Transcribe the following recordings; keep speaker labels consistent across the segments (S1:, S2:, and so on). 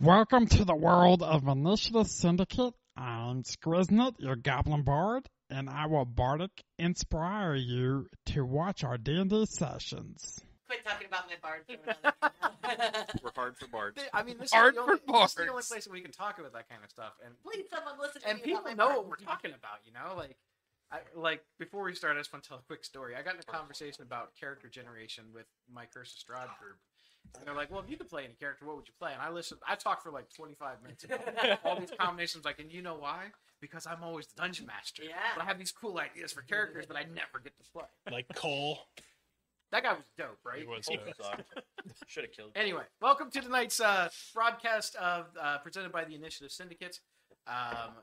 S1: Welcome to the world of Militia Syndicate. I'm Skriznet, your Goblin Bard, and I will bardic inspire you to watch our D&D sessions.
S2: Quit talking about my bard for another.
S3: We're hard for bards.
S4: Th- I mean, this
S3: Hard
S4: is the
S3: for
S4: only, this is the only
S3: bards.
S4: place where we can talk about that kind of stuff, and
S2: Please, someone listen to
S4: and
S2: me
S4: people
S2: about my
S4: know
S2: bard.
S4: what we're talking about. You know, like, I, like before we start, I just want to tell a quick story. I got in a conversation about character generation with my Curse of Strahd group, and they're like, "Well, if you could play any character, what would you play?" And I listened. I talked for like 25 minutes about all these combinations. Like, and you know why? Because I'm always the dungeon master.
S2: Yeah.
S4: But I have these cool ideas for characters that I never get to play.
S5: like Cole.
S4: That guy was dope, right?
S3: Should have killed.
S4: Anyway, welcome to tonight's uh, broadcast of uh, presented by the Initiative Syndicate. Um,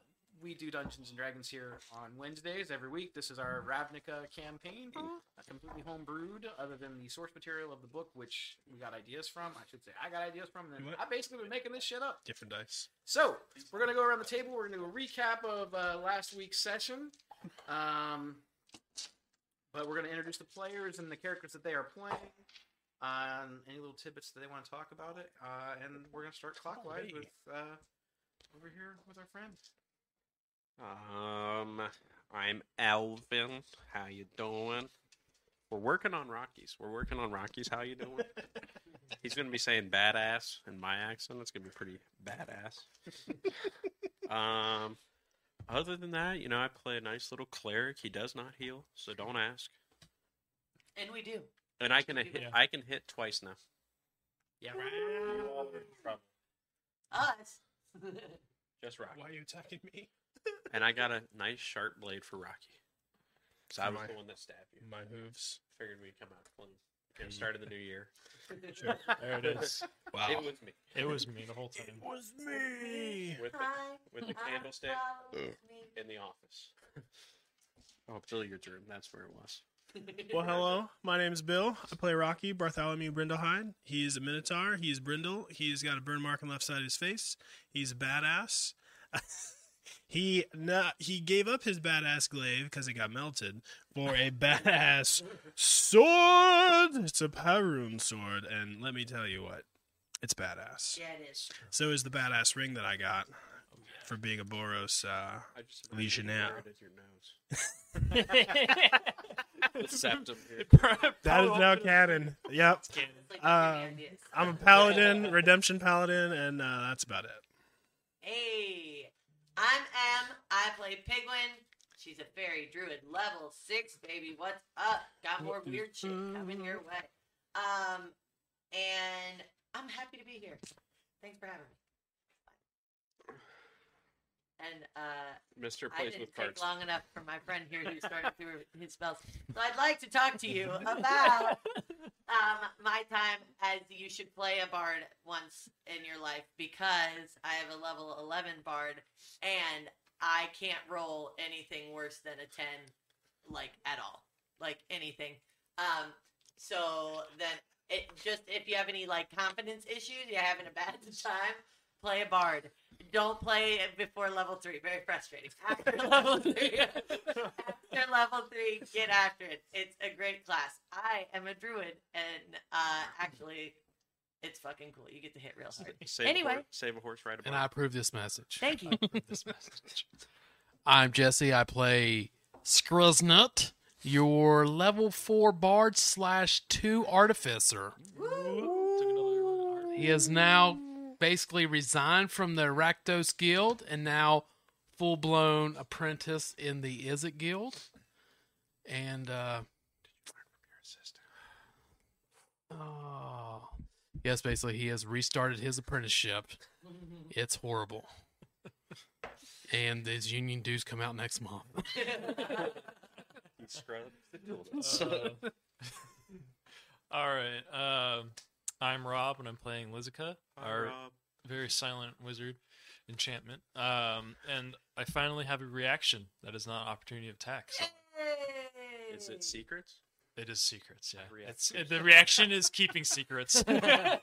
S4: we do Dungeons and Dragons here on Wednesdays every week. This is our Ravnica campaign, uh, completely homebrewed, other than the source material of the book, which we got ideas from. I should say I got ideas from, and then I basically was making this shit up.
S5: Different dice.
S4: So we're gonna go around the table. We're gonna do a recap of uh, last week's session, um, but we're gonna introduce the players and the characters that they are playing. Um, any little tidbits that they want to talk about it, uh, and we're gonna start clockwise
S5: Alrighty.
S4: with uh, over here with our friend.
S3: Um, I'm Alvin. How you doing? We're working on Rockies. We're working on Rockies. How you doing? He's gonna be saying badass in my accent. It's gonna be pretty badass. um, other than that, you know, I play a nice little cleric. He does not heal, so don't ask.
S2: And we do.
S3: And I can hit.
S5: Yeah.
S3: I can hit twice now.
S4: Yeah,
S2: Us.
S3: Just Rocky.
S5: Why are you attacking me?
S3: And I got a nice sharp blade for Rocky. Because I
S5: For
S3: was
S5: my-
S3: the one that stabbed you.
S5: My hooves.
S3: Figured we'd come out clean. And
S5: Mm.
S3: started the new year.
S5: There it is. Wow.
S3: It was me.
S5: It was me the whole time.
S3: was me. With the,
S2: Hi.
S3: with the
S2: I'm
S3: candlestick
S2: Robin.
S3: in the office. oh, billiards room. That's where it was.
S5: Well, hello. My name is Bill. I play Rocky Bartholomew Brindlehide. He is a Minotaur. He is Brindle. He's got a burn mark on the left side of his face. He's a badass. he not, he gave up his badass glaive because it got melted for a badass sword. It's a Paroon sword, and let me tell you what, it's badass.
S2: Yeah, it is.
S5: So is the badass ring that I got for being a Boros. Uh,
S3: I just
S5: Legionnaire.
S3: It is your nose. The septum here.
S5: that is now canon. Yep.
S2: It's like giving me
S5: Um,
S2: ideas.
S5: I'm a paladin, redemption paladin, and uh, that's about it.
S2: Hey, I'm Em. I play Pigwin. She's a fairy druid, level six, baby. What's up? Got more weird shit coming your way. Um, and I'm happy to be here. Thanks for having me. And uh,
S3: Mr.
S2: I
S3: Plays
S2: didn't
S3: with
S2: take
S3: Cards.
S2: long enough for my friend here who started through his spells. So I'd like to talk to you about um, my time as you should play a bard once in your life because I have a level 11 bard and I can't roll anything worse than a 10, like at all, like anything. Um, so then it just if you have any like confidence issues, you're having a bad time, play a bard don't play it before level three. Very frustrating. After level three, after level three, get after it. It's a great class. I am a druid, and uh, actually, it's fucking cool. You get to hit real hard.
S3: Save
S2: Anyway.
S3: A horse, save a horse, ride a
S6: And I
S3: bike.
S6: approve this message.
S2: Thank you.
S6: I approve this message. I'm Jesse. I play Skriznut, your level four bard slash two artificer. He is now basically resigned from the Rakdos Guild and now full blown apprentice in the Izzet Guild. And uh oh, yes, basically he has restarted his apprenticeship. It's horrible. And his union dues come out next month.
S3: He scrubbed the dildo.
S7: Uh, all right. Um, I'm Rob, and I'm playing Lizica, our
S3: Rob.
S7: very silent wizard enchantment. Um, and I finally have a reaction that is not opportunity of attack. So
S3: Is it secrets?
S7: it is secrets. Yeah, it's,
S3: Reaction.
S7: the reaction is keeping secrets. I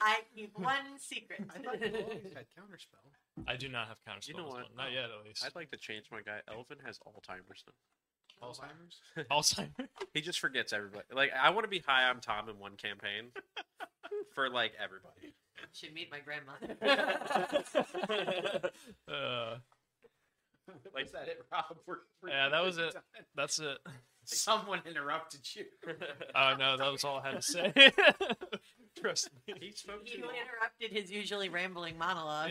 S2: I keep one secret.
S4: I thought you always had counterspell.
S7: do not have counter
S3: You know
S7: spells,
S3: what?
S7: but not yet at least.
S3: I'd like to change my guy. Elvin has Alzheimer's now.
S4: Alzheimer's.
S7: Alzheimer's.
S3: He just forgets everybody. Like I want to be high on Tom in one campaign for like everybody.
S2: Should meet my grandmother.
S7: Uh,
S4: Was that it, Rob? We're- we're
S7: Yeah, that was it.
S4: done.
S7: that's it.
S4: Someone interrupted you.
S7: Oh no, that was all I had to say. Trust me.
S4: He spoke
S2: You
S4: too long.
S2: interrupted his usually rambling monologue.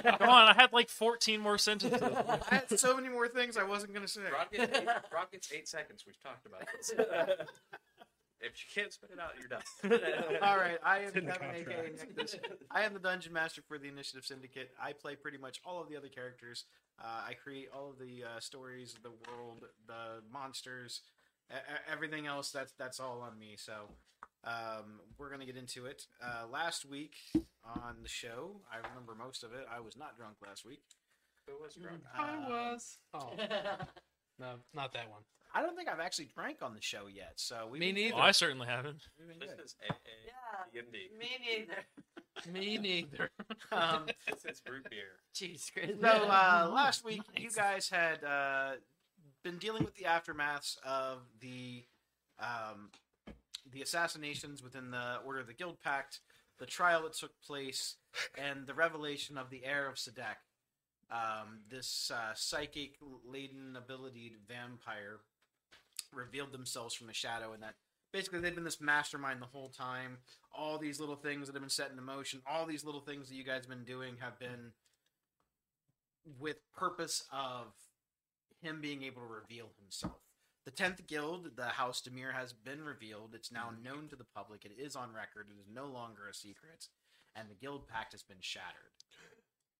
S7: Come on, I had like 14 more sentences.
S4: I had so many more things I wasn't gonna say.
S3: Rock gets, eight, Rock gets eight seconds. We've talked about this. if you can't spit it out, you're done.
S4: All right, I am
S1: in the
S4: Kevin, aka Nicholas. I am the dungeon master for the Initiative Syndicate. I play pretty much all of the other characters. Uh, I create all of the uh, stories, the world, the monsters, e- e- everything else. That's that's all on me. So um, we're gonna get into it. Uh, last week on the show, I remember most of it. I was not drunk last week.
S3: Who was drunk?
S4: Um,
S6: Oh no, not that one.
S4: I don't think I've actually drank on the show yet. So we
S6: Me neither.
S7: Well, I certainly haven't.
S3: This is AA
S2: yeah,
S3: D&D.
S2: me neither.
S6: Me neither.
S4: Um,
S3: This is root beer.
S2: Jeez, Chris.
S4: So uh, last week, you
S6: Nice.
S4: guys had uh, been dealing with the aftermaths of the um, the assassinations within the Order of the Guild Pact, the trial that took place, and the revelation of the heir of Sadak, um, this uh, psychic laden ability vampire, revealed themselves from the shadow, and that basically they've been this mastermind the whole time. All these little things that have been set into motion, all these little things that you guys have been doing have been with purpose of him being able to reveal himself. The tenth guild, the House Demir, has been revealed. It's now known to the public. It is on record. It is no longer a secret, and the guild pact has been shattered.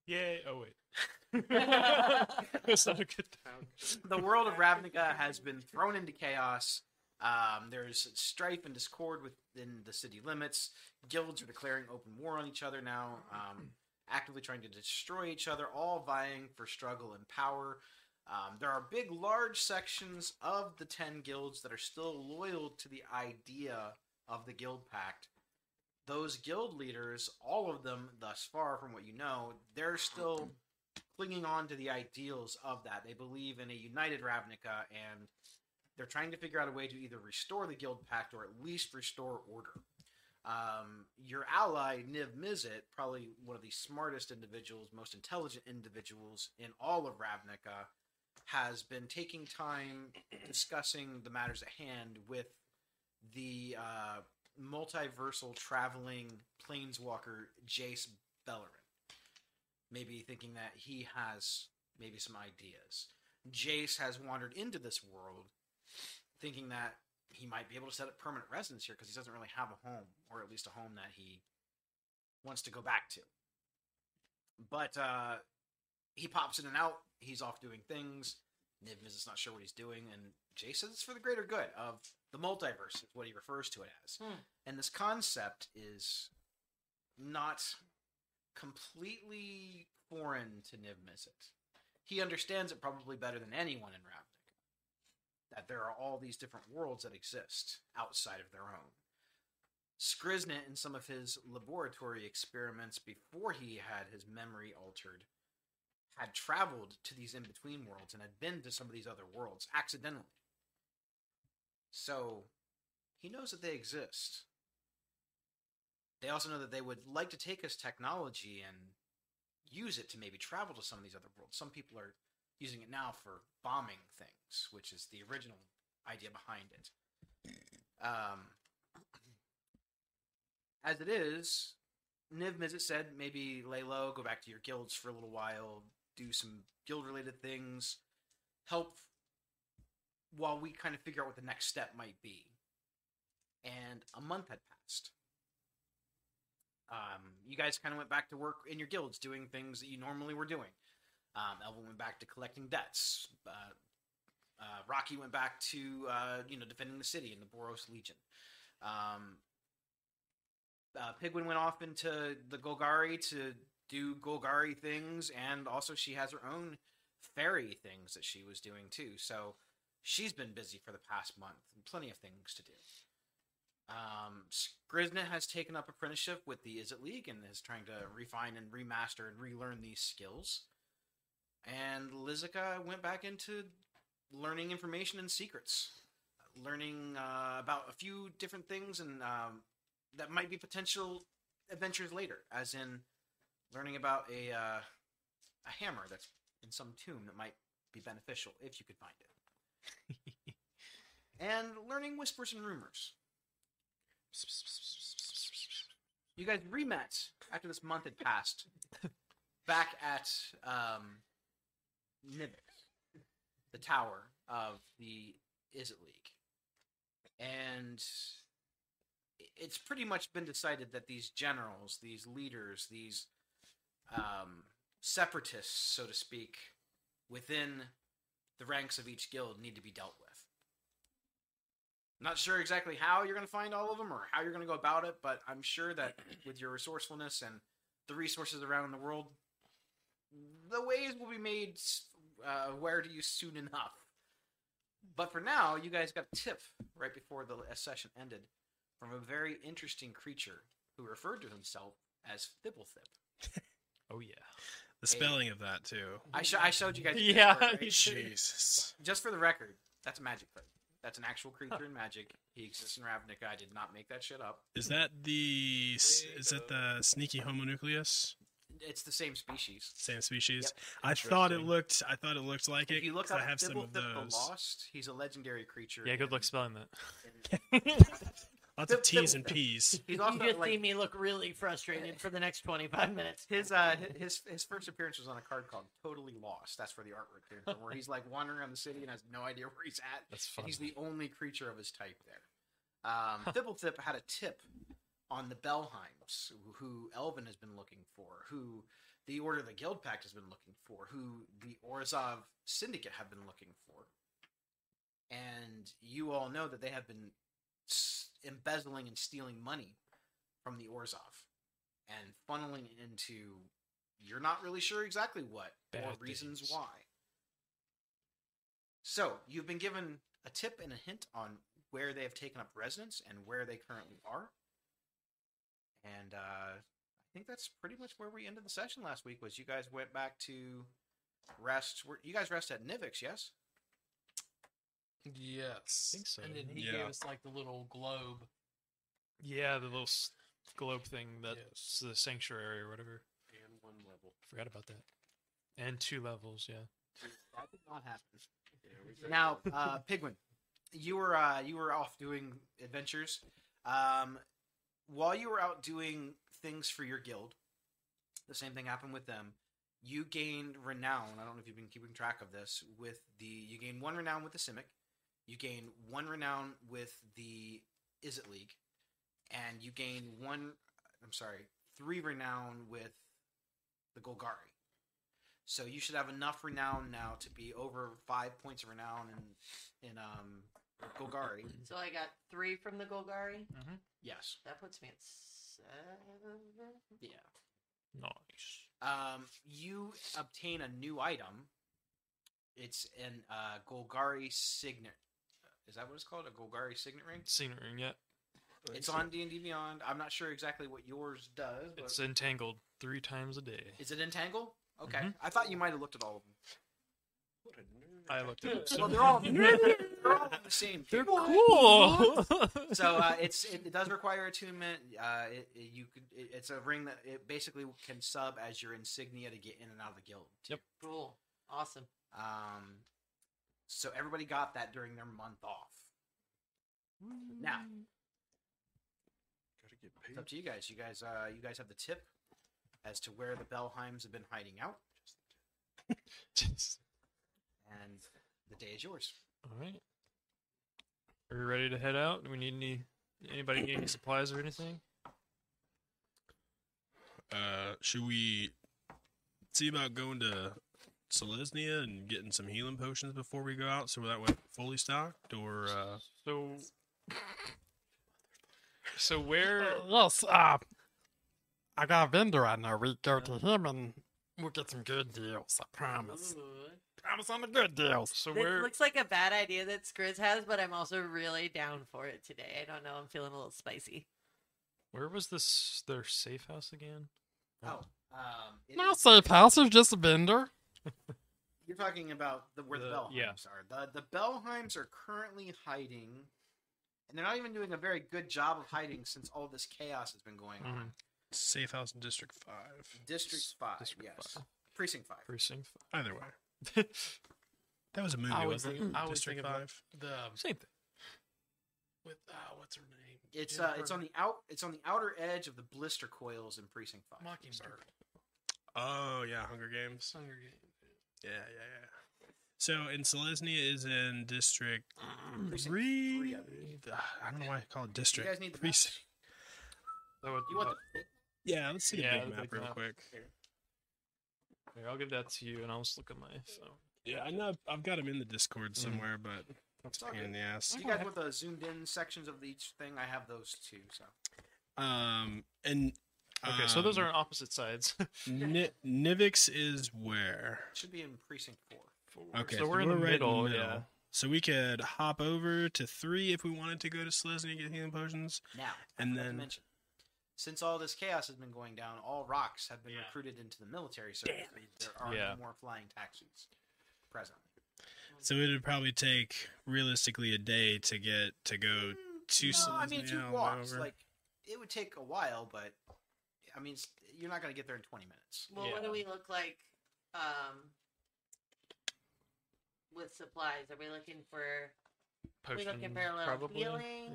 S7: Yay. Oh, wait. That's not a good time.
S4: the world of Ravnica has been thrown into chaos. Um, there's strife and discord within the city limits. Guilds are declaring open war on each other now, um, actively trying to destroy each other, all vying for struggle and power. Um, there are big, large sections of the 10 guilds that are still loyal to the idea of the guild pact. Those guild leaders, all of them thus far, from what you know, they're still clinging on to the ideals of that. They believe in a united Ravnica, and they're trying to figure out a way to either restore the Guild Pact or at least restore order. Um, your ally, Niv Mizzet, probably one of the smartest individuals, most intelligent individuals in all of Ravnica, has been taking time discussing the matters at hand with the uh, multiversal traveling planeswalker Jace Bellerin maybe thinking that he has maybe some ideas. Jace has wandered into this world thinking that he might be able to set up permanent residence here because he doesn't really have a home, or at least a home that he wants to go back to. But uh, he pops in and out. He's off doing things. Niv is not sure what he's doing, and Jace says it's for the greater good of the multiverse, is what he refers to it as.
S2: Hmm.
S4: And this concept is not completely foreign to Niv Mizzet. He understands it probably better than anyone in Ravnica. That there are all these different worlds that exist outside of their own. Skriznet, in some of his laboratory experiments before he had his memory altered, had traveled to these in between worlds and had been to some of these other worlds accidentally. So he knows that they exist they also know that they would like to take his technology and use it to maybe travel to some of these other worlds. Some people are using it now for bombing things, which is the original idea behind it. Um, as it is, Niv Mizzet said maybe lay low, go back to your guilds for a little while, do some guild related things, help while we kind of figure out what the next step might be. And a month had passed um, you guys kind of went back to work in your guilds doing things that you normally were doing. Um, Elvin went back to collecting debts. Uh, uh, Rocky went back to uh, you know defending the city in the Boros Legion. Um, uh, Pigwin went off into the Golgari to do Golgari things, and also she has her own fairy things that she was doing too. So she's been busy for the past month, plenty of things to do. Um, Skriznet has taken up apprenticeship with the Is It League and is trying to refine and remaster and relearn these skills. And Lizica went back into learning information and secrets, learning uh, about a few different things and um, that might be potential adventures later, as in learning about a uh, a hammer that's in some tomb that might be beneficial if you could find it, and learning whispers and rumors. You guys remet after this month had passed, back at um, Nivik, the tower of the Is It League, and it's pretty much been decided that these generals, these leaders, these um, separatists, so to speak, within the ranks of each guild need to be dealt with. Not sure exactly how you're going to find all of them or how you're going to go about it, but I'm sure that with your resourcefulness and the resources around in the world, the ways will be made s- uh, aware to you soon enough. But for now, you guys got a tip right before the last session ended from a very interesting creature who referred to himself as Thibblethip.
S7: Oh yeah.
S5: The spelling of that too.
S4: I, sho- I showed you guys. the
S7: Yeah,
S4: Discord, right?
S7: you
S5: Jesus.
S4: Just for the record, that's a magic card. That's an actual creature in magic. He exists in Ravnica. I did not make that shit up.
S5: Is that the s- is that the sneaky Homo nucleus?
S4: It's the same species.
S5: Same species. I thought it
S7: Interesting.
S5: looked. I thought it looked like it.
S4: If you look
S5: 'cause
S4: up
S5: I have some
S4: Thibblethip
S5: of
S4: the
S5: those.
S4: Lost, he's a legendary creature.
S7: Yeah, good
S4: in-
S7: luck spelling that.
S4: in-
S5: Lots of
S4: Thib-
S5: T's
S4: Thibblethip.
S5: and P's.
S4: He's
S2: You
S4: also
S2: just see
S4: like
S2: me look really frustrated for the next 25 minutes.
S4: his uh hi- his his first appearance was on a card called Totally Lost. That's where the artwork came from, where he's like wandering around the city and has no idea where he's at.
S7: That's
S4: and
S7: funny.
S4: he's the only creature of his type there. Um, Thibblethip had a tip on the Belheims, who Elvin has been looking for, who the Order of the Guild Pact has been looking for, who the Orzov Syndicate have been looking for. And you all know that they have been s- embezzling and stealing money from the Orzov and funneling it into you're not really sure exactly what or
S7: Bad
S4: reasons
S7: things.
S4: why. So you've been given a tip and a hint on where they have taken up residence and where they currently are. And uh, I think that's pretty much where we ended the session last week. Was you guys went back to rest? Were, you guys rest at Nivix, yes?
S6: Yes.
S7: think so.
S6: And then he
S5: Yeah.
S6: gave us like the little globe.
S7: Yeah, the little s- globe thing that's
S6: Yes.
S7: the sanctuary or whatever.
S3: And one level.
S7: Forgot about that. And two levels, yeah.
S4: That did not happen.
S3: Yeah, we took-
S4: Now, uh, Pigwin, you were uh, you were off doing adventures. Um, while you were out doing things for your guild, the same thing happened with them. You gained renown. I don't know if you've been keeping track of this. With the you gain one renown with the Simic, you gain one renown with the Is It League, and you gain one. I'm sorry, three renown with the Golgari. So you should have enough renown now to be over five points of renown in in um Golgari.
S2: So I got three from the Golgari.
S4: Yes.
S2: That puts me at seven.
S4: Yeah.
S7: Nice.
S4: Um, you obtain a new item. It's an uh, Golgari signet. Is that what it's called? A Golgari signet ring?
S7: Seen it ring yet?
S4: It's on D and D Beyond. I'm not sure exactly what yours does. But
S7: It's entangled three times a day.
S4: is it entangle? Okay,
S7: Mhm.
S4: I thought you might have looked at all of them.
S3: What a nerd.
S7: I looked it up. so-
S4: Well, they're all they're all the same.
S7: They're cool.
S4: so uh, it's it, it does require attunement. Uh, it, it- you could it, it's a ring that it basically can sub as your insignia to get in and out of the guild.
S7: Yep.
S2: Cool. Awesome.
S4: Um, so everybody got that during their month off. Now
S3: Gotta get
S4: it's
S3: paid.
S4: up to you guys. You guys, uh, you guys have the tip as to where the Bellheims have been hiding out,
S7: Just-
S4: and the day is yours.
S7: all right. Are we ready to head out? Do we need any anybody need any supplies or anything?
S5: Uh, should we see about going to Selesnia and getting some healing potions before we go out, so that we're fully stocked? Or uh,
S7: So So where
S4: Oh.
S1: Yes, uh, I got a vendor I know. We go to him and we'll get some good deals. I promise. Promise on the good deals.
S7: so
S2: This
S7: where
S2: looks like a bad idea that Skriz has, but I'm also really down for it today. I don't know. I'm feeling a little spicy.
S7: where was this their safe house again?
S4: Oh, um, it
S1: No
S4: is-
S1: safe house is just a vendor.
S4: you're talking about the where the,
S7: The-
S4: Bellheims
S7: yeah.
S4: are. The the Bellheims are currently hiding,
S5: Mm-hmm.
S4: and they're not even doing a very good job of hiding since all this chaos has been going on.
S7: Mhm.
S5: Safe house in District Five.
S4: District Five.
S7: District
S4: yes.
S7: five.
S4: Precinct Five.
S7: Precinct five.
S5: Either way, that was a movie,
S6: I always
S5: wasn't
S6: think-
S5: it?
S6: I always
S5: District
S6: think of
S5: Five.
S6: The
S7: Same thing.
S6: with uh, what's her name?
S4: It's uh,
S6: Jennifer
S4: it's on the out. It's on the outer edge of the blister coils in Precinct Five.
S6: Mockingbird.
S5: Oh yeah, Hunger Games.
S6: Hunger Games.
S5: Yeah, yeah, yeah. So and Selesnya is in District
S4: Precinct
S5: Three.
S4: three, I believe.
S5: Ah, I don't know why I call it District.
S4: guys need the map?
S5: Precinct.
S7: That would, oh,
S4: You want
S7: that-
S4: the?
S5: Yeah, let's see the
S7: Yeah,
S5: big
S7: the
S5: map
S7: big
S5: real
S7: map.
S5: quick.
S7: here, I'll give that to you, and I'll just look at my phone.
S5: Yeah, I know I've got him in the Discord somewhere, but it's
S4: Mm. It's
S5: a
S4: all
S5: pain in
S4: good.
S5: the ass.
S4: You guys want the zoomed in sections of each thing? I have those too. So
S5: Um, and
S7: Okay, so those
S5: um,
S7: are on opposite sides.
S5: Ni- Nivix is where?
S4: it should be in Precinct Four.
S5: Okay,
S7: so we're in the
S5: right
S7: middle, yeah.
S5: So we could hop over to three if we wanted to go to Selesnya and get healing potions.
S4: Now, I
S5: And
S4: forgot to
S5: then-
S4: mention, since all this chaos has been going down, all rocks have been
S7: Yeah.
S4: recruited into the military service. There are
S7: Yeah.
S4: no more flying taxis presently.
S5: So it would probably take realistically a day to get to go to
S4: Mm, no, I mean,
S5: Selesnya
S4: if you
S5: all the way
S4: walked,
S5: over.
S4: like it would take a while, but I mean, it's- you're not going to get there in 20 minutes.
S2: Well, what do
S7: Yeah.
S2: we look like um, with supplies? Are we looking for?
S7: Potions,
S2: we looking for a little
S7: probably.
S2: healing?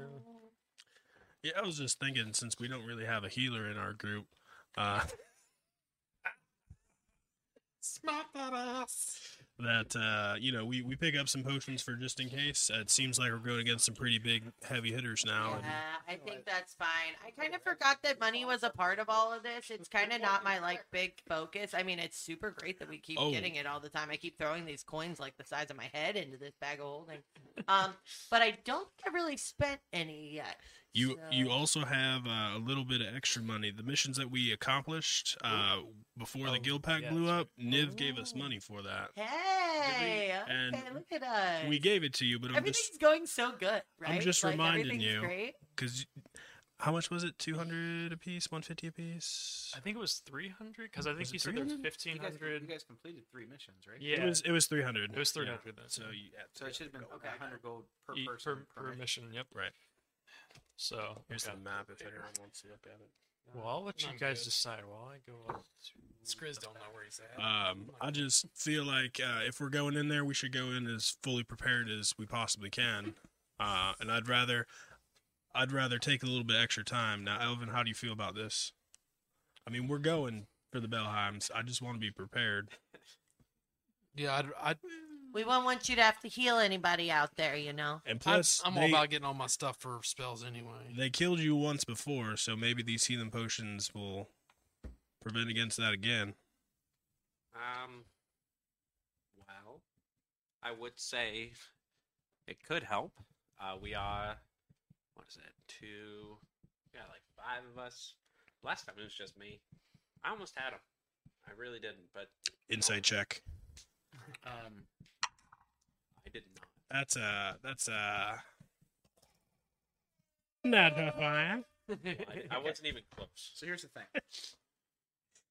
S7: Yeah.
S5: yeah, I was just thinking since we don't really have a healer in our group, uh,
S6: Smack that ass.
S5: that uh, you know we we pick up some potions for just in case. Uh, it seems like we're going against some pretty big heavy hitters now. and-
S2: Yeah, I think that's fine. I kind of forgot that money was a part of all of this. It's kind of not my like big focus. I mean, it's super great that we keep
S5: Oh.
S2: getting it all the time. I keep throwing these coins like the size of my head into this bag of holding. Um, but I don't think I really spent any yet.
S5: You you
S2: so-
S5: also have uh, a little bit of extra money. The missions that we accomplished uh, before the
S7: Oh,
S5: guild pack
S7: yeah,
S5: blew
S7: that's
S5: up, Niv gave us
S2: Oh.
S5: money for that.
S2: Hey,
S5: and
S2: okay, look at us.
S5: We gave it to you, but I'm
S2: everything's
S5: just
S2: going so good, right?
S5: I'm just reminding
S2: everything's
S5: you.
S2: Great.
S5: because how much was it? Two hundred a piece, one fifty a piece.
S7: I think it was 300, because I think
S5: Was
S7: you
S5: it
S7: said there was
S5: 300?
S4: You guys,
S7: 1,500.
S4: you guys completed three missions, right?
S7: yeah,
S5: It was it was three hundred.
S7: It was 300 then,
S5: So
S7: yeah.
S5: you add
S4: So it should have been
S5: $300.
S2: Okay.
S4: 100 gold per
S7: e- per,
S4: person
S7: per mission, yep.
S5: right.
S7: So,
S5: Here's
S7: okay.
S5: the map if anyone wants to look at it.
S7: well, I'll let you
S6: Not
S7: guys
S6: good.
S7: decide while I go up to...
S6: Skriz don't know where he's at.
S1: Uh,
S5: Um, I just feel like uh, if we're going in there, we should go in as fully prepared as we possibly can. Uh, and I'd rather, I'd rather take a little bit extra time. Now, Elvin, how do you feel about this? I mean, we're going for the Bellheims. I just want to be prepared.
S6: yeah, I'd, I'd,
S2: We won't want you to have to heal anybody out there, you know.
S5: And
S6: I'm,
S5: plus,
S6: I'm all
S5: they,
S6: about getting all my stuff for spells anyway.
S5: they killed you once before, so maybe these healing potions will prevent against that again.
S3: Um, well, I would say it could help. Uh, we are, what is it, two, yeah, like five of us. Last time it was just me. I almost had him. I really didn't, but
S5: Insight check.
S3: um, I did not.
S5: That's a. That's uh, a. Not a fine.
S3: I, I wasn't even close.
S4: So here's the thing.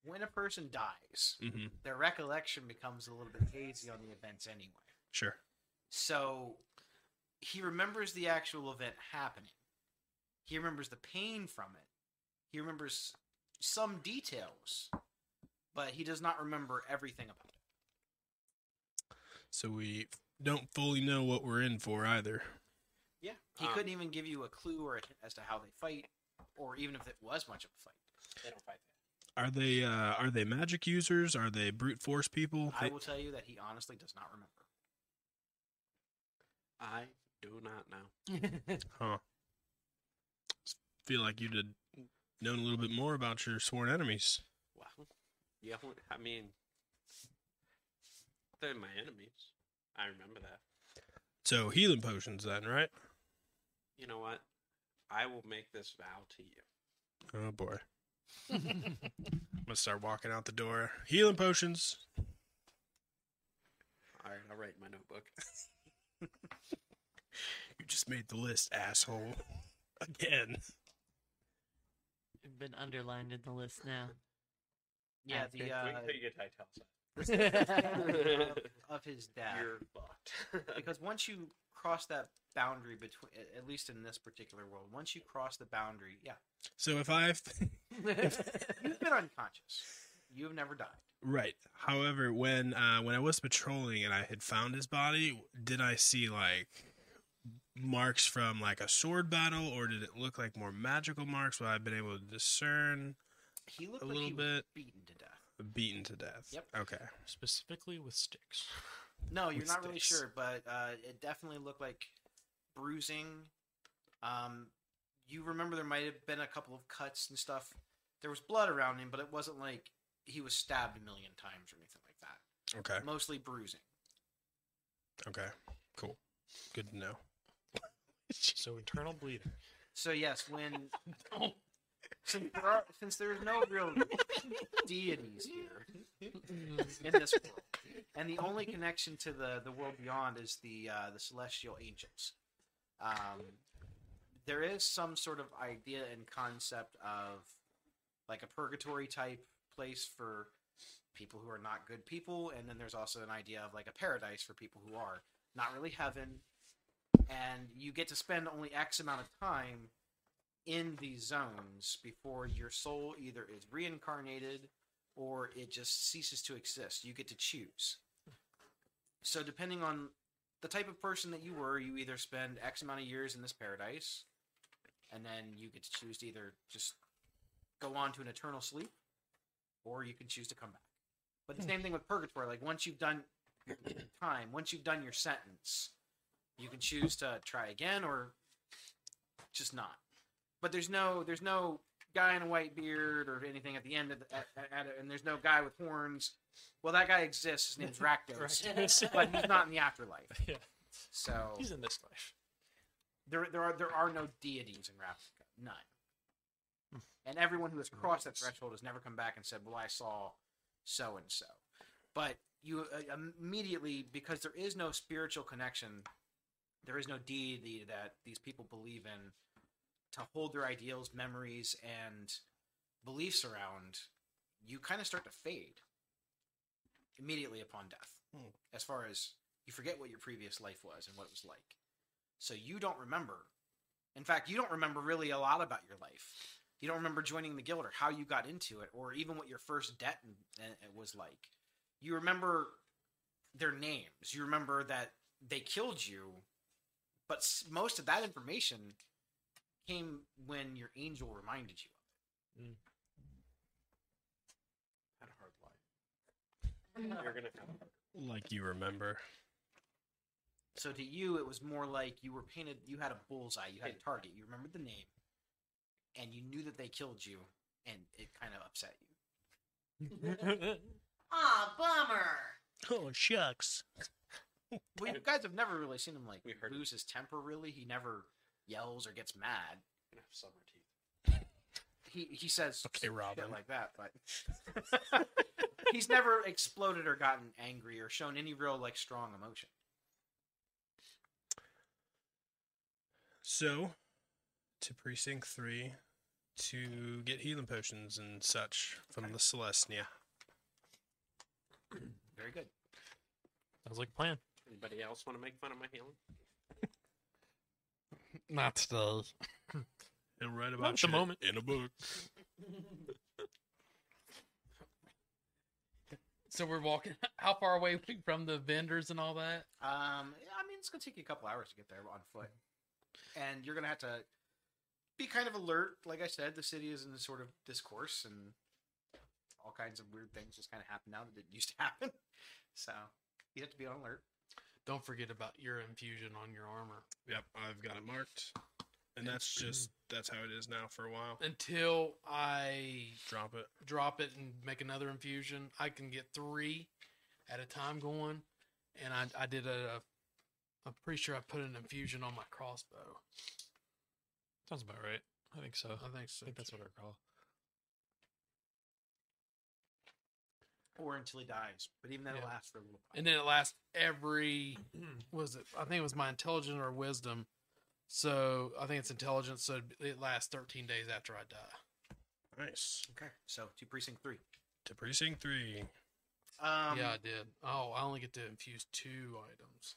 S4: When a person dies,
S5: Mm-hmm.
S4: their recollection becomes a little bit hazy on the events anyway.
S5: Sure.
S4: So he remembers the actual event happening. He remembers the pain from it. He remembers some details, but he does not remember everything about it.
S5: So we don't fully know what we're in for either.
S4: Yeah. He
S3: Um,
S4: couldn't even give you a clue or a hint as to how they fight, or even if it was much of a fight.
S3: They don't fight.
S5: Are they uh, are they magic users? Are they brute force people?
S4: I
S5: They-
S4: will tell you that he honestly does not remember.
S3: I do not know.
S5: huh. Feel like you'd have known a little bit more about your sworn enemies.
S3: Well, yeah, I mean, they're my enemies. I remember that.
S5: So healing potions then, right?
S3: You know what? I will make this vow to you.
S5: Oh boy. I'm gonna start walking out the door. Healing potions.
S3: All right, I'll write in my notebook.
S5: You just made the list, asshole. Again.
S2: I've been underlined in the list now.
S4: Yeah,
S3: Wait
S4: the uh,
S3: until you get to Italcite.
S4: the circumstances of, of his death.
S3: You're fucked.
S4: because once you cross that boundary between, a- at least in this particular world, once you cross the boundary, yeah,
S5: So if I've
S4: you've been unconscious. You've never died.
S5: right. However, when uh, when I was patrolling and I had found his body, did I see like marks from like a sword battle, or did it look like more magical marks? Would I have been able to discern
S4: He looked
S5: a
S4: like
S5: little
S4: he was
S5: bit
S4: beaten to death.
S5: beaten to death?
S4: Yep.
S5: Okay.
S7: specifically with sticks.
S4: No, you're
S5: with
S4: not really
S5: sticks.
S4: sure, but uh, it definitely looked like bruising. Um, you remember there might have been a couple of cuts and stuff. There was blood around him, but it wasn't like he was stabbed a million times or anything like that.
S5: Okay.
S4: Mostly bruising.
S5: Okay. Cool. Good to know.
S7: So internal bleeding.
S4: So yes, when since there are, since there's no real deities here
S6: Mm-hmm.
S4: in this world, and the only connection to the the world beyond is the uh, the celestial angels. Um, there is some sort of idea and concept of like a purgatory type place for people who are not good people, and then there's also an idea of like a paradise for people who are not really heaven, and you get to spend only X amount of time in these zones before your soul either is reincarnated or it just ceases to exist. You get to choose. So, depending on the type of person that you were, you either spend X amount of years in this paradise, and then you get to choose to either just go on to an eternal sleep, or you can choose to come back. But the same thing with purgatory. Like, once you've done your time, once you've done your sentence, you can choose to try again or just not but there's no there's no guy in a white beard or anything at the end of the, at, at, at- and there's no guy with horns well that guy exists his name's Rakdos but he's not in the afterlife
S7: yeah,
S4: so
S7: he's in this life.
S4: there there are there are no deities in Ravnica none
S7: Hmm.
S4: and everyone who has crossed that threshold has never come back and said well I saw so and so but you uh, immediately because there is no spiritual connection there is no deity that these people believe in to hold their ideals memories and beliefs around you kind of start to fade immediately upon death
S5: Hmm.
S4: as far as you forget what your previous life was and what it was like so you don't remember in fact you don't remember really a lot about your life you don't remember joining the guild or how you got into it or even what your first debt uh, was like you remember their names. You remember that they killed you, but s- most of that information came when your angel reminded you.
S3: Had a hard life. You're gonna come.
S5: Like you remember.
S4: So to you, it was more like you were painted. You had a bullseye. You had a target. You remembered the name, and you knew that they killed you, and it kind of upset you.
S2: Aw, bummer.
S5: Oh shucks.
S4: Well, you guys have never really seen him like
S3: We heard it.
S4: lose his temper. Really, he never yells or gets mad.
S3: You're gonna have summer teeth.
S4: He he says
S5: Okay, Robin.
S4: shit like that, but he's never exploded or gotten angry or shown any real like strong emotion.
S5: So, to precinct three to get healing potions and such from the Celestia.
S4: Very good.
S7: Sounds like a plan.
S3: Anybody else want to make fun of my healing?
S1: Not today.
S5: And write
S7: Not
S5: about
S7: at the
S5: shit
S7: moment.
S5: in a book.
S6: So we're walking. How far away we- from the vendors and all that?
S4: Um, yeah, I mean, it's gonna take you a couple hours to get there on foot, and you're gonna have to be kind of alert. Like I said, the city is in a sort of discourse, and all kinds of weird things just kind of happen now that didn't used to happen. So you have to be on alert.
S6: Don't forget about your infusion on your armor
S5: Yep, I've got it marked. And that's just that's how it is now for a while.
S6: until I
S5: Drop it.
S6: drop it and make another infusion. I can get three at a time going, and I I did a. I'm pretty sure I put an infusion on my crossbow.
S7: Sounds about right. I think so.
S6: I
S7: I
S6: think so.
S7: think that's what I recall.
S4: Or until he dies, but even that will
S6: Yeah.
S4: lasts for a little while.
S6: and then it lasts every was it i think it was my intelligence or wisdom so i think it's intelligence so it lasts 13 days after i die
S5: Nice.
S4: Okay, so to precinct three.
S5: to precinct three.
S4: Um,
S6: yeah, I did. Oh, I only get to infuse two items.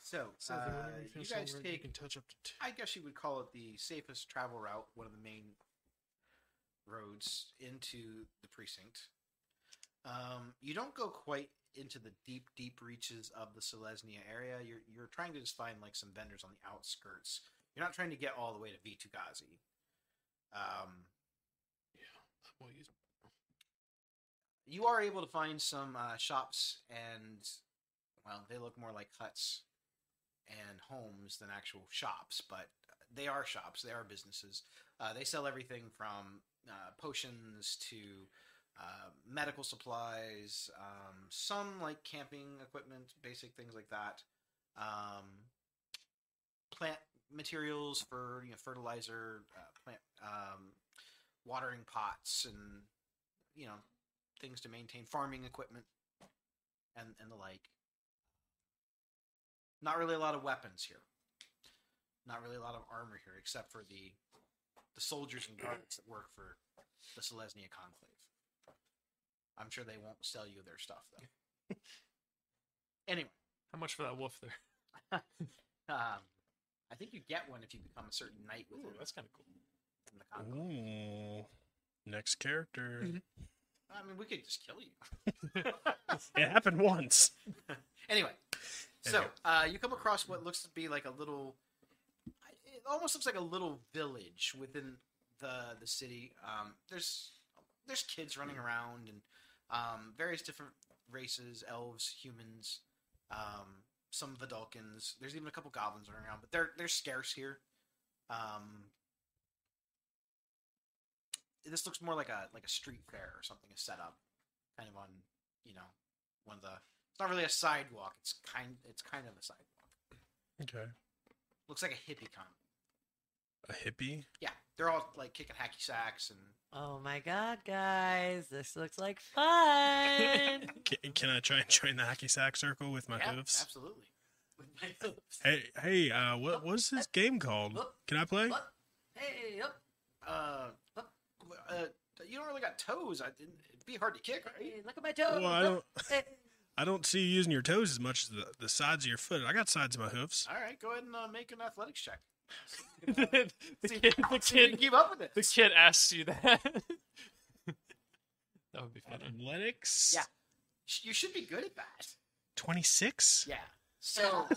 S4: So,
S6: So
S4: uh,
S6: if whenever you
S4: you
S6: finish
S4: guys
S6: somewhere, you
S4: take
S6: can touch up to two.
S4: I guess you would call it the safest travel route, one of the main roads into the precinct. Um, you don't go quite into the deep, deep reaches of the Selesnya area. You're you're trying to just find like some vendors on the outskirts. You're not trying to get all the way to Vitugazi. Um,
S6: Well, you-
S4: you are able to find some uh, shops and well they look more like huts and homes than actual shops but they are shops they are businesses uh, they sell everything from uh, potions to uh, medical supplies um, some like camping equipment basic things like that um, plant materials for you know fertilizer uh, plant um, watering pots and you know things to maintain farming equipment and and the like. Not really a lot of weapons here. Not really a lot of armor here, except for the the soldiers and guards that work for the Selesnya Conclave. I'm sure they won't sell you their stuff though. anyway,
S7: How much for that wolf there?
S4: um, I think you get one if you become a certain knight within,
S7: Ooh, that's kind of cool.
S4: within the Conclave.
S5: Ooh. Next character.
S4: I mean, we could just kill you.
S5: it happened once.
S4: Anyway, so
S5: Anyway.
S4: uh, you come across what looks to be like a little. It almost looks like a little village within the the city. Um, there's there's kids running around and um, various different races: elves, humans, um, some Vidalkins. There's even a couple goblins running around, but they're they're scarce here. Um, this looks more like a like a street fair or something is set up, kind of on you know one of the it's not really a sidewalk. It's kind. It's kind of a sidewalk.
S5: Okay.
S4: Looks like a hippie con.
S5: A hippie.
S4: Yeah, they're all like kicking hacky sacks and
S2: Oh my god, guys, this looks like fun.
S5: Can, can I try and join the hacky sack circle with my
S4: yeah,
S5: hoofs?
S4: absolutely.
S5: Hey, hey, uh, what what's this game called? Can I play?
S2: Up, hey, up,
S4: Uh, uh, you don't really got toes. I didn't. It'd be hard to kick, right?
S2: hey, look at my toes.
S5: Well, I don't,
S2: Hey,
S5: I don't see you using your toes as much as the, the sides of your foot. I got sides of my hoofs.
S4: All right, go ahead and uh, make an athletics check.
S7: the kid, the
S4: See if you can
S7: kid,
S4: keep up with
S7: the
S4: it.
S7: kid asks you that. that would be funny.
S5: Athletics.
S4: Yeah. You should be good at that.
S5: Twenty six.
S4: Yeah. So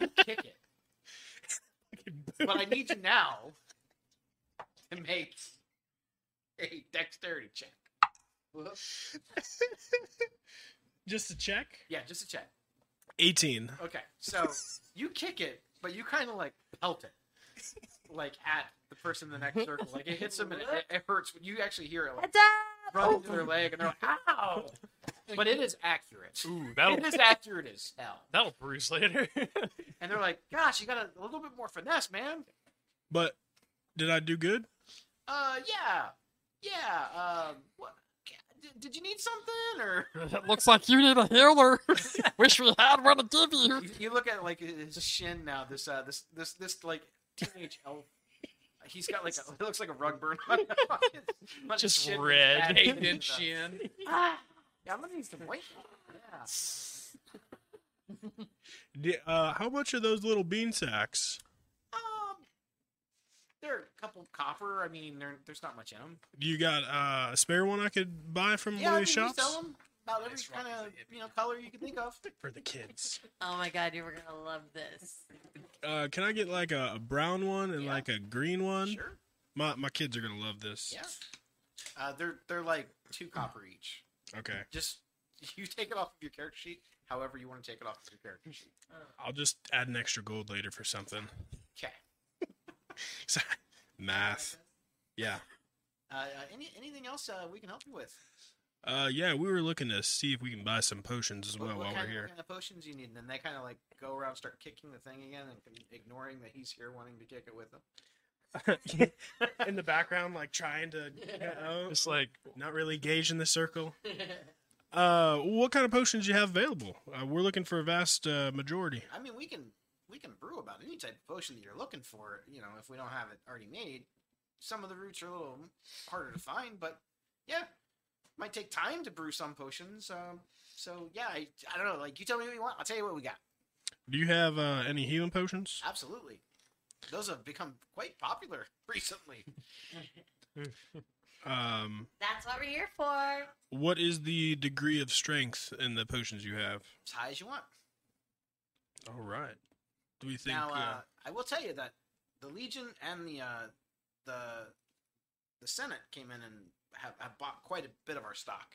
S4: you kick it, but I need you now to make a dexterity check.
S5: Just a check.
S4: Yeah, just a check.
S5: Eighteen.
S4: Okay, so you kick it, but you kind of like pelt it, like at the person in the next circle. Like it hits them and it, it hurts. You actually hear it like
S2: what's up?
S4: run through their leg, and they're like, "Ow!" But it is accurate.
S7: Ooh,
S4: It
S7: that'll
S4: is accurate as hell.
S7: that'll bruise later.
S4: And they're like, "Gosh, you got a, a little bit more finesse, man."
S5: But did I do good?
S4: Uh, yeah, yeah. Um, what? Did, did you need something, or
S6: It looks like you need a healer. Wish we had one to give you.
S4: you, you look at like his shin now? This, uh, this, this, this like teenage elf. He's got like a, it looks like a rug burn on, on his, on his
S7: Just
S4: shin.
S7: red.
S4: Yeah,
S7: Eight
S4: yeah.
S6: shin.
S4: uh, Ah, yeah, I'm gonna need some white. Yeah.
S5: Di- uh, how much are those little bean sacks?
S4: Um, they're a couple copper. I mean, there- there's not much in them.
S5: You got uh, a spare one I could buy from
S4: Yeah,
S5: one
S4: I
S5: of
S4: mean,
S5: these
S4: we
S5: shops
S4: sell them about every
S6: Nice
S4: kind of
S6: rock is a hippie.
S4: you know color you can think of.
S5: for the kids.
S2: Oh my god, you were gonna love this.
S5: Uh, can I get like a, a brown one and
S4: Yeah.
S5: like a green one?
S4: Sure.
S5: My my kids are gonna love this.
S4: Yeah. Uh, they're they're like two copper each.
S5: Okay.
S4: Just you take it off of your character sheet, however you want to take it off of your character sheet.
S5: I'll just add an extra gold later for something.
S4: Okay.
S5: Sorry. Math. Yeah.
S4: Uh, uh, any anything else uh, we can help you with?
S5: Uh, yeah, we were looking to see if we can buy some potions as
S4: What-
S5: well
S4: what
S5: while
S4: kind
S5: we're
S4: of,
S5: here.
S4: kind of potions you need? And then they kind of like go around, start kicking the thing again, and ignoring that he's here, wanting to kick it with them.
S5: In the background, like trying to, oh,
S7: Just like
S5: not really engaged in the circle. Uh, what kind of potions do you have available? Uh, we're looking for a vast uh, majority.
S4: I mean, we can we can brew about any type of potion that you're looking for. You know, if we don't have it already made, some of the roots are a little harder to find, but yeah, might take time to brew some potions. Um, so yeah, I, I don't know. Like you tell me what you want, I'll tell you what we got.
S5: Do you have uh, any healing potions?
S4: Absolutely, those have become quite popular recently.
S5: Um,
S2: That's what we're here for.
S5: what is the degree of strength in the potions you have?
S4: as high as you want.
S5: All right. Do we think?
S4: now, uh,
S5: uh,
S4: I will tell you that the Legion and the uh, the the Senate came in and have, have bought quite a bit of our stock.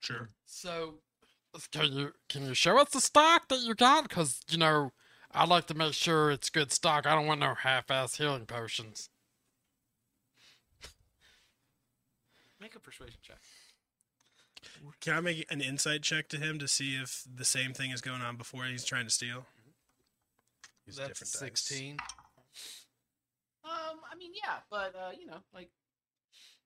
S5: sure.
S6: So, can you can you show us the stock that you got? Because you know, I'd like to make sure it's good stock. I don't want no half-ass healing potions.
S4: Make a persuasion check.
S5: Can I make an insight check to him to see if the same thing is going on before he's trying to steal? Use a
S6: That's
S5: different dice.
S6: sixteen.
S4: Um, I mean, yeah, but uh, you know, like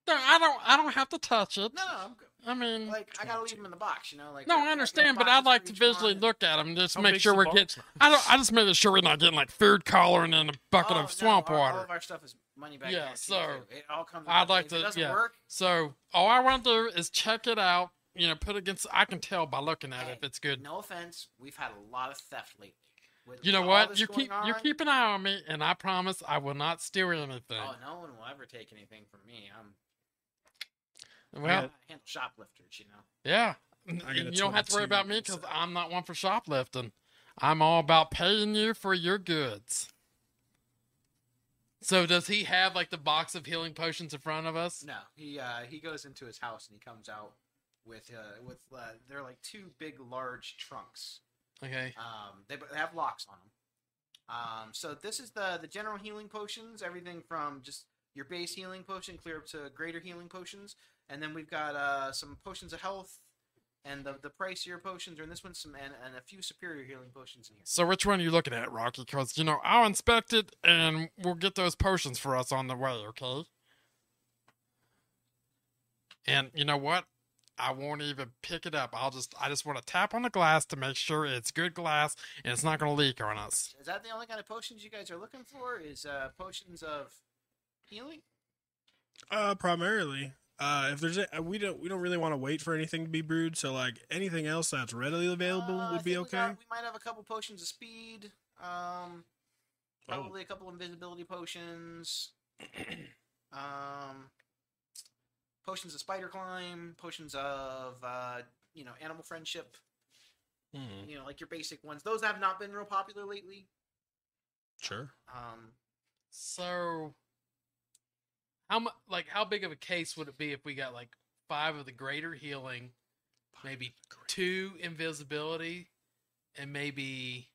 S6: No, I don't. I don't have to touch it.
S4: no, no, I'm good.
S6: I mean,
S4: like I gotta leave them in the box, you know. Like
S6: Mm. no,
S4: we- we
S6: I
S4: got
S6: understand, but
S4: boxes
S6: I'd like
S4: for
S6: to
S4: each
S6: visually
S4: one.
S6: look at them. Just
S7: How
S6: make
S7: big's
S6: sure
S7: the
S6: we're
S7: box?
S6: getting. I don't. I just make sure we're not getting like food coloring and a bucket
S4: Oh,
S6: of swamp
S4: no, our-
S6: water.
S4: All of our stuff is money back.
S6: Yeah,
S4: guaranteed,
S6: so
S4: too. it all comes.
S6: I'd
S4: out.
S6: like
S4: If
S6: to-
S4: It doesn't
S6: yeah.
S4: work.
S6: So all I want to do is check it out. You know, put against. I can tell by looking at it if
S4: Hey,
S6: it's good.
S4: No offense, we've had a lot of theft lately. With
S6: You know
S4: all
S6: what?
S4: this
S6: You
S4: going
S6: keep you
S4: on,
S6: keep an eye on me, and I promise I will not steal anything.
S4: Oh, no one will ever take anything from me. I'm
S6: well,
S4: I handle shoplifters, you know.
S6: yeah.
S5: got a
S6: You don't have to worry
S5: 22
S6: about me because
S5: so-
S6: I'm not one for shoplifting. I'm all about paying you for your goods. So does he have like the box of healing potions in front of us?
S4: No, he uh, he goes into his house and he comes out with uh, with uh, they're like two big large trunks.
S6: Okay.
S4: Um, they, they have locks on them. Um, so this is the the general healing potions, everything from just your base healing potion clear up to greater healing potions, and then we've got uh, some potions of health. And the, the pricier potions are in this one, some and, and a few superior healing potions in here.
S6: So which one are you looking at, Rocky? Because you know I'll inspect it, and we'll get those potions for us on the way. Okay. And you know what? I won't even pick it up. I'll just I just want to tap on the glass to make sure it's good glass and it's not going to leak on us.
S4: Is that the only kind of potions you guys are looking for? Is uh, potions of healing?
S5: Uh, primarily. Uh, if there's a, uh, we don't we don't really want to wait for anything to be brewed, so like anything else that's readily available
S4: Uh, I
S5: would be
S4: think
S5: okay.
S4: We, got- we might have a couple potions of speed. Um,
S5: Oh.
S4: probably a couple invisibility potions. um, potions of spider climb. Potions of uh, you know animal friendship.
S5: Hmm,
S4: You know, like your basic ones. Those have not been real popular lately.
S5: sure.
S4: Um,
S6: So how mu- like how big of a case would it be if we got like five of the greater healing, maybe two invisibility, and maybe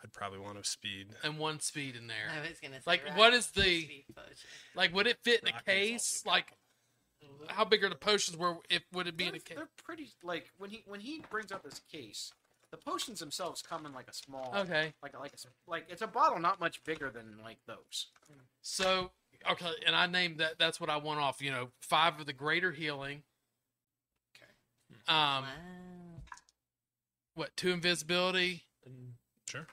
S5: I'd probably want to speed.
S6: and one speed in there.
S2: I was gonna say.
S6: Like,
S2: right,
S6: what is
S2: the
S6: the-
S2: speed potion.
S6: Like, would it fit in a
S5: Rock is
S6: case?
S5: also-
S6: Like, how big are the potions? Where if would it be
S4: they're,
S6: in a case?
S4: they're pretty like when he when he brings up his case, the potions themselves come in like a small.
S6: Okay,
S4: Like, like, like it's a bottle not much bigger than like those.
S6: so okay, and I named that. That's what I want off. You know, five of the greater healing. Okay. Um,
S2: Wow.
S6: what two invisibility?
S7: And,
S5: Sure.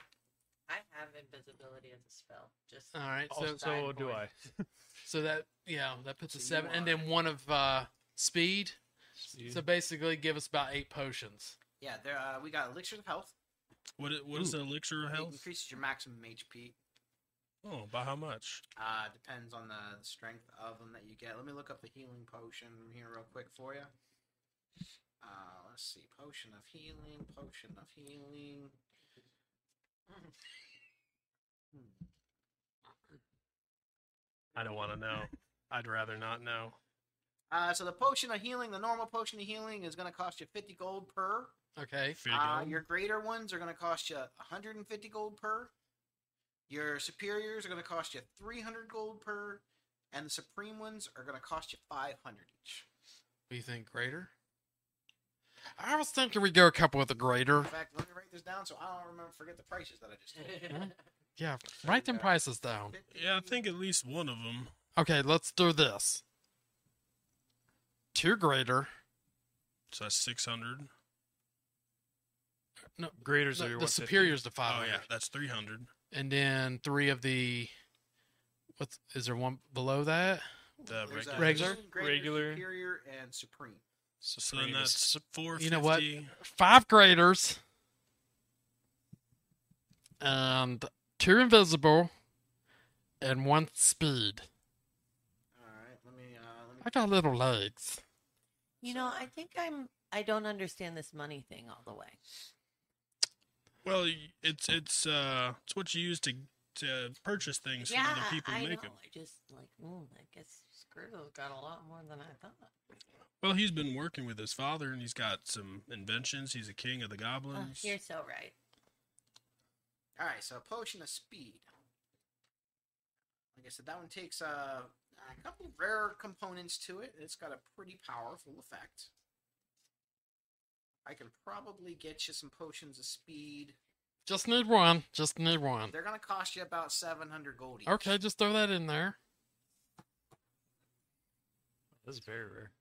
S2: I have invisibility as a spell. Just
S6: All right,
S7: oh,
S6: so
S7: so,
S2: side
S7: do
S2: point.
S7: I.
S6: so that yeah, that puts a
S4: So you
S6: seven, and
S4: want-
S6: then one of uh speed.
S7: See?
S6: So basically, give us about eight potions.
S4: Yeah, there uh, we got elixir of health.
S5: What i- what is the elixir of
S4: It
S5: health?
S4: increases your maximum HP.
S5: Oh, by how much?
S4: Uh, depends on the strength of them that you get. Let me look up the healing potion here real quick for you. Uh, let's see, potion of healing, potion of healing. Hmm.
S5: I don't want to know. I'd rather not know.
S4: Uh, so the potion of healing, the normal potion of healing, is going to cost you 50 gold per.
S6: Okay.
S4: Uh, your greater ones are going to cost you 150 gold per. Your superiors are going to cost you 300 gold per. And the supreme ones are going to cost you 500 each.
S6: What do you think greater? I was thinking we go a couple with the greater.
S4: In fact, let me write this down so I don't remember forget the prices that I just told you.
S6: Yeah, write them
S4: yeah.
S6: prices down.
S5: yeah, I think at least one of them.
S6: Okay, let's do this. Two greater.
S5: So that's six hundred.
S6: No,
S7: Graders are
S6: the,
S7: your
S6: the
S7: 150.
S6: superior's the
S5: Oh
S6: five.
S5: yeah, that's three hundred.
S6: And then three of the. What's is there one below that?
S5: The
S4: There's,
S5: regular.
S4: uh,
S6: Regular?
S4: greater,
S7: Regular.
S4: superior, and supreme.
S5: So then that's four.
S6: know what?
S1: Five graders. And two invisible. And one speed.
S4: All right, let me. Uh, let me
S1: I got little legs.
S2: You know, I think I'm. I don't understand this money thing all the way.
S5: Well, y- it's it's uh it's what you use to to purchase things from
S2: yeah,
S5: other people
S2: I
S5: who
S2: know.
S5: make them.
S2: I just like. Mm, I guess Scribble got a lot more than I thought.
S5: Well, he's been working with his father, and he's got some inventions. He's a king of the
S2: Oh,
S5: goblins.
S2: you're so right.
S4: All right, so potion of speed. Like I said, that one takes uh, a couple rare components to it. It's got a pretty powerful effect. I can probably get you some potions of speed.
S1: Just need one. Just need
S6: Um.
S1: one.
S4: They're gonna cost you about seven hundred gold. each.
S1: Okay, just throw that in there.
S7: That's very rare.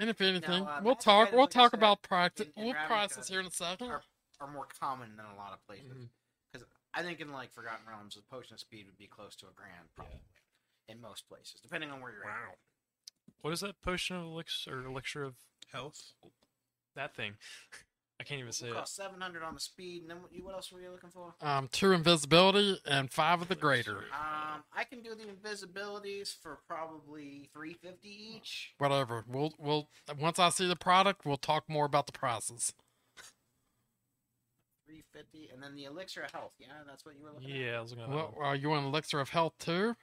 S1: And if anything,
S4: uh,
S1: we'll
S4: that's
S1: talk.
S4: kind of
S1: We'll
S4: like I
S1: talk
S4: said,
S1: about practice.
S4: in- in
S1: We'll
S4: Ravnica,
S1: process here in a second.
S4: our- Are more common than a lot of places.
S7: Mhm.
S4: Because I think in like Forgotten Realms, the potion of speed would be close to a grand, probably in most places, depending on where you're at.
S7: What is that potion of elixir or elixir of
S5: Health.
S7: that thing? I can't even say
S4: It'll
S7: it.
S4: cost seven hundred on the speed, and then what, you- what else were you looking for?
S1: Um, two invisibility and five of the greater.
S4: Um, I can do the invisibilities for probably three fifty each.
S1: Whatever. We'll we'll once I see the product, we'll talk more about the prices.
S4: Three fifty, and then the elixir of health. Yeah, that's what you were looking at.
S7: Yeah, I was looking at that.
S1: Well,
S7: one.
S1: uh, you want an elixir of health too?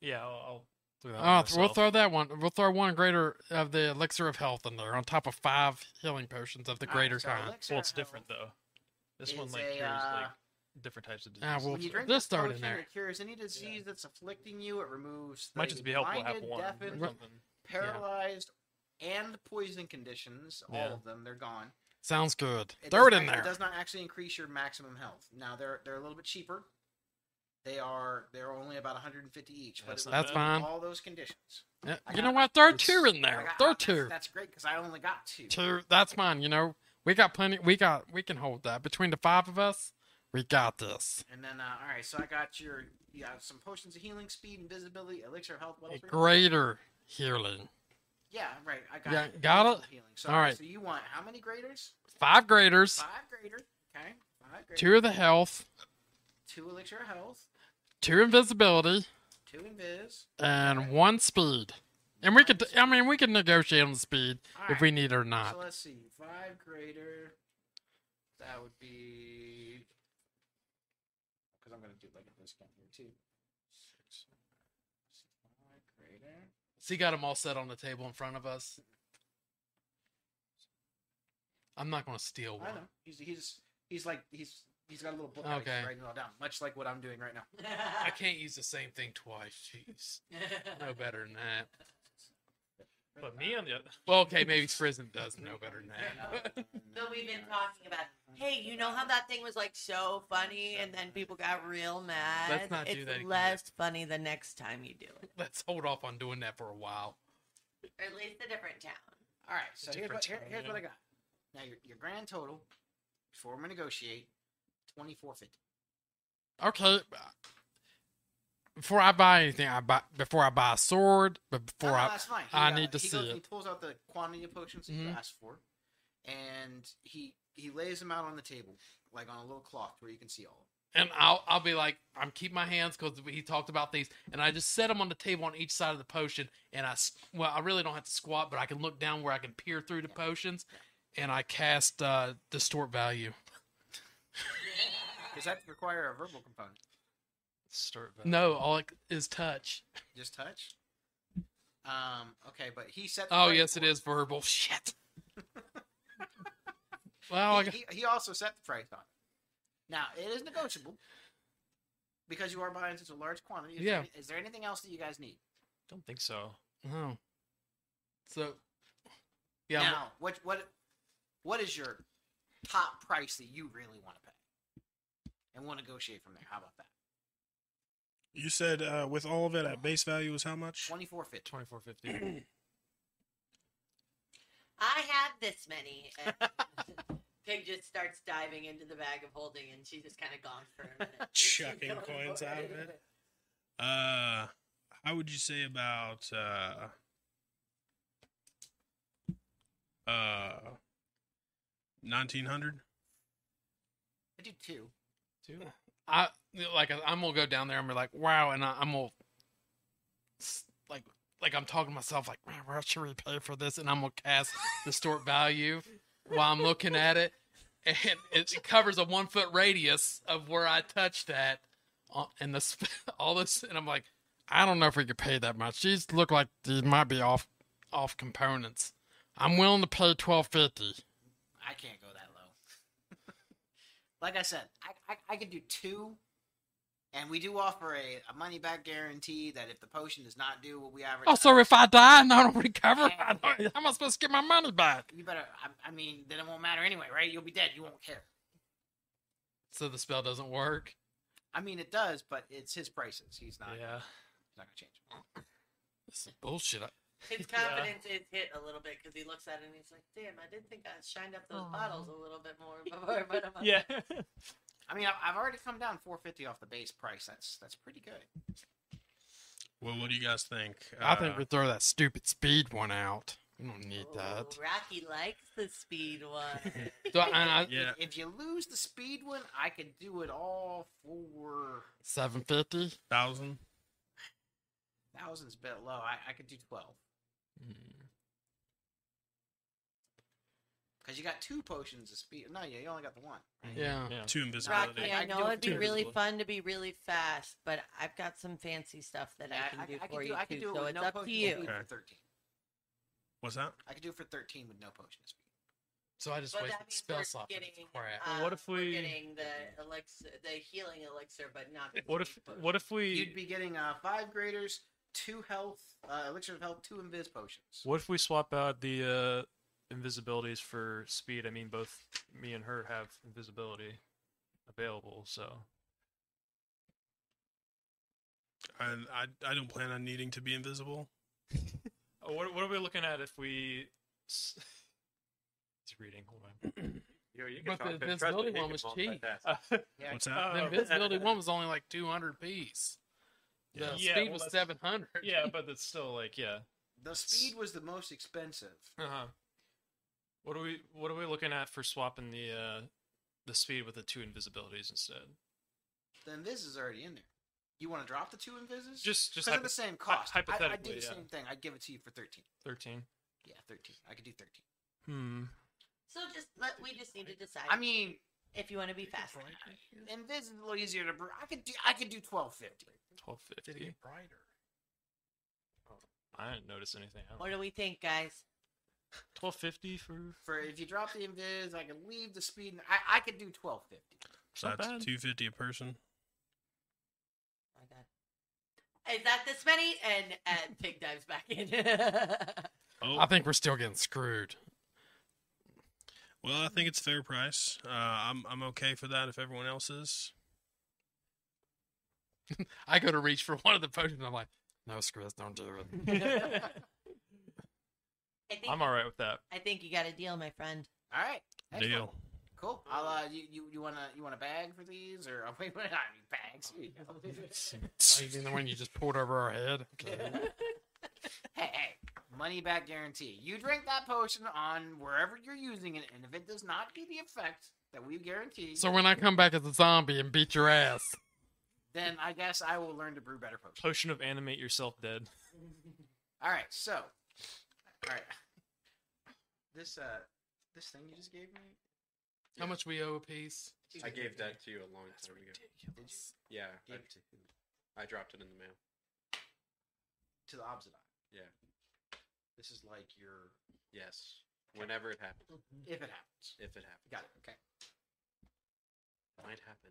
S7: Yeah, I'll, I'll throw
S6: Ah,
S7: that.
S1: Uh,
S7: one
S1: we'll
S7: myself.
S1: throw that one. We'll throw one greater of the elixir of health in there on top of five healing potions of the
S4: All right,
S1: greater
S4: Ah, so
S1: kind.
S4: elixir
S7: Well,
S4: of
S7: it's different
S4: health
S7: though. This one
S4: is
S7: like
S4: a,
S7: cures
S4: uh,
S7: like different types of
S1: Ah,
S7: diseases.
S1: well,
S4: When you drink
S1: This
S4: this
S1: throw it in
S4: potion,
S1: there.
S4: it cures any disease that's afflicting you. It removes.
S7: might
S4: the
S7: just be helpful to have
S4: blinded,
S7: one. or
S4: deafened,
S7: something.
S4: paralyzed, and poison conditions.
S7: Yeah.
S4: All of them, they're gone.
S1: Sounds good.
S4: It
S1: throw it
S4: does
S1: in
S4: not- It
S1: there.
S4: does not actually increase your maximum health. Now they're they're a little bit cheaper. They are they're only about 150 each, but
S7: That's
S4: it
S7: not
S4: would
S1: That's
S7: bad.
S1: fine.
S4: remove all those conditions.
S1: Yeah,
S4: I
S1: You
S4: got-
S1: know what? Throw
S7: Let's-
S1: two in
S4: I
S1: there.
S4: got-
S1: Throw
S4: that's-
S1: two.
S4: That's great because I only got two.
S1: Two. That's mine. You know, we got plenty. We got. We can hold that between the five of us. We got this.
S4: And then uh, all right, so I got your you got some potions of healing, speed, invisibility, elixir of health. What
S1: A
S4: else? were you-
S1: greater healing.
S4: Yeah, right. I got
S1: Yeah,
S4: it.
S1: got it?
S4: Potions of Healing. So,
S1: All right.
S4: So you want how many graders?
S1: Five graders.
S4: Five grader. Okay. Five grader.
S1: Two of the health.
S4: Two elixir of health.
S1: Two invisibility.
S4: Two invis.
S1: and one speed. And we could, I mean, we could negotiate on the speed if
S4: Alright.
S1: we need it or
S4: So
S1: not.
S4: let's see, five greater. That would be because I'm gonna do like a discount here too. Six, five greater.
S6: So you got them all set on the table in front of us. I'm not going to steal
S4: I
S6: one.
S4: know he's he's he's like he's he's got a little book. out, he's
S6: Okay.
S4: writing it all down, much like what I'm doing right now.
S6: I can't use the same thing twice. Jeez, no better than that.
S7: But me on the oth-
S6: Well, okay, maybe Frizzen does know better than that.
S2: So we've been talking about. Hey, you know how that thing was like so funny, and then people got real mad.
S6: Let's not do
S2: it's
S6: that again.
S2: less funny the next time you do it,
S6: Let's hold off on doing that for a while.
S2: or at least a different town.
S4: All right, so here's
S7: different
S4: what here,
S7: time,
S4: here's
S7: yeah.
S4: what I got. Now your your grand total before we negotiate twenty four fifty.
S1: Okay. Before I buy anything, I buy before I buy a sword, but before
S4: no, no,
S1: I,
S4: Ah, that's fine.
S1: I need to
S4: he
S1: see
S4: goes,
S1: it.
S4: He pulls out the quantity of potions that you
S7: Mm-hmm.
S1: Mhm.
S4: asked for, and he he lays them out on the table, like on a little cloth where you can see all.
S6: And I'll I'll be like, I'm keep my hands because he talked about these, and I just set them on the table on each side of the potion, and I s- well, I really don't have to squat, but I can look down where I can peer through the potions, and I cast uh, distort value.
S4: Of them. Does that require a verbal component?
S7: start back.
S6: No, all it is touch.
S4: Just touch. Um. Okay, but he set. the
S6: Oh
S4: price
S6: yes,
S4: for
S6: it is verbal. Shit. well, Oh, I,
S4: He,
S6: gu-
S4: he, he also set the price on. it. Now it is negotiable because you are buying such a large quantity. Is
S6: Yeah.
S4: There, is there anything else that you guys need?
S7: don't think so.
S6: no. oh. So, yeah, I'm-
S4: Now, what what what is your top price that you really want to pay? And we'll negotiate from there. How about that?
S5: You said uh, with all of it at base value was how much?
S4: Twenty four fifty.
S7: Twenty four fifty.
S2: I had this many. And Pig just starts diving into the bag of holding, and she just kind of gone for a minute.
S5: Chucking coins out of it. Uh, how would you say about uh, uh, nineteen hundred?
S4: I do two.
S7: Two.
S6: I like I'm gonna go down there and be like, wow, and I, I'm gonna s- like like I'm talking to myself like, man, what should we pay for this? And I'm gonna cast distort value while I'm looking at it, and it covers a one foot radius of where I touched at, on- and the sp- all this, and I'm like, I don't know if we could pay that much. These look like these might be off off components. I'm willing to pay twelve fifty.
S4: I can't go that low. like I said, I, I I could do two, and we do offer a, a money back guarantee that if the potion does not do what we advertise,
S6: Also, "Oh, if I die and I don't recover, I don't, how am I supposed to get my money back?
S4: you better. I, I mean, then it won't matter anyway, right? You'll be dead. You won't care.
S6: So the spell doesn't work.
S4: I mean, it does, but it's his prices. He's not.
S7: Yeah.
S4: He's not gonna change.
S6: This is bullshit. I-
S2: His confidence is hit a little bit because he looks at it and he's like, "Damn, I didn't think I shined up those bottles a little bit more before." But I'm like,
S7: Yeah.
S4: I mean, I- I've already come down 450 off the base price. That's that's pretty good.
S5: Well, what do you guys think?
S6: I think
S5: Uh,
S6: we throw that stupid speed one out. We don't need
S2: "Ooh,
S6: that.
S2: Rocky likes the speed one.
S6: So, and I,
S5: yeah.
S4: If you lose the speed one, I could do it all for
S6: 750?
S5: Thousand.
S4: thousands a bit low. I, I could do 12
S7: Hmm.
S4: because you got two potions of speed. No, yeah, you only got the one.
S6: Yeah.
S7: Yeah.
S5: Two
S2: Rocky,
S5: invisibility.
S4: I
S2: I
S4: can
S2: know
S4: do a
S2: it'd be
S4: few.
S2: really fun to be really fast, but I've got some fancy stuff that
S4: Yeah,
S2: I can do
S4: I
S2: for
S4: could
S2: you
S4: do, I could
S2: too.
S4: do it
S2: so
S4: with
S2: it's
S4: no
S2: up to
S4: potion of
S2: you.
S4: speed
S5: Okay.
S4: for 13.
S5: What's that?
S4: I could do it for 13 with no potion of speed.
S6: So I just
S2: But
S6: wasted
S2: that means
S6: spell
S2: we're
S6: slot. for
S2: getting,
S6: crap.
S2: uh,
S7: what if
S2: we're
S7: we-
S2: getting the elixir, the healing elixir, but not the
S7: What if
S2: speed potion.
S7: what if
S4: You'd
S7: we
S4: be getting uh, five graders, two health, uh, elixir of health, two invis potions.
S7: what if we swap out the uh invisibilities for speed? I mean both me and her have invisibility available, so
S5: I, I I don't plan on needing to be invisible.
S7: Oh, what what are we looking at if we s- He's reading, hold on.
S3: Yo, you
S6: But the invisibility one was cheap.
S7: Uh,
S4: Yeah,
S5: What's
S7: uh,
S5: that?
S6: The invisibility one was only like 200 piece. The
S5: Yeah.
S7: Yeah,
S6: speed
S7: well,
S6: was
S7: that's-
S6: 700.
S7: yeah, but it's still like yeah.
S4: the speed was the most expensive.
S7: Uh-huh. What are we what are we looking at for swapping the uh the speed with the two invisibilities instead?
S4: The invis is already in there. You want to drop the two invises?
S7: Just just
S4: Because they're
S7: hypo-
S4: the same cost. I- I,
S7: hypothetically,
S4: did the
S7: yeah.
S4: same thing. I'd give it to you for 13.
S7: thirteen.
S4: Yeah, 13. I could do 13.
S7: Hmm.
S2: So just let we just need to decide.
S4: I mean,
S2: if you want to be fast, or not.
S4: invis is a little easier to brew. I could do I could do 1250.
S7: Twelve fifty. Oh.
S6: brighter?
S7: I didn't notice anything.
S2: what do we think, guys?
S7: Twelve fifty for
S4: For if you drop the invis, I can leave the speed. and- I, I could do 1250.
S5: So
S7: not
S5: that's
S7: bad.
S5: two fifty a person.
S2: Oh My God. Is that this many? And uh, pig dives back in.
S5: Oh,
S6: I think we're still getting screwed.
S5: well, I think it's fair price. Uh, I'm I'm okay for that if everyone else is.
S6: I go to reach for one of the potions. I'm like, no, screw this. Don't do it.
S2: I think,
S7: I'm alright with that.
S2: I think you got a deal, my friend.
S4: All right. excellent.
S5: Deal.
S4: Cool. I'll, uh, you, you, you want to you want a bag for these? Or wait, wait, I mean, bags. You know.
S6: Oh, you mean the one you just poured over our head? Okay.
S4: hey, hey, money back guarantee. You drink that potion on wherever you're using it, and if it does not do the effect that we guarantee,
S6: So when I come back as a zombie and beat your ass,
S4: then I guess I will learn to brew better potions.
S7: Potion of animate yourself dead.
S4: All right, so, all right, this uh, this thing you just gave me.
S6: how much we owe a piece?
S3: I gave that to you a long time ago.
S4: ridiculous.
S3: Yeah, I,
S4: Gave it to,
S3: I dropped it in the mail.
S4: to the Obsidon.
S3: Yeah.
S4: This is like your
S3: Yes, whenever it happens,
S4: if it happens.
S3: if it happens,
S4: Got it. Okay.
S3: might happen.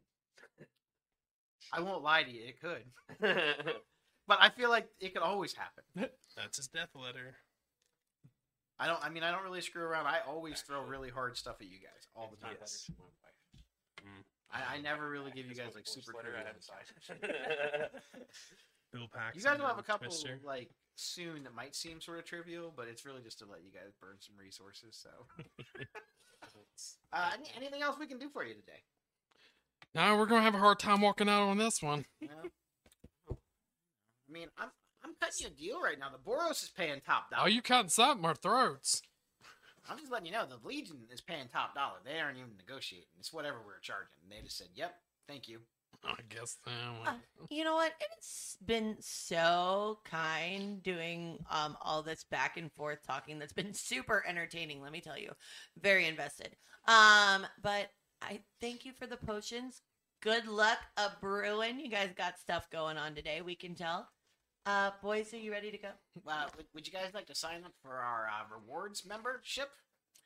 S4: I won't lie to you. It could, but I feel like it could always happen.
S5: That's his death letter.
S4: I don't. I mean, I don't really screw around. I always throw really hard stuff at you guys all the time.
S3: Yes. My wife. Mm.
S4: I, I never really give you
S3: This
S4: guys
S3: was
S4: like
S3: the
S4: super
S3: worst
S4: creative.
S3: letter I ever signed.
S5: Bill Paxton.
S4: You guys will have a
S5: and
S4: couple
S5: Twister.
S4: like soon that might seem sort of trivial, but it's really just to let you guys burn some resources. So, uh, any, anything else we can do for you today?
S6: No, we're gonna have a hard time walking out on this one.
S4: No? I mean, I'm I'm cutting you a deal right now. The Boros is paying top dollar.
S6: Oh, you cutting something? Our throats.
S4: I'm just letting you know the Legion is paying top dollar. They aren't even negotiating. It's whatever we're charging. They just said, "Yep, thank you."
S6: I guess that one.
S2: Uh, you know what? It's been so kind doing um all this back and forth talking. That's been super entertaining. Let me tell you, very invested. Um, but I thank you for the potions. Good luck, a brewing. You guys got stuff going on today. We can tell. Uh, boys, are you ready to go?
S4: Well, would, would you guys like to sign up for our uh, rewards membership?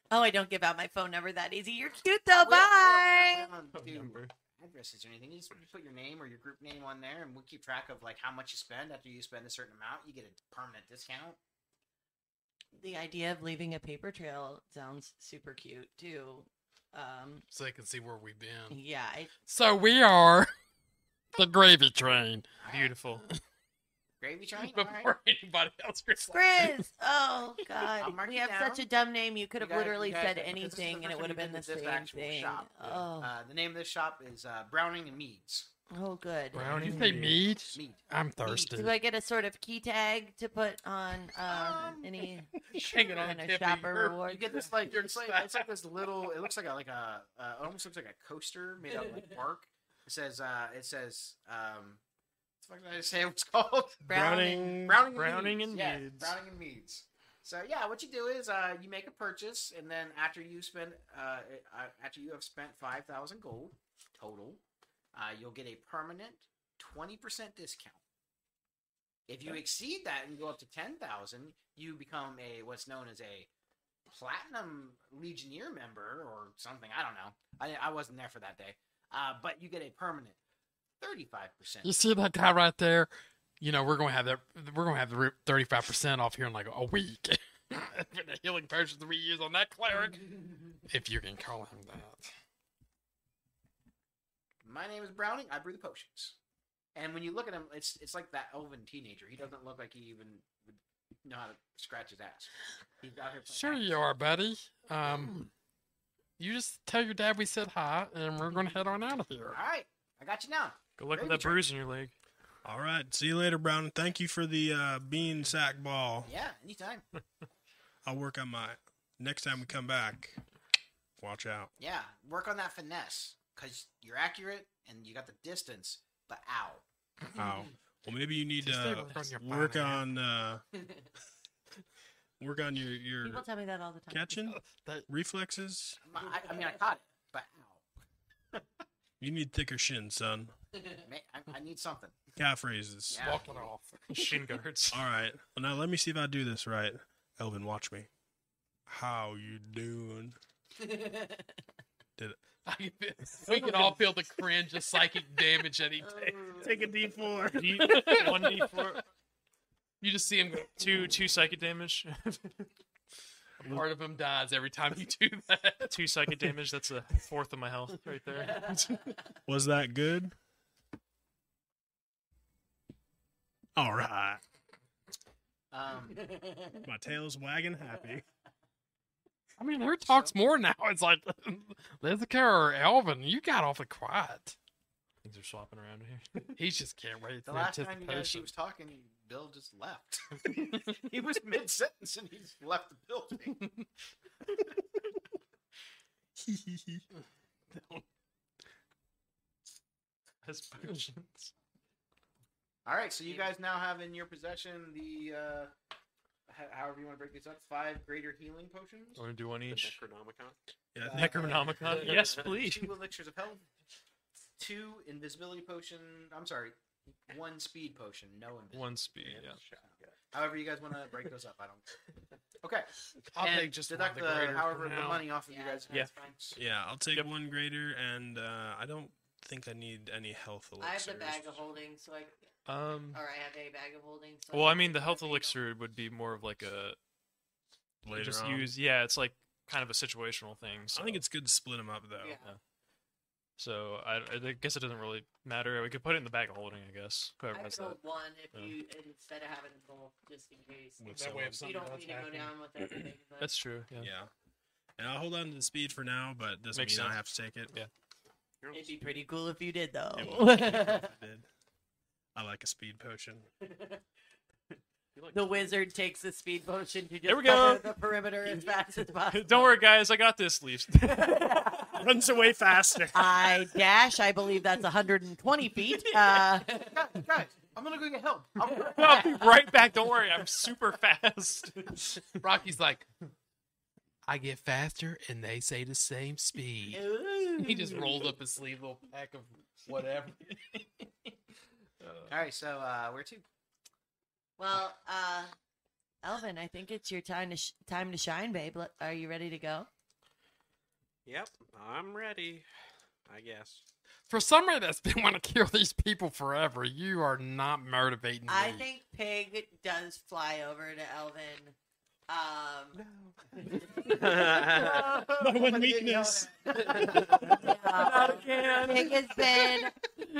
S2: Oh, I don't give out my phone number that easy. You're cute though.
S4: We don't-
S2: Oh, Bye.
S4: we
S1: Oh,
S4: don't- we don't do addresses or anything. You just put your name or your group name on there, and we'll keep track of like how much you spend. After you spend a certain amount, you get a permanent discount.
S2: the idea of leaving a paper trail sounds super cute too. Um,
S6: so they can see where we've been.
S2: yeah, I,
S6: So we are the gravy train.
S7: Beautiful.
S4: Gravy train. All
S6: Before
S4: right.
S6: anybody else gets
S2: Grizz. Oh God,
S4: I'll mark
S2: we
S4: it
S2: have
S4: down.
S2: such a dumb name. You could
S4: You
S2: have
S4: guys-
S2: literally
S4: you guys-
S2: said
S4: this is the
S2: anything, and it
S4: first time
S2: would have
S4: we've
S2: been the
S4: been to this
S2: same
S4: actual
S2: thing.
S4: shop. Yeah.
S2: Oh,
S4: Uh, the name of this shop is uh, Browning and Meads.
S2: oh, good.
S6: Brown, you say meat?
S4: Mead.
S1: I'm
S2: Do
S1: thirsty.
S2: I get a sort of key tag to put on um,
S4: Um,
S2: any
S6: Hanging on
S2: kind of
S6: Tippy.
S2: shopper
S6: Her-
S2: reward?
S4: You get this like
S6: You're
S4: it's like,
S6: fat.
S4: it's like this little. It looks like a like a uh, it almost looks like a coaster made out of like bark. It says uh it says um. What the fuck did I say it was called?
S2: Browning.
S4: Browning,
S7: Browning and
S4: Meads. yeah,
S7: Meads.
S4: Browning and Meads. So yeah, what you do is uh, you make a purchase, and then after you spend uh, uh, after you have spent five thousand gold total, uh, you'll get a permanent twenty percent discount. If you exceed that and go up to ten thousand, you become a what's known as a platinum legionnaire member or something. I don't know. I I wasn't there for that day, uh, but you get a permanent thirty five percent.
S6: You see that guy right there? You know we're gonna have that. We're gonna have the thirty five percent off here in like a week. For the healing potions that we use on that cleric, if you can call him that.
S4: My name is Browning. I brew the potions. And when you look at him, it's it's like that elven teenager. He doesn't look like he even would know how to scratch his ass. He's out here playing
S6: Sure
S4: hacky
S6: you
S4: sack.
S6: are, buddy.
S2: Mm.
S6: Um, you just tell your dad we said hi, and we're gonna head on out of here.
S4: All right, I got you now.
S7: Good luck
S4: Gravy
S7: with that
S4: train.
S7: bruise in your leg.
S5: All right. See you later, Brown. and Thank you for the uh, bean sack ball.
S4: Yeah, anytime.
S5: I'll work on my next time we come back. Watch out.
S4: Yeah, work on that finesse because you're accurate and you got the distance. But ow,
S5: Ow. Well, maybe you need
S6: Just
S5: to
S6: say work on your
S5: work on
S6: finance.
S5: uh, work on your your
S2: People tell me that all the time.
S5: catching
S6: That-
S5: reflexes.
S4: My- I, I mean I caught it, but ow.
S5: You need thicker shins, son.
S4: Ma- I, I need something.
S5: Calf raises.
S4: Yeah.
S6: Walking off.
S7: Shin guards.
S5: All right. Well, now let me see if I do this right. Elvin, watch me. How you doing?
S6: I can feel- we can all feel the cringe of psychic damage that he takes.
S5: Take a D four.
S7: D- One D four.
S6: You just see him go.
S7: Two two psychic damage.
S6: Part of him dies every time you do that.
S7: two psychic damage. That's a fourth of my health right there.
S5: Was that good? All right.
S4: Um,
S5: My tail's wagging happy.
S6: I mean, who talks more now? It's like Lithica or Elvin. You got awfully quiet.
S7: Things are swapping around here.
S6: He just can't wait.
S4: the
S6: for
S4: last time you guys he
S6: anticipation.
S4: was talking, Bill just left. he was mid sentence and he just left the building.
S7: As potions.
S4: All right, so you guys now have in your possession the, uh, h- however you want to break these up, five greater healing potions,
S7: We're gonna do one
S3: The
S7: each.
S3: Necronomicon.
S5: Yeah,
S4: Uh,
S7: Necronomicon. Yes, please.
S4: two elixirs of health, two invisibility potion. I'm sorry, one speed potion, no invisibility.
S7: One speed. Yeah.
S4: However, you guys want to break those up, I don't. Okay,
S6: I'll
S4: and
S6: take just one
S4: deduct
S6: of the,
S4: the,
S6: greater
S4: however
S6: for
S4: the
S6: now.
S4: money off of you
S2: Yeah,
S4: guys.
S7: Yeah.
S2: that's fine.
S5: yeah I'll take
S7: Yep.
S5: one greater, and uh, I don't think I need any health elixirs.
S2: I have the bag of holding, so I
S7: Um.
S2: or I have a bag of holding. So
S7: Well, I
S2: can
S7: mean, the
S2: take
S7: health
S2: whatever you don't-
S7: elixir would be more of like a you
S5: later
S7: just
S5: on.
S7: use. Yeah, it's like kind of a situational thing. So.
S5: I think it's good to split them up though.
S2: Yeah.
S7: So I, I guess it doesn't really matter. We could put it in the bag of holding, I guess. Whoever
S2: I
S7: has
S2: could
S7: that.
S2: hold one if
S7: Yeah.
S2: you instead of having both, just in case.
S5: With
S6: That way, if
S2: you
S6: something
S2: don't
S6: does
S2: need to go
S6: happen-
S2: down with everything. But...
S7: That's true. Yeah.
S5: Yeah. And I'll hold on to the speed for now, but it doesn't
S7: Makes
S5: mean I
S7: sense.
S5: have to take it.
S7: Yeah.
S2: It'd be pretty cool if you did, though.
S5: It would. I did. I like a speed potion.
S2: The wizard takes the speed potion to just
S7: There we go.
S2: cover the perimeter as fast as possible.
S7: Don't worry, guys. I got this, Leafs.
S5: Runs away faster.
S2: I dash. I believe that's 120 feet. Uh,
S4: guys, guys, I'm gonna go get help. I'll-
S7: I'll be right back. Don't worry. I'm super fast.
S6: Rocky's like, I get faster and they say the same speed. He just rolled up his sleeve, little pack of whatever.
S4: All right, so uh, where to?
S2: well, uh, Elvin, I think it's your time to sh- time to shine, babe. Let- Are you ready to go?
S3: Yep, I'm ready. I guess.
S6: For somebody that's been wanting to kill these people forever, you are not motivating me.
S2: I think Pig does fly over to Elvin. Um,
S3: I
S5: My one weakness.
S2: uh, Pig has been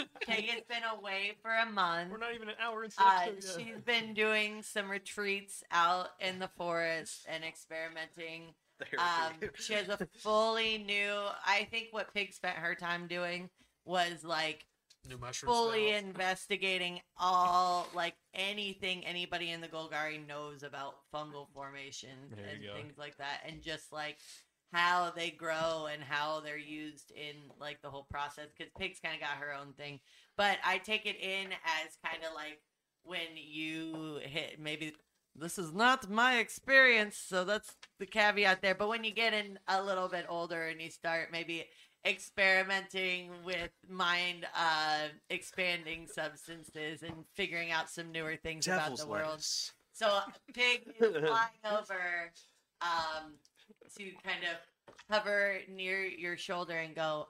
S2: Pig has been away for a month.
S7: We're not even an hour into the
S2: Uh,
S7: episode yet.
S2: she's been doing some retreats out in the forest and experimenting. Um, she has a fully new. I think what Pig spent her time doing was like
S6: New mushrooms.
S2: fully investigating all like anything anybody in the Golgari knows about fungal formations
S7: There you
S2: and
S7: go.
S2: things like that, and just like how they grow and how they're used in like the whole process. Because Pig's kind of got her own thing, but I take it in as kind of like when you hit maybe. This is not my experience, so that's the caveat there. But when you get in a little bit older and you start maybe experimenting with mind uh expanding substances and figuring out some newer things about the world so pig is flying over um to kind of hover near your shoulder and go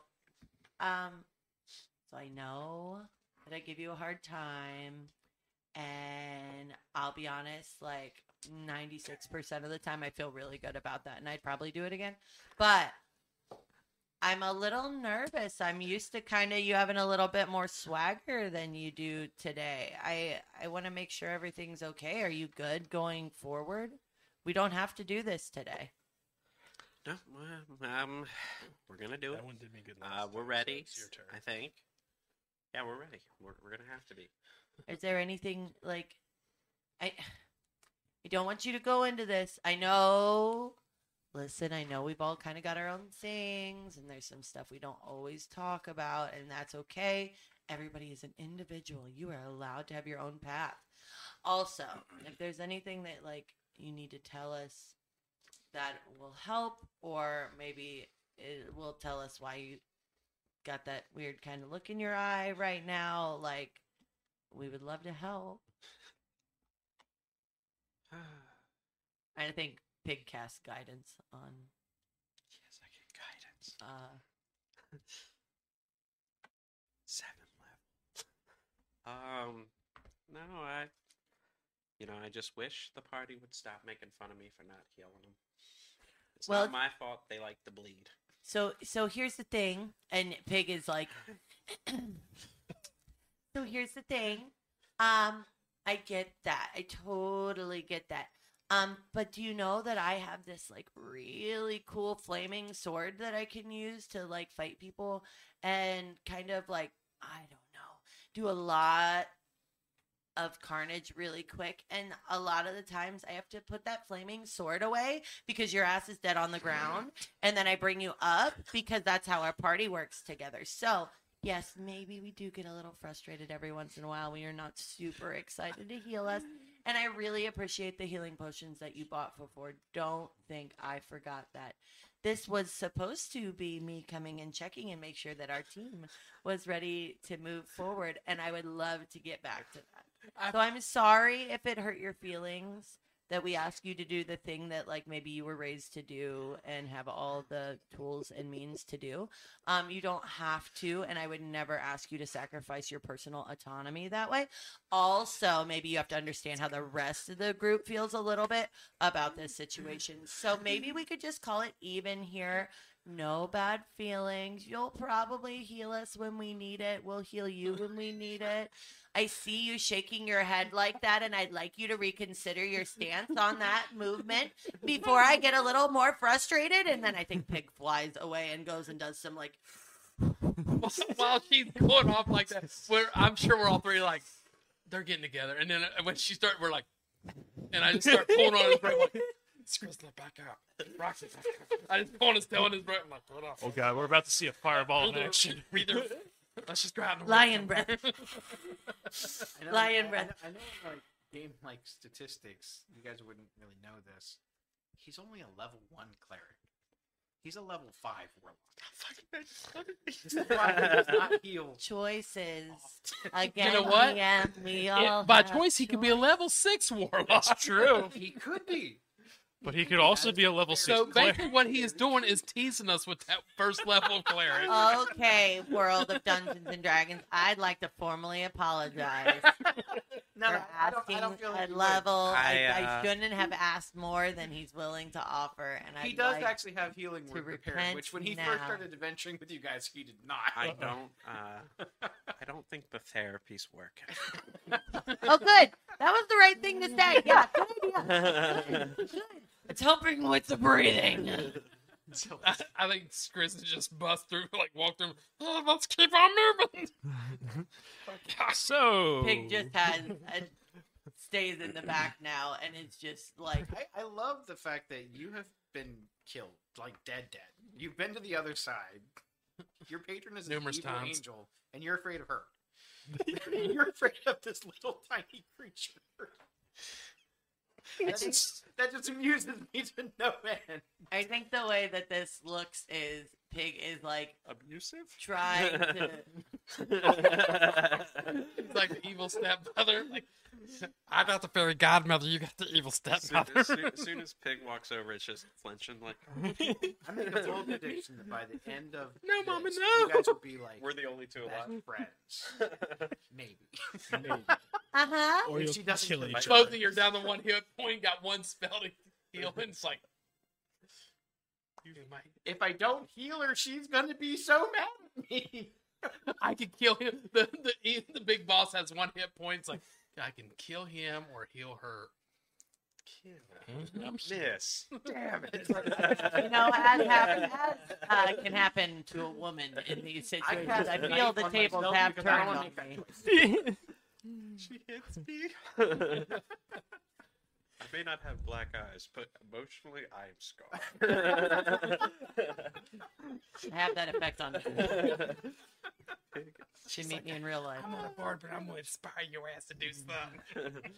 S2: um so i know that i give you a hard time and i'll be honest like 96% of the time i feel really good about that and i'd probably do it again but I'm a little nervous. I'm used to kind of you having a little bit more swagger than you do today. I I want to make sure everything's okay. Are you good going forward? We don't have to do this today.
S3: No, well, um, we're gonna do it.
S5: That one did me good.
S3: Uh,
S5: last
S3: we're
S5: time, so
S3: ready.
S5: it's your turn.
S3: I think. Yeah, we're ready. We're, we're gonna have to be.
S2: Is there anything like I I don't want you to go into this. I know listen, I know we've all kind of got our own things and there's some stuff we don't always talk about and that's okay. Everybody is an individual. You are allowed to have your own path. Also, if there's anything that like you need to tell us that will help or maybe it will tell us why you got that weird kind of look in your eye right now like we would love to help.
S3: yes,
S2: And I think Pig cast guidance on
S3: I get guidance.
S2: uh
S3: Seven level. um, no, I. You know, I just wish the party would stop making fun of me for not healing them. It's
S2: Well-
S3: not my fault they like to bleed.
S2: so so here's the thing and Pig is like So here's the thing. Um I get that. I totally get that. Um but do you know that I have this like really cool flaming sword that I can use to like fight people and kind of like I don't know, do a lot of carnage really quick and a lot of the times I have to put that flaming sword away because your ass is dead on the ground and then I bring you up because that's how our party works together. So, yes, maybe we do get a little frustrated every once in a while when you're not super excited to heal us. And I really appreciate the healing potions that you bought before. Don't think I forgot that. This was supposed to be me coming and checking and make sure that our team was ready to move forward. And I would love to get back to that. So I'm sorry if it hurt your feelings that we ask you to do the thing that like maybe you were raised to do and have all the tools and means to do um you don't have to and i would never ask you to sacrifice your personal autonomy that way also maybe you have to understand how the rest of the group feels a little bit about this situation so maybe we could just call it even here no bad feelings you'll probably heal us when we need it we'll heal you when we need it I see you shaking your head like that, and I'd like you to reconsider your stance on that movement before I get a little more frustrated. And then I think Pig flies away and goes and does some like,
S6: While she's going off like that, we're, I'm sure we're all three like, they're getting together. And then uh, when she started, we're like, and I just start pulling on his brake, like, Scrizzler, back out. Roxy, back out. I just pull on his tail and his brake, I'm like, put off.
S7: Oh god, we're about to see a fireball in
S6: Breather,
S7: action.
S6: breather. Let's just go out and
S2: Lion breath.
S4: I know,
S2: Lion
S4: I,
S2: breath.
S4: I know, I know, like game like statistics. You guys wouldn't really know this. He's only a level one cleric. He's a level five warlock. This is why he does not heal.
S2: Choices. Again,
S6: know what?
S2: DM, we
S6: It-
S2: all
S6: by
S2: have
S6: choice, he could be a level six warlock.
S7: That's true.
S4: He could be.
S7: But he could also be a level six
S6: So
S7: player.
S6: basically, what he is doing is teasing us with that first level of cleric.
S2: Oh. Okay, World of Dungeons and Dragons, I'd like to formally apologize
S4: No,
S2: for
S4: no, I don't,
S2: asking
S4: I don't feel like
S2: a
S4: he would.
S2: level. I,
S3: I,
S2: I,
S3: uh,
S2: shouldn't have asked more than he's willing to offer, and
S4: He
S2: I'd
S4: does
S2: like-
S4: actually have healing
S2: to
S4: word prepared,
S2: repent
S4: which when he first
S2: now.
S4: started adventuring with you guys, he did not.
S3: I don't. Uh, I don't think the therapy's working.
S2: Oh, good. That was the right thing to say. Yeah, good idea. Good, good. It's helping with the breathing.
S6: I, I think Chris just bust through, like walk through. "Oh, let's keep on moving.
S7: so
S2: Pig just has a, stays in the back now, and it's just like
S4: I, I love the fact that you have been killed, like dead, dead. You've been to the other side. Your patron is
S6: Numerous
S4: an evil
S6: times.
S4: angel, and you're afraid of her. you're afraid of this little tiny creature. That just, that just amuses me to no end.
S2: I think the way that this looks is Pig is like
S3: Abusive.
S2: trying to.
S6: He's like the evil stepmother. Like I got the fairy godmother. You got the evil
S3: soon,
S6: stepmother.
S3: as, soon, as soon as Pig walks over, it's just flinching. Like
S4: I make a bold prediction that by the end of
S6: No,
S4: this,
S6: Mama,
S4: you guys will be like
S3: we're the only two
S4: best
S3: alive.
S4: friends, maybe.
S2: Uh huh.
S5: Or
S4: If
S5: you'll
S4: she doesn't
S5: kill
S4: kill
S5: each
S6: Both
S5: other.
S6: of you are down to one hit point. Got one spell to heal, and it's like. "Dude, my-
S4: If I don't heal her, she's gonna be so mad at me.
S6: I can kill him. The, the the big boss has one hit point. It's like I can kill him or heal her. I'm
S3: Miss.
S4: Damn it!
S2: You know, as, happen, as uh, can happen to a woman in these situations,
S4: cast
S2: I,
S4: a
S2: feel
S4: knife
S2: the
S4: on
S2: tables
S4: myself
S2: have
S4: because I
S2: turned
S4: don't
S2: on
S4: wanna
S2: me.
S4: make
S3: She hits me. I may not have black eyes, but emotionally, I am scarred.
S2: Have that effect on me.
S3: Pig.
S2: Should meet me in real life.
S6: not a bard, but I'm gonna inspire your ass to do something.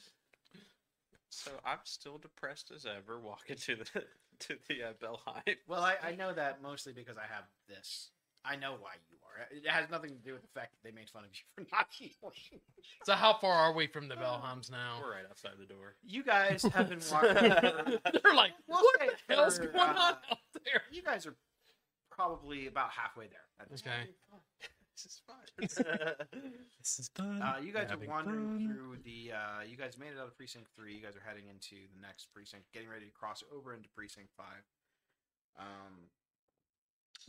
S3: so I'm still depressed as ever walking to the to the uh, Bellheim.
S4: Well, I, I know that mostly because I have this. I know why you are. It has nothing to do with the fact that they made fun of you for not healing.
S6: So how far are we from the Bellhams now?
S3: We're right outside the door.
S4: You guys have been walking. for-
S6: They're like,
S4: we'll
S6: what
S4: say
S6: the hell's
S4: for,
S6: going on
S4: uh,
S6: out there?
S4: You guys are probably about halfway there. At this
S6: Okay.
S3: This is fun.
S5: This is fun.
S4: Uh, you guys are
S5: Mm-hmm. Having
S4: wandering
S5: fun.
S4: through the. Uh, you guys made it out of precinct three. You guys are heading into the next precinct, getting ready to cross over into precinct five. Um,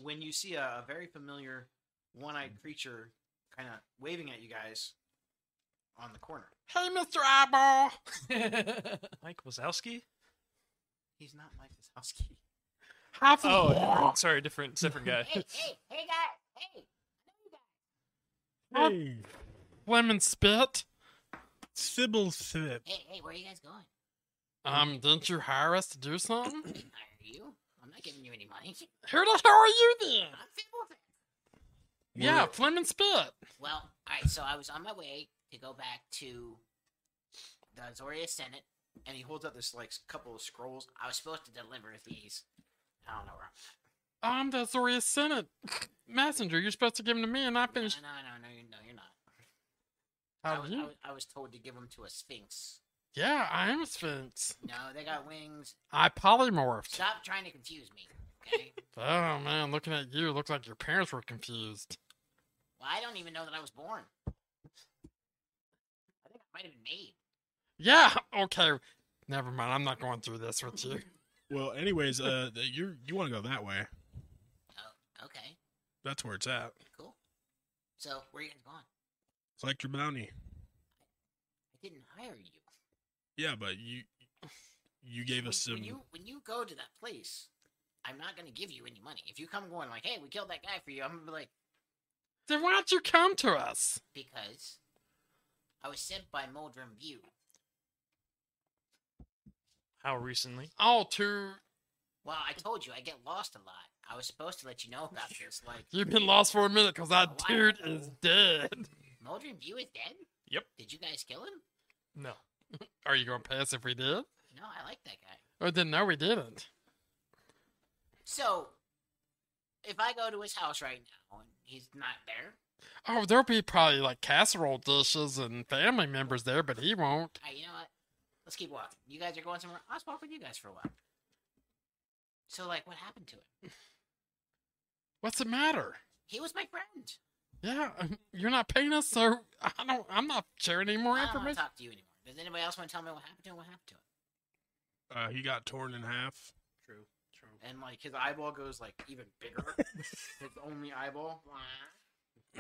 S4: when you see a, a very familiar one-eyed
S5: Mm-hmm.
S4: creature kind of waving at you guys on the corner,
S6: Hey, Mr. Eyeball.
S7: Mike Wazowski?
S4: he's not Mike Wazowski.
S6: Half
S7: Oh, different- sorry, different different guy.
S5: Hey,
S6: lemon spit.
S5: Sybil Thwip.
S8: Hey, hey, where are you guys going?
S6: Um, didn't you hire us to do something?
S8: Are you? I'm not giving you any money.
S6: Who the hell are you then?
S8: I'm Fibblefin.
S6: Yeah, Flim and Spit.
S8: Well, all right. So I was on my way to go back to the Zoria Senate.
S4: And he holds up this like couple of scrolls.
S8: I was supposed to deliver these. I don't know where. I'm-
S6: I'm the Zoria Senate messenger. You're supposed to give them to me, and I finished.
S8: No, no, no, no, you- no, you're not. I
S6: How
S8: was,
S6: do
S8: I
S6: you?
S8: was, I was told to give them to a Sphinx.
S6: Yeah, I am a Sphinx.
S8: No, they got wings.
S6: I polymorphed.
S8: Stop trying to confuse me. Okay.
S6: Oh man, looking at you, looks like your parents were confused.
S8: well, I don't even know that I was born. I think I might have been made.
S6: Yeah, okay. Never mind. I'm not going through this with you.
S5: Well, anyways, uh, you you want to go that way?
S8: Oh, okay,
S5: That's where it's at.
S8: cool. So where are you guys going?
S5: Collect your bounty.
S8: I didn't hire you.
S5: Yeah, but you you gave
S8: when,
S5: us some.
S8: when you when you go to that place, I'm not gonna give you any money. If you come going like, "Hey, we killed that guy for you," I'm gonna be like,
S6: Then why don't you come to us?
S8: "Because
S4: I was sent by Moldrum View.
S7: How recently?
S6: All tour.
S4: Well, I told you, I get lost a lot. I was supposed to let you know about this. Like,
S6: You've been lost for a minute because that
S4: Wow.
S6: dude is dead.
S4: Moldrum View is dead?
S7: Yep.
S4: Did you guys kill him?
S7: No.
S6: Are you gonna pass if we did?
S4: No, I like that guy.
S6: Or then no, we didn't.
S4: So, if I go to his house right now and he's not there,
S6: Oh, there'll be probably like casserole dishes and family members there, but he won't.
S4: I, you know what? Let's keep walking. You guys are going somewhere. I'll just walk with you guys for a while. So, like, what happened to him?
S6: What's the matter?
S4: He was my friend.
S6: Yeah, um, you're not paying us, so I don't. I'm not sharing any more
S4: I don't want to
S6: information.
S4: talk to you anymore. Does anybody else want to tell me what happened to him? What happened to him?
S5: Uh, he got torn in half.
S9: True. True.
S4: And like,
S9: His eyeball goes like even bigger. his only eyeball.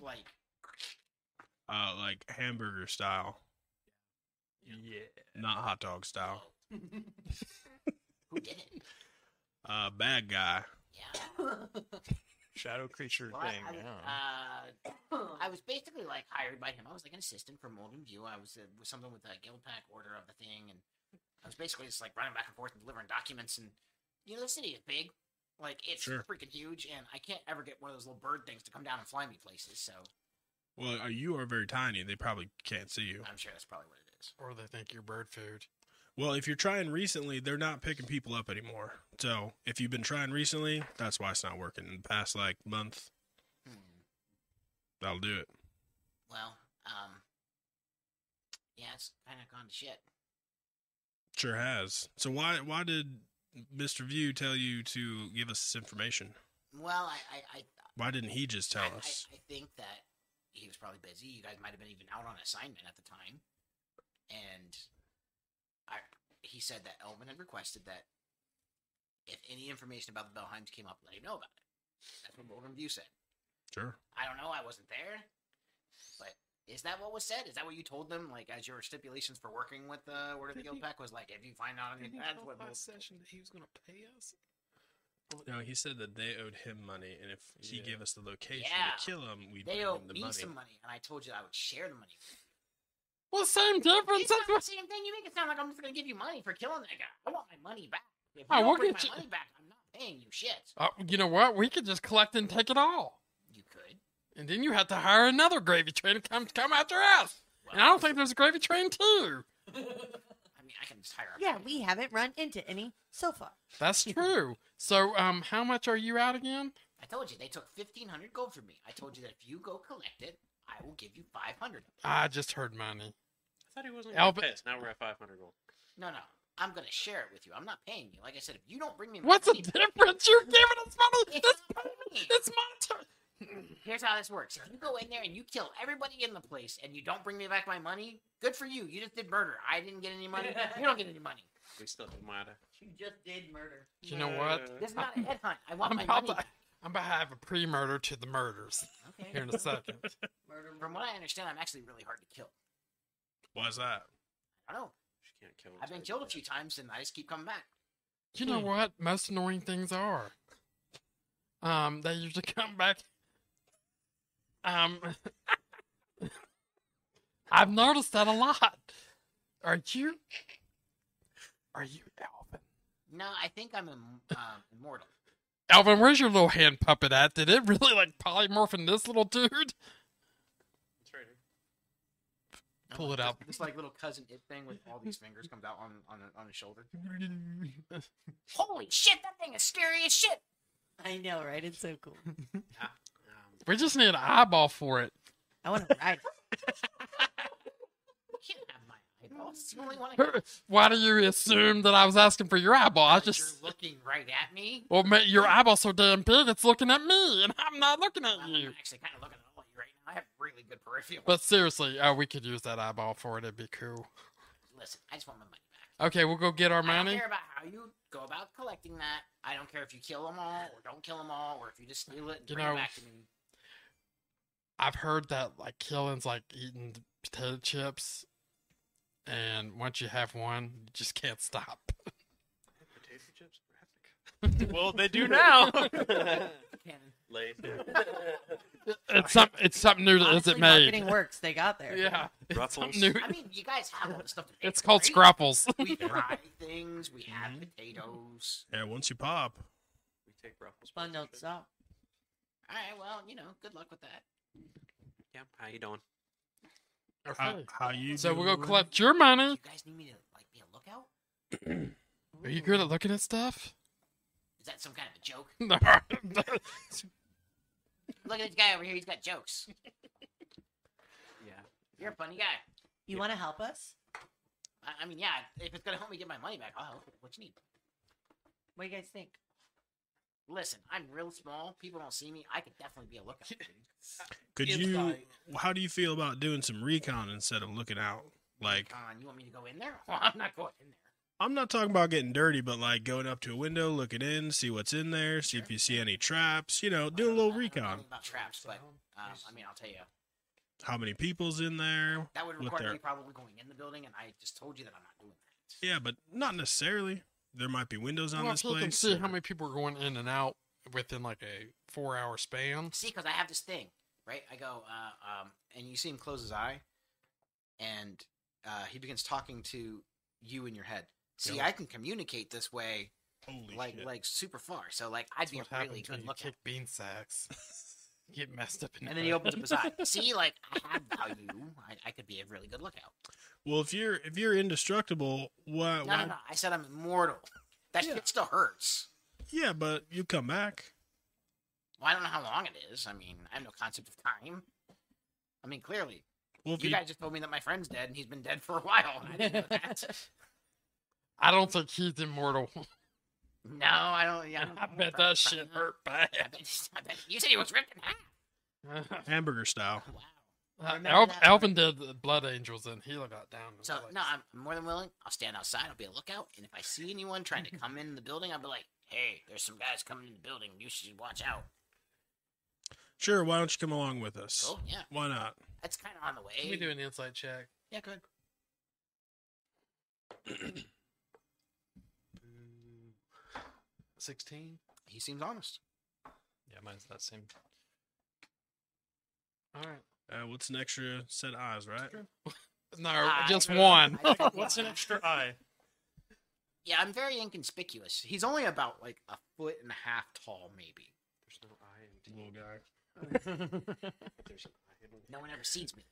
S4: like,
S5: Uh, like hamburger style,
S7: Yeah.
S5: not hot dog style.
S4: who did it?
S5: Uh, bad guy.
S4: Yeah.
S7: Shadow creature
S4: Well, I,
S7: thing.
S4: I was,
S7: yeah.
S4: uh, I was basically like hired by him. I was like an assistant for Molden View. I was uh, was something with the guild pack order of the thing, and I was basically just like running back and forth and delivering documents. And you know, the city is big, like it's
S5: Sure.
S4: freaking huge, and I can't ever get one of those little bird things to come down and fly me places. So
S5: Well, uh, you are very tiny. They probably can't see you.
S4: I'm sure that's probably what it is.
S6: Or they think you're bird food.
S5: Well, if you're trying recently, they're not picking people up anymore. So if you've been trying recently, that's why it's not working. In the past like month,
S4: Hmm.
S5: that'll do it.
S4: Well, um, yeah, it's kind of gone to shit.
S5: Sure has. So why why did Mr. View tell you to give us this information?
S4: Well, I, I, I
S5: Why didn't he just tell
S4: I, I-
S5: us?
S4: I, think that he was probably busy. You guys might have been even out on assignment at the time, and I he said that Elvin had requested that if any information about the Bellheims came up, let him know about it. That's what Roland View said.
S5: Sure.
S4: I don't know. I wasn't there, but is that what was said? Is that what you told them? Like as your stipulations for working with the Word of the Guild Pack was like, if you find out anything, that's what we'll-
S6: session that he was gonna pay us.
S5: No, he said that they owed him money, and if he
S7: Yeah.
S5: gave us the location
S4: Yeah.
S5: to kill him, we'd
S4: they
S5: bring
S4: owe
S5: him the
S4: me
S5: money.
S4: some money, and I told you that I would share the money. with you.
S6: Well, same difference.
S4: It's not
S6: That's
S4: the
S6: what-
S4: same thing. You make it sound like I'm just gonna give you money for killing that guy. I want my money back. If you
S6: Oh,
S4: don't
S6: we'll
S4: bring
S6: get
S4: my
S6: you-
S4: money back, I'm not paying you shit.
S6: Uh, you know what? We could just collect and take it all,
S4: You could.
S6: and then you have to hire another gravy train to come come after us. And I don't think there's a gravy train too.
S4: I mean, I can just hire. a
S2: Yeah,
S4: fucking-
S2: we haven't run into any so far.
S6: That's true. So, um, how much are you out again?
S4: I told you they took fifteen hundred gold from me. I told you that if you go collect it, I will give you five hundred.
S6: I just heard money.
S3: I thought he wasn't.
S6: Albert-
S3: pissed. Now we're at 500 gold.
S4: No, no, I'm gonna share it with you. I'm not paying you. Like I said, if you don't bring me my
S6: What's the
S4: money, back-
S6: difference? You're giving us money.
S4: It's
S6: It's,
S4: not money.
S6: it's my turn.
S4: Here's how this works: if you go in there and you kill everybody in the place, and you don't bring me back my money, good for you. You just did murder. I didn't get any money. You don't get any money.
S3: We still have Mata.
S2: You just did murder.
S6: You know what?
S4: This is not a headhunt. I want
S6: I'm
S4: my
S6: about,
S4: money.
S6: to,
S4: back.
S6: I'm about to have a pre-murder to the murders
S4: Okay.
S6: here in a second.
S2: Murder.
S4: From what I understand, I'm actually really hard to kill.
S5: Why's that?
S4: I don't know.
S3: She can't kill.
S4: I've been killed a few times and I just keep coming back.
S6: You know what? Most annoying things are. Um, they usually come back. Um, I've noticed that a lot. Are you? Are you Alvin?
S4: No, I think I'm im- um immortal.
S6: Alvin, where's your little hand puppet at? Did it really like polymorph in this little dude? Pull it out.
S9: This like little cousin it thing with all these fingers comes out on on on his shoulder.
S4: Holy shit, that thing is scary as shit.
S2: I know, right? It's so cool.
S6: We just need an eyeball for it.
S2: I want to ride.
S4: You can't have my eyeballs. It's the only one I can-
S6: Why do you assume that I was asking for your eyeball? I just
S4: You're looking right at me.
S6: well, ma- your eyeball's so damn big, it's looking at me, and I'm not looking
S4: Well,
S6: at you.
S4: I'm actually kind of looking at all of you right now. I have really good peripheral.
S6: But seriously, uh, we could use that eyeball for it. It'd be cool.
S4: Listen, I just want my money back.
S6: Okay, we'll go get our
S4: I don't
S6: money.
S4: care about how you go about collecting that. I don't care if you kill them all or don't kill them all or if you just steal it and
S6: You
S4: bring
S6: know-
S4: it back to me.
S6: I've heard that like killing's like eating potato chips, and once you have one, you just can't stop.
S3: Potato chips.
S7: well, they do now.
S3: Late.
S10: It's some, it's something new that
S2: Honestly,
S10: isn't made.
S2: Marketing works. They got there.
S6: Yeah. It's
S3: Ruffles.
S6: something new.
S4: I mean, you guys have all the stuff. To make
S10: It's
S4: it,
S10: called Mm-hmm.
S4: right?
S10: Scrapples.
S4: We fry things. We have potatoes.
S5: Yeah, once you pop.
S3: We take Ruffles.
S2: Fun don't stop.
S4: All right. Well, you know, good luck with that.
S3: Yep. How you doing?
S5: How, how you
S6: So we're gonna
S5: doing?
S6: collect your
S10: Mm.
S4: You
S6: money.
S4: guys need me to like be a lookout?
S6: Are you good at looking at stuff?
S4: Is that some kind of a joke?
S6: No.
S4: Look at this guy over here. He's got jokes.
S3: Yeah.
S4: You're a funny guy.
S2: You want to help us?
S4: I, I mean, yeah. If it's gonna help me get my money back, I'll help. What you need?
S2: What do you guys think?
S4: Listen, I'm real small. People don't see me. I could definitely be a lookout. dude.
S5: Could you?
S6: Insight.
S5: How do you feel about doing some recon instead of looking out? Like,
S4: Con, you want me to go in there? Well, I'm not going in there.
S5: I'm not talking about getting dirty, but like going up to a window, looking in, see what's in there, see if you see any traps. You know, do a
S4: I
S5: little
S4: don't know
S5: recon.
S4: anything about traps, but um, I mean, I'll tell you,
S5: How many people's in there?
S4: that would
S5: Look
S4: require
S5: there.
S4: me probably going in the building, and I just told you that I'm not doing that.
S5: Yeah, but not necessarily. There might be windows on
S6: Well,
S5: this
S6: so you can
S5: place.
S6: see
S4: uh,
S6: how
S5: or-
S6: many people are going in and out within like a four-hour span.
S4: See, because I have this thing, right? I go, uh, um, and you see him close his eye, and uh, he begins talking to you in your head. See,
S5: Yeah.
S4: I can communicate this way,
S5: Holy
S4: like
S5: shit.
S4: like super far. So like, I'd
S6: That's
S4: be
S6: what
S4: a really
S6: happens when
S4: good
S6: you
S4: lookout.
S6: kick bean sacks. You Get messed up in the
S4: And then he
S6: head.
S4: opens up his eye. See, like I have value. I, I could be a really good lookout.
S5: well, if you're if you're indestructible, why?
S4: No,
S5: why
S4: no, no. I said I'm immortal. That
S5: Yeah.
S4: shit still hurts.
S5: Yeah, but you come back.
S4: Well, I don't know how long it is. I mean, I have no concept of time. I mean, clearly,
S5: Well, if
S4: you
S5: you,
S4: guys just told me that my friend's dead, and he's been dead for a while. And I didn't know that.
S6: I don't think he's immortal.
S4: no, I don't. Yeah, I, don't
S6: I
S4: know
S6: bet
S4: about
S6: that
S4: that.
S6: shit hurt
S4: I
S6: bad.
S4: bet, I bet you said he was ripped in half.
S5: hamburger style.
S4: Oh, Wow.
S6: Uh,
S2: remember
S6: Al-
S2: that
S6: Alvin did the Blood Angels and he got down. and
S4: So
S6: like-
S4: no, I'm more than willing. I'll stand outside. I'll be a lookout, and if I see anyone trying to come in the building, I'll be like, "Hey, there's some guys coming in the building. You should watch out."
S5: Sure, why don't you come along with us?
S4: Oh yeah,
S5: Why not?
S4: that's kind of on the way.
S6: Can we do an insight check?
S4: Yeah, good.
S6: Sixteen.
S4: He seems honest.
S7: Yeah, mine's that same.
S6: All right.
S5: Uh, what's an extra set of eyes, right?
S6: No,
S4: Ah,
S6: just
S4: I-
S6: one.
S4: I don't
S7: What's an
S4: know.
S7: extra eye?
S4: Yeah, I'm very inconspicuous. He's only about like a foot and a half tall, maybe.
S3: There's no I in
S5: Little guy.
S3: There's an I in
S4: No one ever sees me.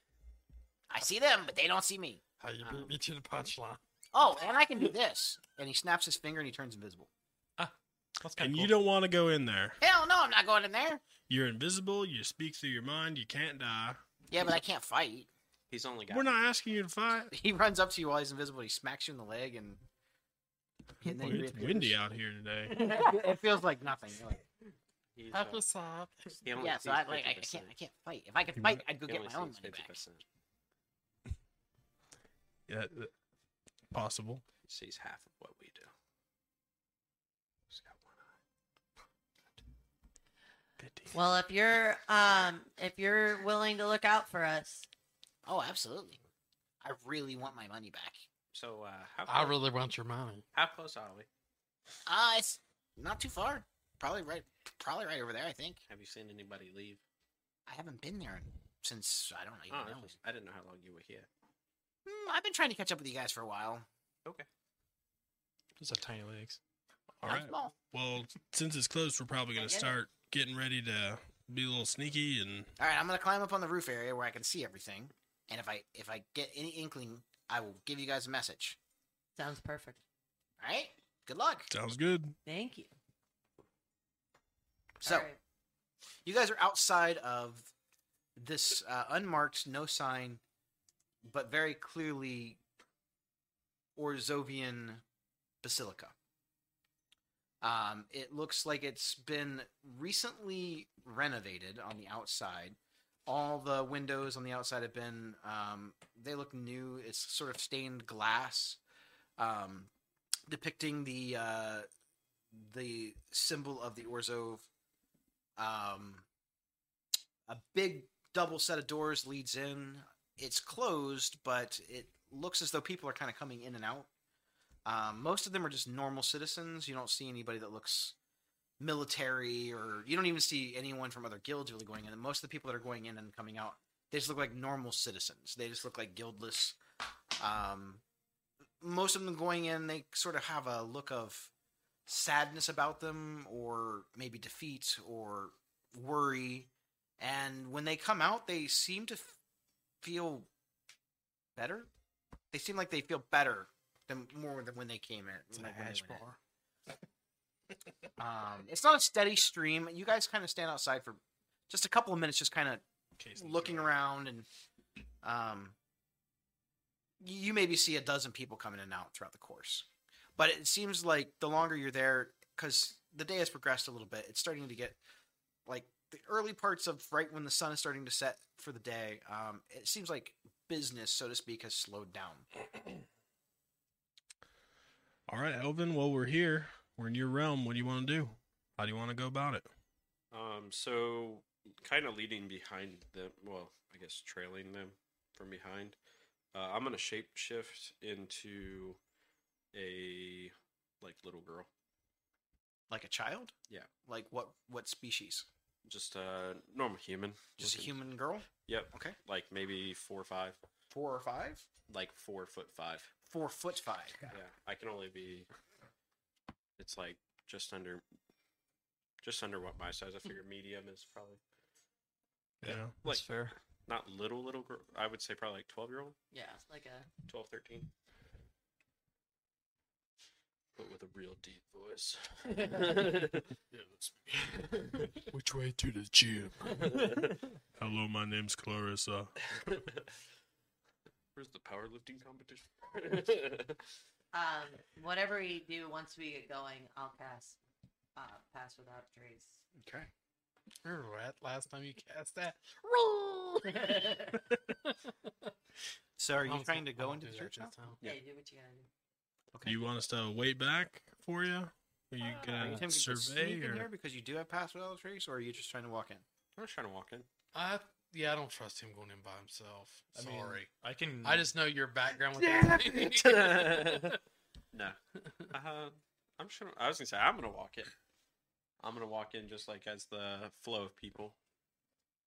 S4: I see them, but they don't see me.
S6: How you
S4: um,
S6: beat me to the punchline?
S4: Oh, and I can do this. And he snaps his finger and he turns invisible.
S7: That's kind
S5: And
S7: of
S5: you don't want to go in there.
S4: Hell no, I'm not going in there.
S5: You're invisible. You speak through your mind. You can't die.
S4: Yeah, but I can't fight.
S3: He's only got.
S5: We're not asking you to fight.
S4: He runs up to you while he's invisible. He smacks you in the leg and. and
S5: Boy,
S4: he
S5: it's
S4: reappears.
S5: windy out here today.
S4: it feels like nothing. You're like,
S3: He's, uh,
S6: Have a sob.
S3: he only
S4: yeah, so
S3: sees
S4: I, like, I, I
S3: 50%.
S4: can't. I can't fight. If I could fight, I'd go
S3: He
S4: get
S3: only
S4: my own
S3: sees
S4: money back.
S3: 50%.
S5: Yeah, that- possible.
S3: Sees half of what we do. He's got one eye.
S2: Well, if you're um if you're willing to look out for us,
S4: Oh, absolutely. I really want my money back.
S3: So uh, how
S6: I
S3: close-
S6: really want your money.
S3: how close are we?
S4: Uh, it's not too far. Probably right. Probably right over there. I think.
S3: Have you seen anybody leave?
S4: I haven't been there in- since I don't
S3: Oh,
S5: Ah,
S4: even know.
S3: I didn't know how long you were here.
S4: Hmm, I've been trying to catch up with you guys for a while.
S7: Just have tiny legs.
S5: All
S4: I'm
S5: right.
S4: small.
S5: Well, since it's closed, we're probably going to
S4: Yeah.
S5: start getting ready to be a little sneaky and
S4: All right, I'm gonna climb up on the roof area where I can see everything, and if I if I get any inkling, I will give you guys a message.
S2: sounds perfect.
S4: All right. Good luck.
S5: sounds good.
S2: Thank you.
S4: So
S2: All right.
S4: you guys are outside of this uh, unmarked, no sign, but very clearly Orzovian basilica. Um, it looks like it's been recently renovated on the outside. All the windows on the outside have been, um, they look new. It's sort of stained glass, um, depicting the uh, the symbol of the Orzov um, a big double set of doors leads in. It's closed, but it looks as though people are kind of coming in and out. Um, most of them are just normal citizens. You don't see anybody that looks military or you don't even see anyone from other guilds really going in. And most of the people that are going in and coming out, they just look like normal citizens. They just look like guildless. Um, most of them going in, they sort of have a look of sadness about them, or maybe defeat, or worry. And when they come out, they seem to f- feel better. They seem like they feel better than more than when they came in.
S5: It's a
S4: like when they
S5: hash
S4: went in.
S5: bar.
S4: Um, it's not a steady stream. You guys kind of stand outside for just a couple of minutes, just kind of
S5: Case in
S4: looking
S5: point.
S4: around, and um, you you maybe see a dozen people coming in and out throughout the course. But it seems like the longer you're there, because the day has progressed a little bit, it's starting to get like the early parts of right when the sun is starting to set for the day. Um, it seems like business, so to speak, has slowed down.
S5: All right, Elvin. Well, we're here. We're in your realm. What do you want to do? How do you want to go about it?
S3: Um, so kind of leading behind them, well, I guess trailing them from behind. Uh, I'm gonna shape shift into a like little girl,
S4: Like a child?
S3: Yeah.
S4: Like what? What species?
S3: just a normal human,
S4: Just a
S3: looking.
S4: human girl?
S3: Yep.
S4: Okay.
S3: Like maybe four or five,
S4: Four or five?
S3: like four foot five.
S4: four foot five.
S3: Yeah, I can only be. It's like just under, just under what my size. I figure medium is probably
S7: Yeah,
S5: Yeah.
S7: that's
S3: Like-
S7: fair.
S3: not little little girl. I would say probably like 12 year old,
S2: Yeah, it's like a
S3: 12, 13. But with a real deep voice.
S5: Which way to the gym? Hello, my name's Clarissa.
S3: Where's the powerlifting competition?
S2: um whatever we do once we get going, I'll pass uh pass without trace.
S4: Okay.
S6: Remember that last time you cast that?
S4: So are you
S6: Honestly,
S4: trying to
S6: I
S4: go
S6: won't
S4: into
S6: do
S4: the
S6: that
S4: church now?
S6: this time.
S2: Yeah,
S3: Yeah.
S2: do what you gotta do.
S5: Do you want us to wait back for you?
S4: Uh, Are
S5: Are you
S4: you
S5: gonna
S4: attempting to
S5: survey
S4: sneak in here
S5: or?
S4: because you do have pass without trace, or are you just trying to walk in?
S3: I'm just trying to walk in.
S6: I yeah, I don't trust him going in by himself. Sorry.
S7: I mm. can.
S6: I just know your background with
S3: it. No. Uh, I'm sure. I was gonna say I'm gonna walk in. I'm gonna walk in just like as the flow of people.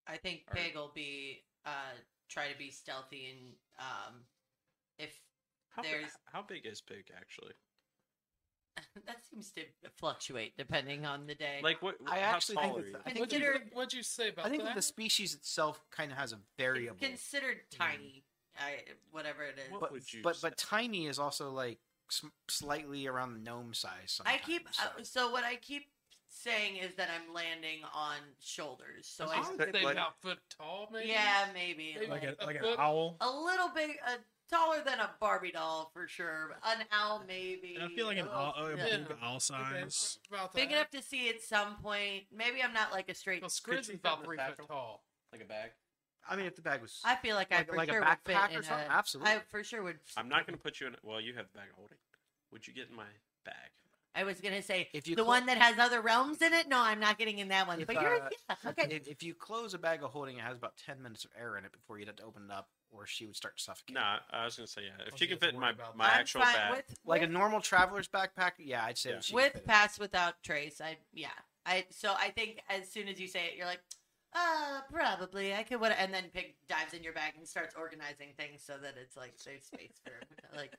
S2: I think
S3: Or-
S2: Pig will be uh try to be stealthy and um if
S3: How, big,
S2: There's-
S3: how big is Pig actually?
S2: that seems to fluctuate depending on the day.
S3: Like what?
S4: I
S3: how
S4: actually
S3: tall
S4: think
S3: are
S4: that
S3: you?
S4: the-
S2: Consider-
S6: What'd you, what'd you say about
S4: I think
S6: that?
S4: that the species itself kind of has a variable,
S2: It's considered tiny, I whatever it is.
S3: What
S4: but
S3: would you
S4: but
S3: say?
S4: but tiny is also like sm- slightly around the gnome size.
S2: I
S4: Sometimes,
S2: keep
S4: so.
S2: uh, so what I keep saying is that I'm landing on shoulders. So
S6: I
S2: I
S6: would say
S3: like-
S6: about foot tall, maybe.
S2: yeah, maybe
S6: Maybe
S2: like,
S5: Like, a, like an
S6: Look.
S5: owl.
S2: a little bit uh, taller than a Barbie doll for sure. An owl maybe.
S5: I feel like an
S2: Oh,
S5: owl, a
S2: yeah.
S5: big owl
S6: Okay,
S5: size.
S6: about
S2: Big
S6: that.
S2: enough to see at some point. Maybe I'm not like a straight.
S6: Well, Squid's
S3: you
S6: is about
S3: fit
S6: three
S3: in the
S6: foot
S3: satchel?
S6: tall.
S3: Like a bag.
S4: I mean, if the bag was
S2: I feel like, I
S4: like,
S2: for
S4: like
S2: sure
S4: a
S2: would fit
S4: backpack
S2: in
S4: or something,
S2: a-
S4: absolutely.
S2: I for sure would.
S3: I'm not gonna put you in. Well, you have the bag of holding. Would you get in my bag?
S2: I was gonna say
S4: If you
S2: the
S4: cl-
S2: one that has other realms in it. No, I'm not getting in that one.
S4: If,
S2: but you're
S4: uh,
S2: yeah, okay.
S4: if, if you close a bag of holding, it has about ten minutes of air in it before you'd have to open it up, or she would start suffocating.
S3: No, I- I was gonna say yeah. If
S6: Don't
S3: she
S6: you
S3: can
S6: have to
S3: fit in my
S6: worry about
S3: my
S2: I'm
S3: actual
S2: fine
S3: bag,
S2: with
S4: Like a
S2: with-
S4: normal traveler's backpack, yeah, I'd say
S3: Yeah.
S4: that she could fit
S2: with
S4: in.
S2: pass without trace i yeah i so i think as soon as you say it you're like uh probably i could what and then pig dives in your bag and starts organizing things so that it's like safe space for like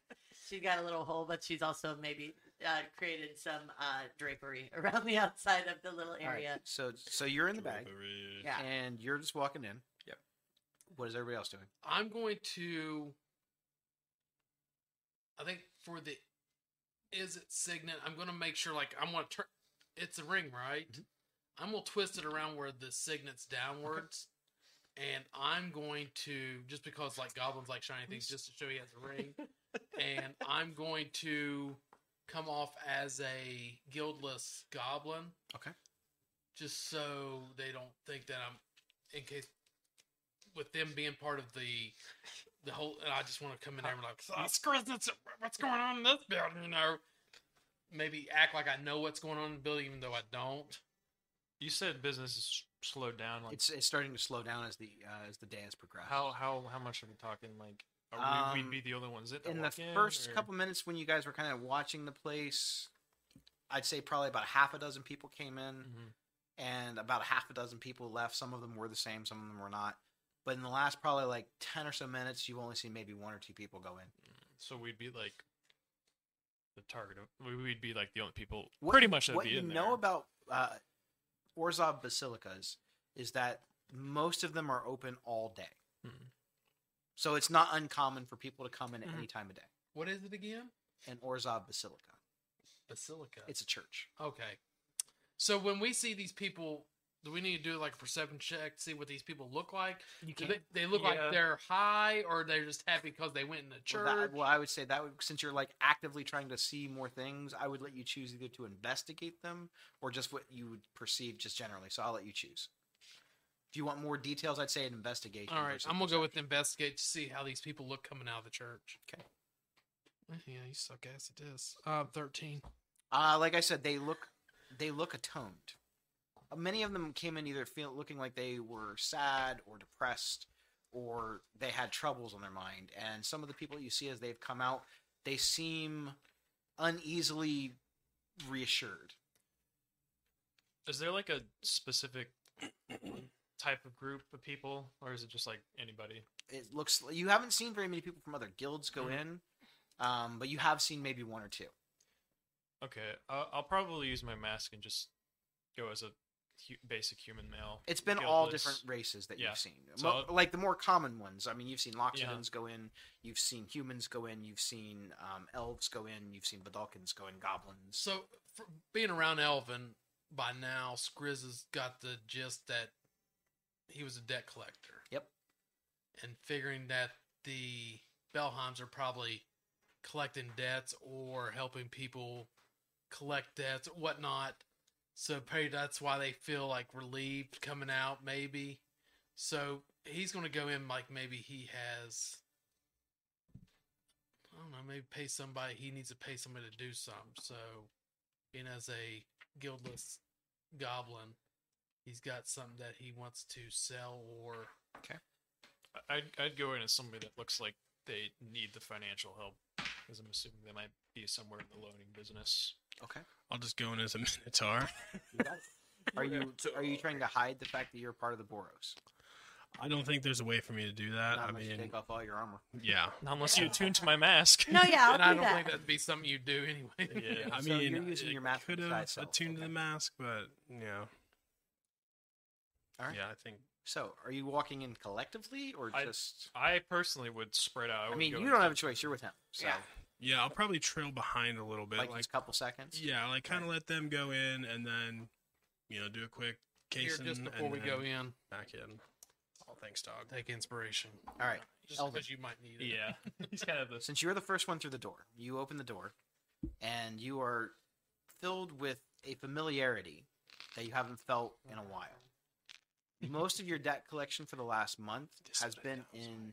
S2: she's got a little hole but she's also maybe uh created some uh drapery around the outside of the little
S4: All right,
S2: area
S4: So so you're in the bag.
S5: Drapery.
S7: Ah.
S2: yeah
S4: and you're just walking in.
S3: Yep.
S4: What is everybody else doing?
S6: I'm going to. I think for the, is it signet? I'm going to make sure. Like I'm going to turn. It's a ring, right? I'm going to twist it around where the signet's downwards, and I'm going to just because like goblins like shiny things, just to show he has a ring, and I'm going to come off as a guildless goblin.
S4: Okay.
S6: Just so they don't think that I'm, in case, with them being part of the the whole and I just want to come in there and be like, oh, Skriznic, what's going on in this building? You know, maybe act like I know what's going on in the building, even though I don't.
S7: You said business is slowed down. Like
S4: It's it's starting to slow down as the uh, as the day has progressed.
S7: how how how much are we talking? Like, are we,
S4: Um,
S7: we'd be the only ones that
S4: in the
S7: walk in,
S4: first
S7: or-
S4: couple minutes when you guys were kind of watching the place, I'd say probably about half a dozen people came in,
S7: Mm-hmm.
S4: and about half a dozen people left. Some of them were the same, some of them were not. But in the last probably like ten or so minutes, you've only seen maybe one or two people go in.
S7: So we'd be like the target of. we- We'd be like the only people.
S4: What
S7: pretty
S4: you-
S7: much that'd
S4: what
S7: be
S4: you
S7: in
S4: know
S7: there.
S4: about uh, Orzov basilicas is that most of them are open all day,
S6: Hmm.
S7: Mhm.
S4: so it's not uncommon for people to come in
S6: Mhm.
S4: at any time of day.
S6: What is it again?
S4: An Orzov basilica,
S6: Basilica.
S4: it's a church.
S6: Okay. So when we see these people, do we need to do like a perception check to see what these people look like?
S4: You
S6: Do they, they look
S7: Yeah.
S6: like they're high, or they're just happy because they went in the
S4: Well,
S6: church?
S4: that- well, I would say that would, since you're like actively trying to see more things, I would let you choose either to investigate them or just what you would perceive just generally. So I'll let you choose. If you want more details, I'd say an investigation.
S6: All right,
S4: versus
S6: I'm gonna go with
S4: perception.
S6: investigate to see how these people look coming out of the church.
S4: Okay.
S6: Yeah, you suck ass at this. Uh, thirteen.
S4: Uh, like I said, they look they look atoned. Uh, Many of them came in either feel, looking like they were sad or depressed, or they had troubles on their mind. And some of the people that you see as they've come out, they seem uneasily reassured.
S7: Is there like a specific type of group of people, or is it just like anybody?
S4: it looks you haven't seen very many people from other guilds go in, um, but you have seen maybe one or two.
S7: Okay, I'll, I'll probably use my mask and just go as a hu- basic human male.
S4: It's been all
S7: guildless.
S4: different races that
S7: Yeah.
S4: you've seen.
S7: So-
S4: Mo- like the more common ones. I mean, you've seen Loxodons go in, you've seen humans go in, you've seen um, elves go in, you've seen Badalkins go in, goblins.
S6: So for being around Elvin by now, Skriz has got the gist that he was a debt collector.
S4: Yep.
S6: And figuring that the Bellheims are probably collecting debts or helping people collect debts, whatnot. So maybe that's why they feel like relieved coming out, maybe. So he's going to go in like maybe he has. I don't know, maybe pay somebody. He needs to pay somebody to do something. So, being as a guildless goblin, he's got something that he wants to sell or.
S7: I- I'd, I'd go in as somebody that looks like they need the financial help, because I'm assuming they might be somewhere in the loaning business.
S4: Okay.
S5: I'll just go in as a minotaur.
S4: Are you are you trying to hide the fact that you're part of the Boros?
S5: I don't think there's a way for me to do that.
S4: Not
S5: I
S4: unless you
S5: mean,
S4: take off all your armor.
S5: yeah.
S7: Not unless you attune to my mask.
S2: No, yeah, I'll
S6: and I
S2: do
S6: don't
S2: that.
S6: think that'd be something you do anyway.
S7: yeah.
S5: I
S4: So
S5: mean,
S4: you're using
S5: it
S4: your mask to
S5: could have
S4: disguise self,
S5: attuned to the
S4: okay.
S5: mask, but yeah.
S4: Alright.
S5: Yeah, I think
S4: So are you walking in collectively or
S7: I-
S4: just?
S7: I personally would spread out.
S4: I,
S7: would
S4: mean,
S7: go
S4: you
S7: in-
S4: don't have a choice. You're with him, so
S2: Yeah.
S5: yeah, I'll probably trail behind a little bit,
S4: like,
S5: like,
S4: these couple seconds.
S5: yeah, like kind of let them go in and then you know do a quick
S6: Here,
S5: case
S6: just before we go in,
S5: back in. Oh, thanks, dog.
S6: take inspiration.
S4: All right.
S6: Just
S4: Elvin.
S6: because you might need it.
S7: Yeah, he's kind of the
S4: since you're the first one through the door, you open the door, and you are filled with a familiarity that you haven't felt in a while. Most of your debt collection for the last month has been in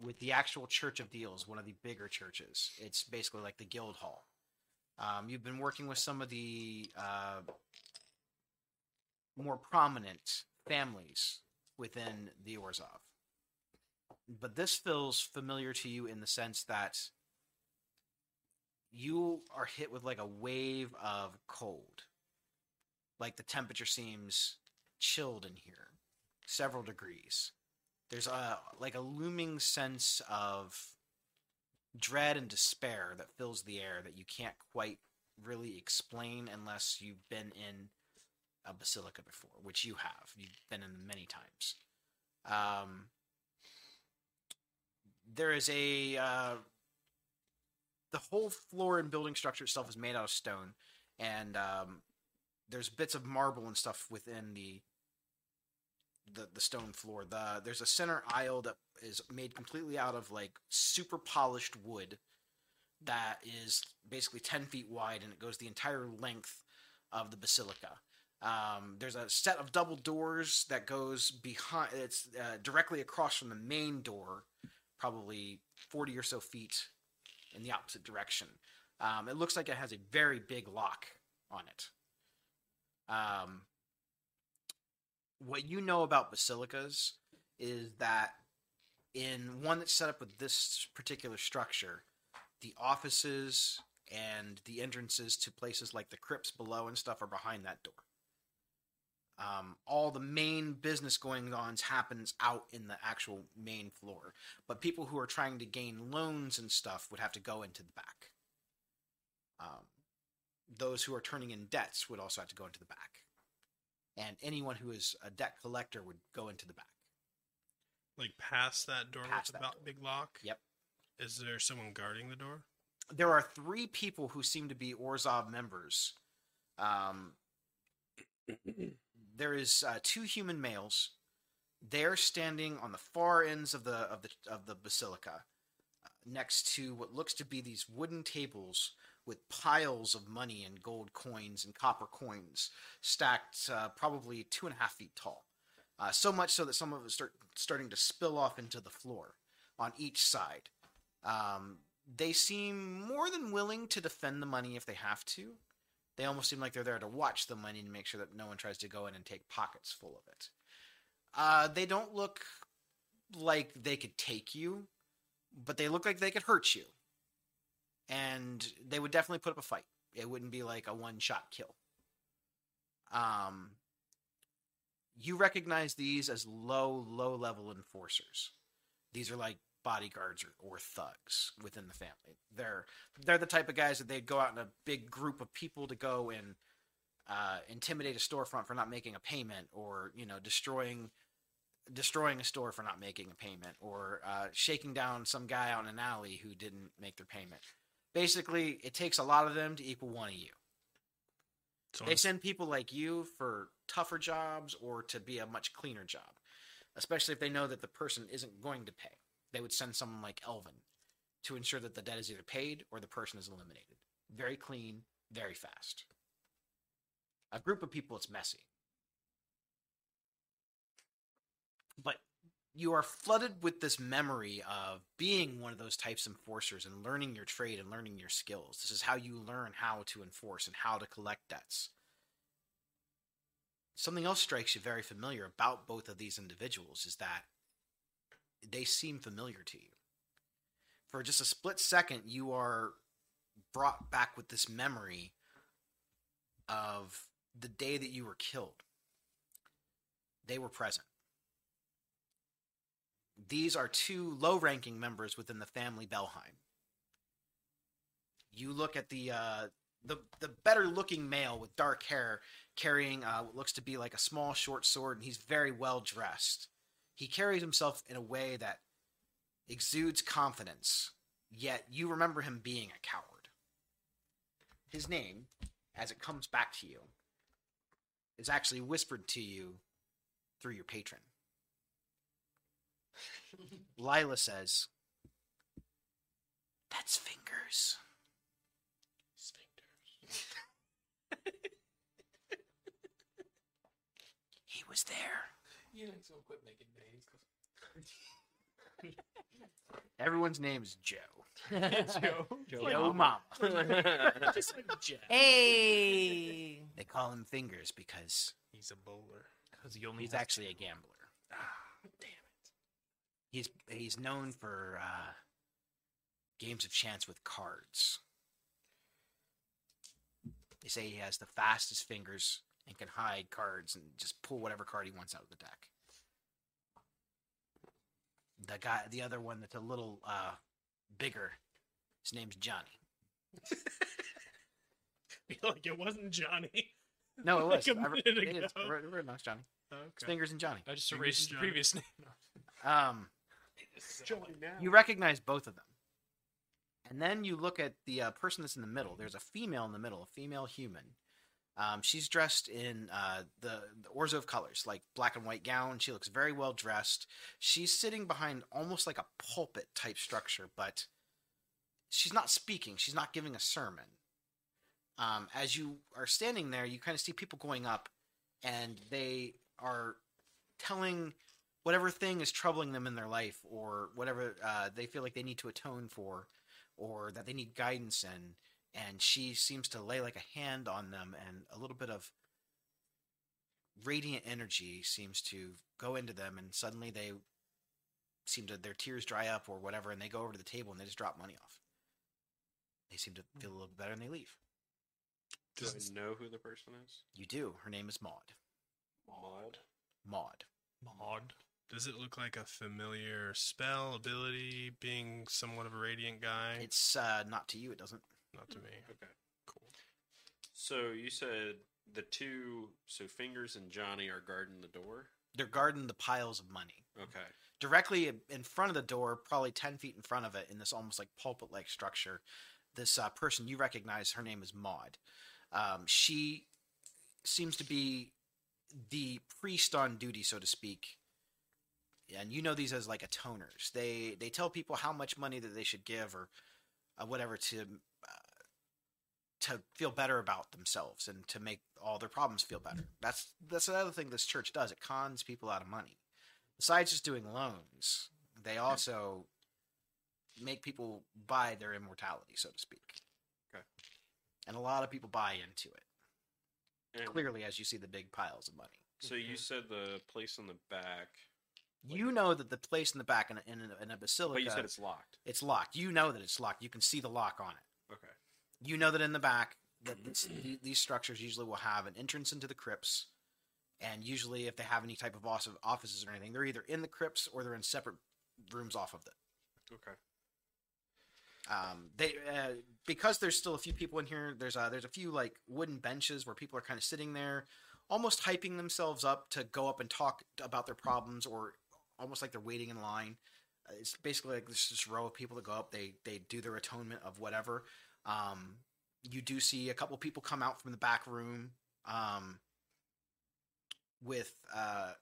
S4: with the actual Church of Deals, one of the bigger churches. It's basically like the Guild Hall. Um, you've been working with some of the uh, more prominent families within the Orzov but this feels familiar to you in the sense that you are hit with like a wave of cold. Like the temperature seems chilled in here, several degrees. There's a like a looming sense of dread and despair that fills the air that you can't quite really explain unless you've been in a basilica before, which you have. You've been in them many times. Um, there is a uh, the whole floor and building structure itself is made out of stone and um, there's bits of marble and stuff within the the, the stone floor the there's a center aisle that is made completely out of like super polished wood that is basically 10 feet wide and it goes the entire length of the basilica um, there's a set of double doors that goes behind it's uh, directly across from the main door probably 40 or so feet in the opposite direction. Um, it looks like it has a very big lock on it. Um, what you know about basilicas is that in one that's set up with this particular structure, the offices and the entrances to places like the crypts below and stuff are behind that door. Um, all the main business going ons happens out in the actual main floor, but people who are trying to gain loans and stuff would have to go into the back. Um, those who are turning in debts would also have to go into the back, and anyone who is a debt collector would go into the back.
S5: Like past that door
S4: Past
S5: with
S4: that
S5: the bo-
S4: door.
S5: big lock.
S4: Yep.
S5: Is there someone guarding the door?
S4: there are three people who seem to be Orzov members. Um, there is uh, two human males. They're standing on the far ends of the of the of the basilica, uh, next to what looks to be these wooden tables with piles of money and gold coins and copper coins stacked uh, probably two and a half feet tall. Uh, so much so that some of it start starting to spill off into the floor on each side. Um, they seem more than willing to defend the money if they have to. They almost seem like they're there to watch the money and make sure that no one tries to go in and take pockets full of it. Uh, they don't look like they could take you, but they look like they could hurt you. And they would definitely put up a fight. It wouldn't be like a one shot kill. Um, you recognize these as low, low level enforcers. These are like bodyguards or, or thugs within the family. They're they're the type of guys that they'd go out in a big group of people to go and uh, intimidate a storefront for not making a payment, or you know destroying destroying a store for not making a payment, or uh, shaking down some guy out in an alley who didn't make their payment. Basically, it takes a lot of them to equal one of you.
S5: Someone
S4: They send people like you for tougher jobs or to be a much cleaner job, especially if they know that the person isn't going to pay. They would send someone like Elvin to ensure that the debt is either paid or the person is eliminated. Very clean, very fast. A group of people, it's messy. But you are flooded with this memory of being one of those types of enforcers and learning your trade and learning your skills. This is how you learn how to enforce and how to collect debts. Something else strikes you very familiar about both of these individuals is that they seem familiar to you. For just a split second, you are brought back with this memory of the day that you were killed. They were present these are two low ranking members within the family Belheim. You look at the uh, the the better looking male with dark hair carrying uh, what looks to be like a small short sword, and he's very well dressed. He carries himself in a way that exudes confidence, yet you remember him being a coward. His name, as it comes back to you, is actually whispered to you through your patron. Lila says, That's fingers. He was there.
S6: You know, he's gonna quit making names.
S4: Everyone's name is Joe.
S3: Joe
S4: Joe
S3: Mama.
S4: Mama.
S5: Just like Jeff.
S2: Hey.
S4: They call him Fingers because
S7: He's a bowler. Because he only
S4: he's
S7: has
S4: actually a gambler. Ah,
S7: damn
S4: He's he's known for uh, games of chance with cards. They say he has the fastest fingers and can hide cards and just pull whatever card he wants out of the deck. The guy, the other one that's a little uh, bigger, his name's Johnny.
S5: like it wasn't Johnny.
S4: No, it was.
S5: Like a
S4: I wrote-
S5: minute
S4: it is. I
S5: ago.
S4: wrote- I wrote it down, it's Johnny. It's
S5: Okay.
S4: Fingers and Johnny.
S7: I just
S5: Fingers
S7: erased the
S5: Johnny.
S7: previous name.
S4: Um, You recognize both of them. And then you look at the uh, person that's in the middle. There's a female in the middle, a female human. Um, she's dressed in uh, the, the Orzhov colors, like black and white gown. She looks very well dressed. She's sitting behind almost like a pulpit type structure, but she's not speaking. She's not giving a sermon. Um, as you are standing there, you kind of see people going up, and they are telling whatever thing is troubling them in their life or whatever uh, they feel like they need to atone for or that they need guidance in and she seems to lay like a hand on them and a little bit of radiant energy seems to go into them and suddenly they seem to their tears dry up or whatever and they go over to the table and they just drop money off They seem to feel a little bit better and they leave.
S3: Do I know who the person is?
S4: You do. Her name is Maud.
S3: Maud.
S4: Maud.
S11: Maud.
S5: Does it look like a familiar spell, ability, being somewhat of a radiant guy?
S4: It's uh, not to you. It doesn't.
S5: Not to me.
S3: Okay. Cool. So you said the two, so Fingers and Johnny are guarding the door.
S4: They're guarding the piles of money
S6: Mm-hmm.
S3: Okay.
S4: directly in- in front of the door, probably ten feet in front of it, in this almost like pulpit-like structure. This uh, person you recognize. Her name is Maud. Um, she seems to be the priest on duty, so to speak. And you know these as like atoners. They they tell people how much money that they should give or uh, whatever to uh, to feel better about themselves and to make all their problems feel better. That's that's another thing this church does. It cons people out of money. Besides just doing loans, they also make people buy their immortality, so to speak.
S3: Okay.
S4: And a lot of people buy into it
S3: And
S4: clearly as you see the big piles of money.
S3: So you said the place in the back,
S4: You know that the place in the back in a, in a, in a basilica,
S3: but you said it's locked.
S4: it's locked. You know that it's locked. You can see the lock on it.
S3: Okay.
S4: You know that in the back that this, the- these structures usually will have an entrance into the crypts, and usually if they have any type of os- offices or anything, they're either in the crypts or they're in separate rooms off of them.
S3: Okay.
S4: um, they uh, because there's still a few people in here. There's a, there's a few like wooden benches where people are kind of sitting there, almost hyping themselves up to go up and talk about their problems, or almost like they're waiting in line. Uh, It's basically like this this row of people that go up. They they do their atonement of whatever. Um, you do see a couple people come out from the back room um, with. Uh,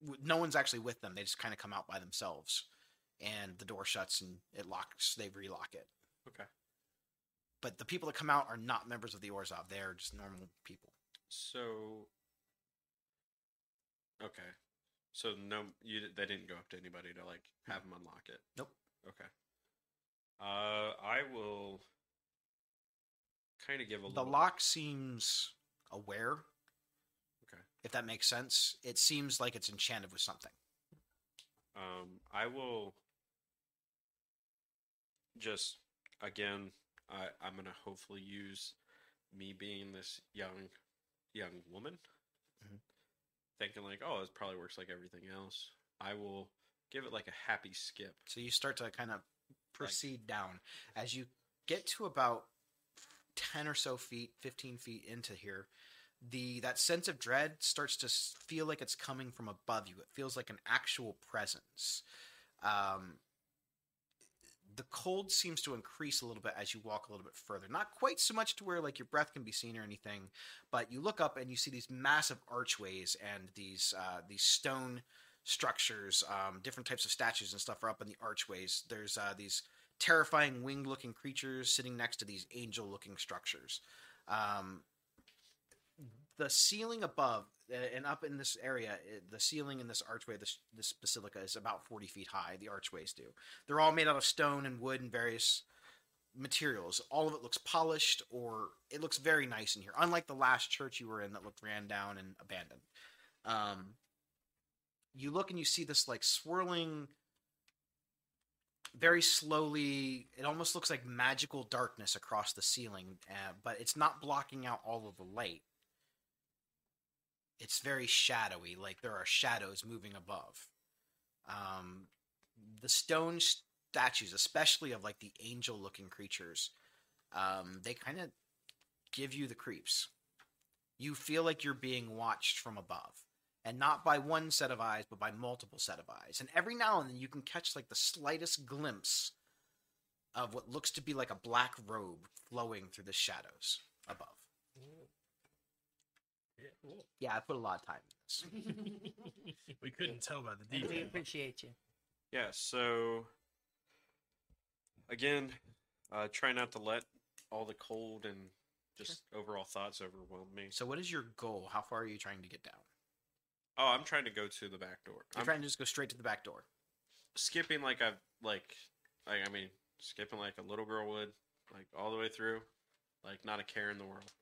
S4: w- no one's actually with them. They just kind of come out by themselves and the door shuts and it locks. They relock it.
S3: Okay.
S4: But the people that come out are not members of the Orzov. They're just normal people.
S3: So. Okay. So no, you di- they didn't go up to anybody to like have them unlock it.
S4: Nope.
S3: Okay. Uh, I will. Kind of give a
S4: the
S3: little.
S4: lock seems aware.
S3: Okay.
S4: If that makes sense, it seems like it's enchanted with something.
S3: Um, I will. Just again, I I'm gonna hopefully use me being this young, young woman,
S4: Mhm.
S3: thinking like, oh, this probably works like everything else. I will give it like a happy skip.
S4: So you start to kind of proceed down as you get to about ten or so feet, fifteen feet into here. The that sense of dread starts to s- feel like it's coming from above you. It feels like an actual presence. Um, the cold seems to increase a little bit as you walk a little bit further. Not quite so much to where like your breath can be seen or anything, but you look up and you see these massive archways and these uh, these stone structures, um, different types of statues and stuff are up in the archways. There's uh, these terrifying winged looking creatures sitting next to these angel looking structures. Um, the ceiling above uh, and up in this area, uh, the ceiling in this archway, this, this basilica is about 40 feet high. The archways do. They're all made out of stone and wood and various materials. All of it looks polished or it looks very nice in here, unlike the last church you were in that looked ran down and abandoned. Um, you look and you see this like swirling very slowly it almost looks like magical darkness across the ceiling uh, but it's not blocking out all of the light it's very shadowy like there are shadows moving above um, the stone statues especially of like the angel looking creatures um, they kind of give you the creeps you feel like you're being watched from above and not by one set of eyes, but by multiple set of eyes. And every now and then you can catch like the slightest glimpse of what looks to be like a black robe flowing through the shadows above. Yeah, I put a lot of time in this.
S5: We couldn't tell by the
S2: And we
S5: detail.
S2: appreciate you.
S3: Yeah, so again, uh, try not to let all the cold and just overall thoughts overwhelm me.
S4: So, what is your goal? How far are you trying to get down?
S3: Oh, I'm trying to go to the back door.
S4: You're
S3: I'm
S4: trying to just go straight to the back door.
S3: skipping like I've like, like I mean, skipping like a little girl would, like all the way through, like not a care in the world.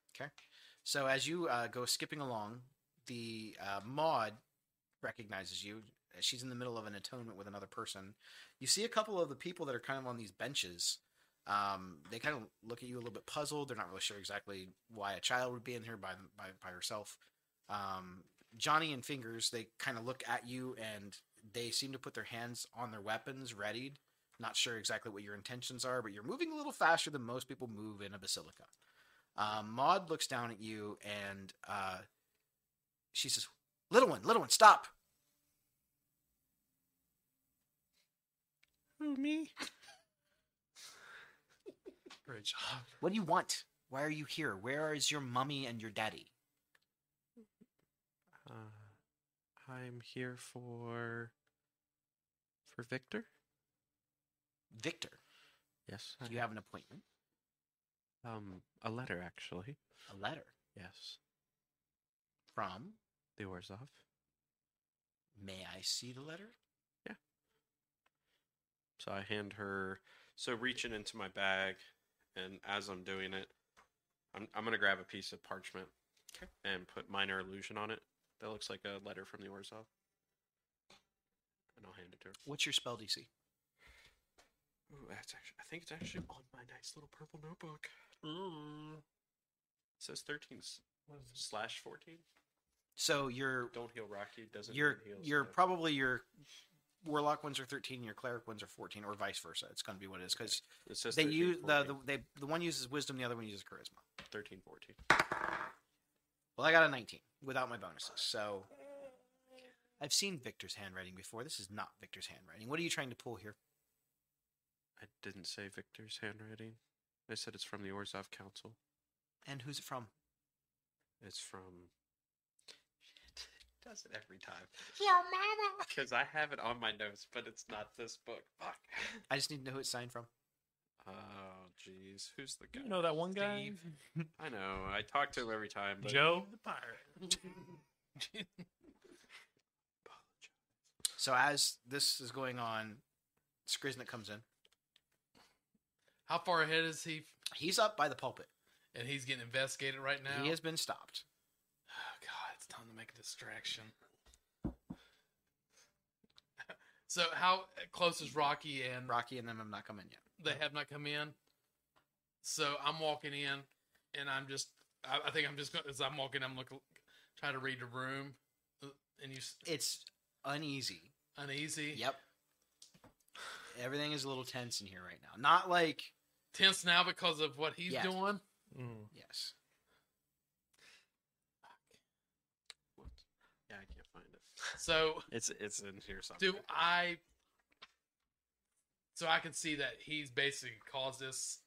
S4: So as you uh, go skipping along, the uh, Maud recognizes you. She's in the middle of an atonement with another person. You see a couple of the people that are kind of on these benches
S12: Um, they kind of look at you a little bit puzzled. They're not really sure exactly why a child would be in here by them- by, by herself. Um, Johnny and Fingers, they kind of look at you and they seem to put their hands on their weapons, readied. Not sure exactly what your intentions are, but you're moving a little faster than most people move in a basilica.
S4: Uh,
S12: Um, Maud looks down at you and uh, she says, "Little one, little one, stop!"
S13: Who, me?
S7: Great job.
S4: What do you want? Why are you here? Where is your mummy and your daddy?
S3: Uh, I'm here for for Victor.
S4: Victor,
S3: Yes,
S4: do you have an appointment?
S3: um a letter actually.
S4: A letter
S3: Yes,
S4: from?
S3: the Orzov.
S4: May I see the letter?
S3: So I hand her. So reaching into my bag, and as I'm doing it, I'm I'm gonna grab a piece of parchment and put minor illusion on it. That looks like a letter from the Orzov. And I'll hand it to her.
S4: What's your spell DC?
S3: Ooh, that's actually. I think it's actually on my nice little purple notebook.
S13: Mm.
S3: It says 13 s- slash 14.
S4: So your
S3: Don't heal Rocky. Doesn't
S4: your
S3: heal
S4: your probably your warlock ones are thirteen, your cleric ones are fourteen, or vice versa. It's going to be what it is because
S3: It says
S4: they
S3: 13,
S4: use the,
S3: 14,
S4: the they the one uses wisdom, the other one uses charisma.
S3: 13, 14.
S4: Well, I got a 19 without my bonuses. So I've seen Victor's handwriting before. This is not Victor's handwriting. What are you trying to pull here?
S3: I didn't say Victor's handwriting. I said it's from the Orzov Council.
S4: And who's it from?
S3: It's from. Shit, it does it every time. Your mama. Because I have it on my notes, but it's not this book. Fuck.
S4: I just need to know who it's signed from.
S3: Oh, jeez. Who's the guy?
S7: You know that one guy?
S6: Steve.
S3: I know. I talk to him every time. But
S7: Joe the
S4: So as this is going on, Skriznik comes in.
S6: How far ahead is he?
S4: He's up by the pulpit.
S6: And he's getting investigated right now.
S4: He has been stopped.
S6: Oh God, it's time to make a distraction. So how close is Rocky and
S4: Rocky and them have not come in yet.
S6: they have not come in? So I'm walking in, and I'm just I, I think I'm just going as I'm walking, I'm looking trying to read the room, uh, and you s-
S4: It's uneasy.
S6: uneasy,
S4: Yep. Everything is a little tense in here right now. Not like
S6: tense now because of what he's
S4: Yes.
S6: doing.
S7: Mm.
S4: yes.
S3: What? Yeah, I can't find it.
S6: So
S3: It's it's in here somewhere.
S6: do I? So I can see that he's basically caused this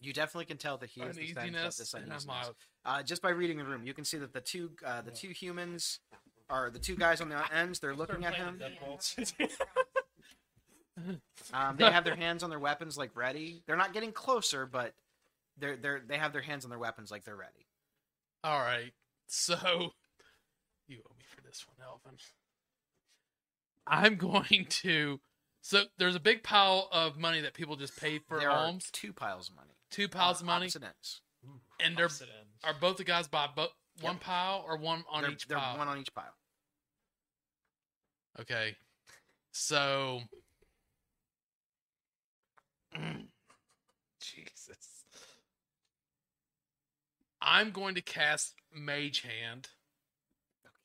S4: You definitely can tell that he is the sense of
S6: uneasiness,
S4: this
S6: and
S4: uneasiness.
S6: I'm like,
S4: uh, just by reading the room, you can see that the two uh, the two humans are the two guys on the ends. They're looking at him. Um, they have their hands on their weapons, like ready. They're not getting closer, but they're they're they have their hands on their weapons, like they're ready.
S6: All right. So you owe me for this one, Alvin. I'm going to. So there's a big pile of money that people just paid for
S4: there
S6: alms.
S4: are two piles of money. Uh,
S6: Two piles of money,
S4: Opposite ends.
S6: and they're are both the guys by bo- one
S4: Yep.
S6: pile or one on
S4: they're,
S6: each
S4: they're
S6: pile.
S4: one on each pile.
S6: Okay. So. Jesus. I'm going to cast Mage Hand.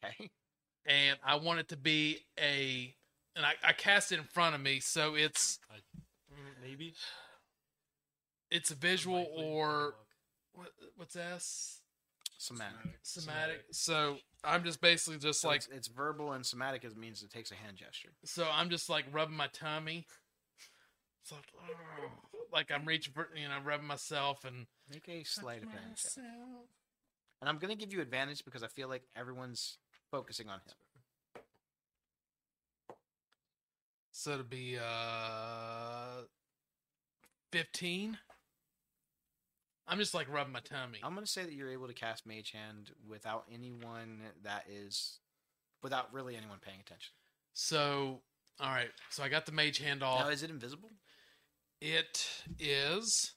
S4: Okay.
S6: and I want it to be a and I, I cast it in front of me, so it's
S7: Maybe.
S6: it's a visual
S7: Unlikely,
S6: or
S7: unlock.
S6: what, what's S
S4: Somatic.
S6: somatic. So I'm just basically just
S4: So
S6: like
S4: it's, it's verbal and somatic. It means it takes a hand gesture.
S6: so I'm just like rubbing my tummy. It's like "Ugh," like I'm reaching for you know rubbing myself and
S4: Make a slight advantage. check. And I'm gonna give you advantage because I feel like everyone's focusing on him.
S6: so it'd be uh fifteen. I'm just like rubbing my tummy.
S4: I'm gonna say that you're able to cast Mage Hand without anyone that is, without really anyone paying attention.
S6: So all right, so I got the mage hand off.
S4: Now, is it invisible?
S6: It is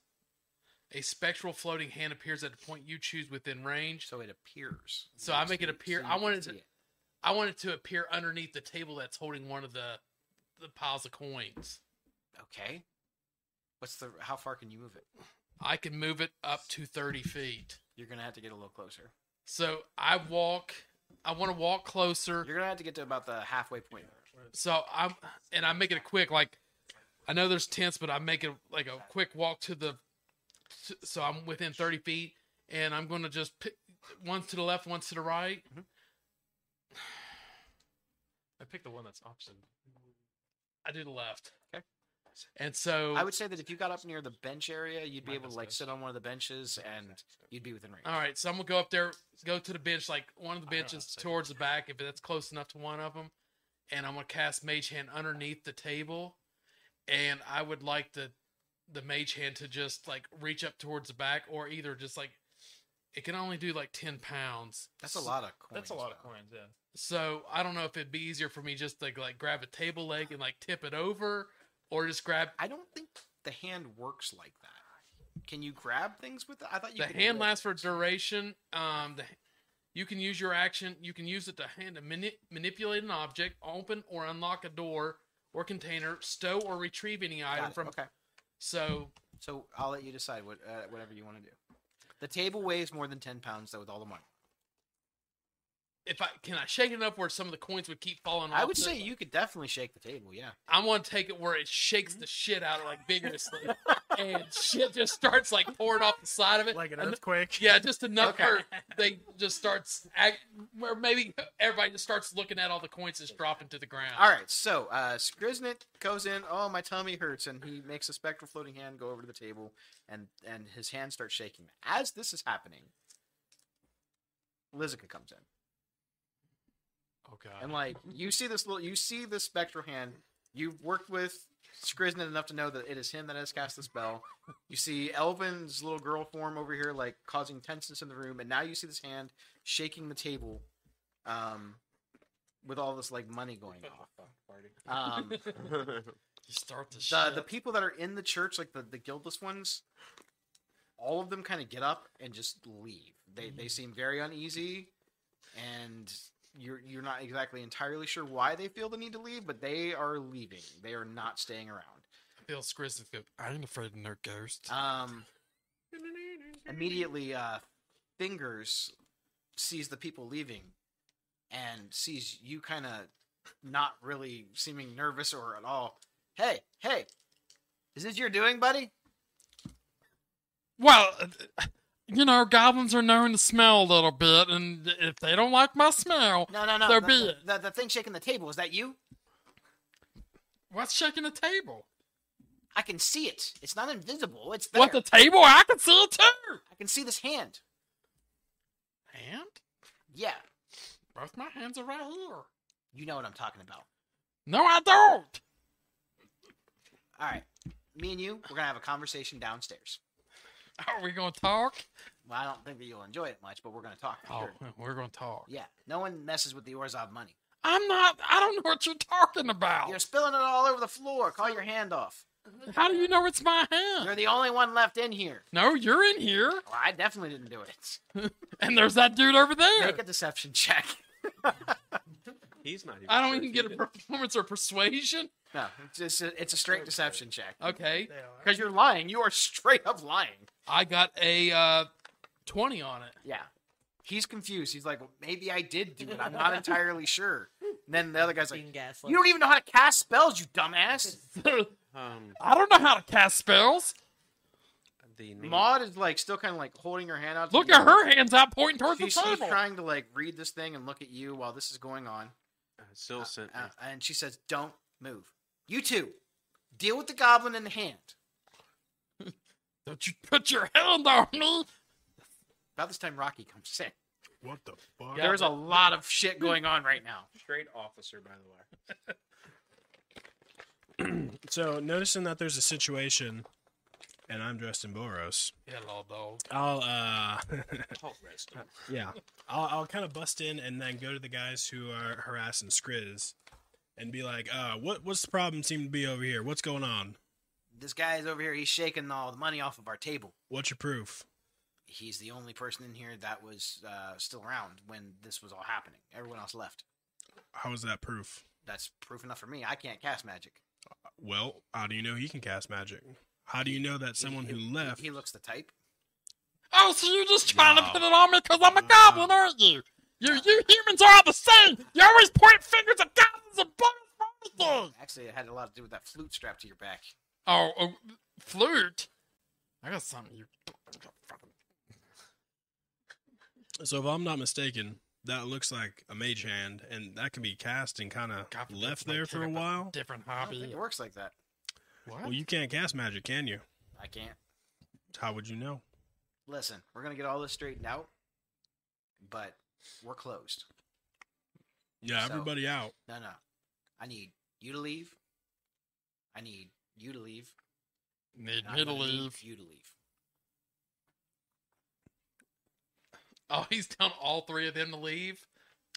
S6: a spectral floating hand appears at the point you choose within range.
S4: So it appears.
S6: So I make it
S4: So-
S6: appear-
S4: so
S6: I
S4: you can
S6: wanted
S4: see
S6: to-
S4: it.
S6: I want it to appear underneath the table that's holding one of the the piles of coins.
S4: Okay. What's the? How far can you move it?
S6: I can move it up to 30 feet.
S4: You're gonna have to get a little closer.
S6: So I walk. I want to walk closer.
S4: You're gonna have to get to about the halfway point.
S6: So I'm, and I make it a quick like. I know there's tents, but I make it like a quick walk to the. So I'm within 30 feet, and I'm going to just pick one's to the left, one's to the right.
S7: I picked the one that's opposite.
S6: I do the left.
S4: Okay.
S6: And so
S4: I would say that if you got up near the bench area, you'd be
S7: My
S4: able to like
S7: business.
S4: sit on one of the benches and you'd be within range.
S6: All right, so I'm gonna go up there, go to the bench, like one of the
S7: I don't know how
S6: benches
S7: to say it.
S6: towards the back, if that's close enough to one of them, and I'm gonna cast Mage Hand underneath the table, and I would like the the Mage Hand to just like reach up towards the back, or either just like it can only do like ten pounds,
S8: That's a lot of coins.
S7: That's a lot of
S8: though.
S7: coins, yeah.
S6: so I don't know if it'd be easier for me just to like grab a table leg and like tip it over, or just grab
S4: I don't think the hand works like that. Can you grab things with it? I thought you
S6: the
S4: could
S6: hand
S4: lift.
S6: lasts for duration. Um, the, you can use your action. You can use it to hand to mani- manipulate an object, open or unlock a door or container, stow or retrieve any
S4: Got
S6: item
S4: it,
S6: from.
S4: okay.
S6: So
S4: So I'll let you decide what uh, whatever you want to do. The table weighs more than ten pounds though, with all the money.
S6: if I can, I shake it up where some of the coins would keep falling off.
S4: I would
S6: the-
S4: say you could definitely shake the table. Yeah.
S6: I want to take it where it
S4: Mm-hmm.
S6: shakes the shit out of like vigorously, and shit just starts like pouring off the side of it.
S5: Like an
S6: An-
S5: earthquake.
S6: Yeah, just enough
S4: Okay.
S6: where they just starts act, where maybe everybody just starts looking at all the coins that's dropping to the ground.
S4: All right. So uh, Skriznet goes in. Oh, my tummy hurts, and he makes a spectral floating hand go over to the table, and and his hand starts shaking. As this is happening, Lizica comes in.
S7: Oh god.
S4: And like you see this little, you see this spectral hand. You've worked with Skriznet enough to know that it is him that has cast the spell. You see Elvin's little girl form over here, like causing tenseness in the room, and now you see this hand shaking the table, um, with all this like money going off. Um,
S7: you start the,
S4: the
S7: shit.
S4: the people that are in the church, like the the guildless ones, all of them kind of get up and just leave. They they seem very uneasy, and you're you're not exactly entirely sure why they feel the need to leave, but they are leaving. They are not staying around.
S6: Bill Skrizz
S7: I ain't afraid of no ghost.
S4: Um, immediately, uh, fingers sees the people leaving, and sees you kind of not really seeming nervous or at all. Hey, hey, is this your doing, buddy?
S1: Well, uh, you know, goblins are known to smell a little bit, and if they don't like my smell,
S8: No, no, no.
S1: There
S8: the,
S1: be
S8: the,
S1: it.
S8: the, the thing shaking the table, is that you?
S1: what's shaking the table?
S8: I can see it. It's not invisible. It's there.
S1: What the table? I can see it too.
S8: I can see this hand.
S1: And
S8: Yeah,
S1: both my hands are right here.
S8: you know what I'm talking about.
S1: No, I don't.
S8: All right, me and you, we're gonna have a conversation downstairs.
S1: Are we gonna talk?
S8: Well, I don't think that you'll enjoy it much, but we're gonna talk. For
S6: Oh,
S8: sure.
S6: we're gonna talk.
S8: Yeah, no one messes with the Orzov money.
S1: I'm not. I don't know what you're talking about.
S8: You're spilling it all over the floor. Call your hand off.
S1: How do you know it's my hand?
S8: You're the only one left in here.
S1: No, you're in here,
S8: Well, I definitely didn't do it.
S1: and there's that dude over there.
S8: Make a deception check.
S3: He's not even.
S6: I
S3: sure
S6: don't even
S3: if
S6: get
S3: he
S6: a
S3: did.
S6: performance or persuasion.
S4: No, it's just a, it's a straight deception check.
S6: Okay,
S4: Because you're lying. You are straight up lying.
S6: I got a uh, twenty on it.
S4: Yeah. He's confused. He's like, well, maybe I did do it. I'm not entirely sure. And then the other guy's like,
S2: Being gaslit.
S4: you don't even know how to cast spells, you dumbass.
S3: Um,
S1: I don't know how to cast spells.
S3: the name-
S4: Maud is like still kind of like holding her hand out. to
S1: Look
S4: you.
S1: at her hands out pointing towards
S4: She's,
S1: the
S4: she's
S1: table.
S4: trying to like read this thing and look at you while this is going on.
S3: uh, Syl sent me.
S8: Uh, and she says, "Don't move. You two, deal with the goblin in the hand."
S1: Don't you put your hand on me?
S8: About this time, Rocky comes in.
S5: What the fuck?
S4: There's a lot of shit going on right now.
S3: Straight officer, by the way.
S5: So noticing that there's a situation, and I'm dressed in Boros.
S6: Hello, dog.
S5: I'll uh,
S3: I'll rest him.
S5: yeah, I'll, I'll kind of bust in and then go to the guys who are harassing Skriz, and be like, uh, what what's the problem seem to be over here? What's going on?
S8: This guy's over here. He's shaking all the money off of our table.
S5: What's your proof?
S8: He's the only person in here that was uh, still around when this was all happening. Everyone else left.
S5: How is that proof?
S8: That's proof enough for me. I can't cast magic.
S5: Well, how do you know he can cast magic? How do you know that someone who left?
S4: He looks the type.
S14: Oh, so you're just trying
S3: No.
S14: to put it on me because I'm a goblin, aren't you? You you humans are all the same. You always point fingers at goblins and bugs for everything.
S4: Actually, it had a lot to do with that flute strapped to your back.
S6: Oh, oh, flute. I got something. You.
S5: So if I'm not mistaken, that looks like a mage hand, and that can be cast and kind of
S6: God forbid
S5: left
S6: somebody
S5: there for
S6: took
S5: a
S6: up
S5: while.
S6: Different
S4: I don't think
S6: hobby.
S4: it works like that.
S6: What?
S5: Well, you can't cast magic, can you?
S4: I can't.
S5: How would you know?
S4: Listen, we're gonna get all this straightened out, but we're closed.
S5: Yeah,
S4: So-
S5: everybody out.
S4: No, no. I need you to leave. I need you to leave.
S6: Need
S4: and I'm
S6: me to
S4: gonna need
S6: leave.
S4: You to leave.
S6: Oh, he's telling all three of them to leave.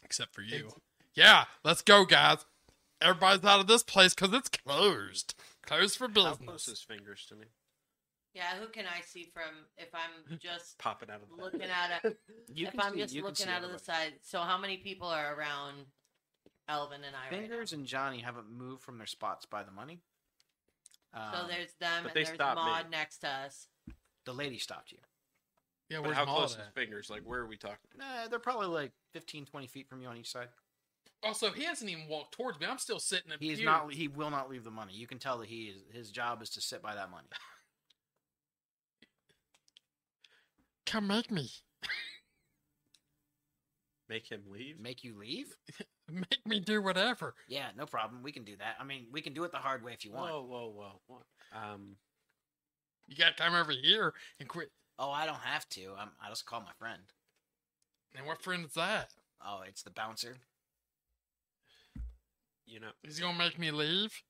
S5: except for you.
S6: Yeah, let's go, guys. Everybody's out of this place because it's closed. Closed for
S3: How close
S6: business.
S3: is fingers to me?
S2: Yeah, who can I see from if I'm just
S3: Pop it out of the
S2: looking out of
S4: You
S2: if I'm just looking out of the side? So how many people are around Elvin and I? right now?
S4: Fingers and Johnny haven't moved from their spots by the money. Um,
S2: so there's them
S3: but
S2: and
S3: they
S2: there's
S3: stopped me.
S2: Maud next to us.
S4: the lady stopped you.
S6: Yeah,
S3: But
S6: where's
S3: how
S6: Maul
S3: close is
S6: at?
S3: fingers? Like, where are we talking?
S4: Nah, they're probably like 15, 20 feet from you on each side.
S6: Also, he hasn't even walked towards me. I'm still sitting at
S4: He is
S6: pew.
S4: not. He will not leave the money. You can tell that he is. His job is to sit by that money.
S6: Come make me.
S3: Make him leave?
S4: Make you leave?
S6: Make me do whatever.
S4: Yeah, no problem. We can do that. I mean, we can do it the hard way if you want.
S3: Whoa, whoa, whoa, whoa. Um,
S6: You gotta come over here and quit.
S4: Oh, I don't have to. I'm, I just call my friend.
S6: And what friend is that?
S4: Oh, it's the bouncer.
S3: you know,
S6: He's gonna make me leave?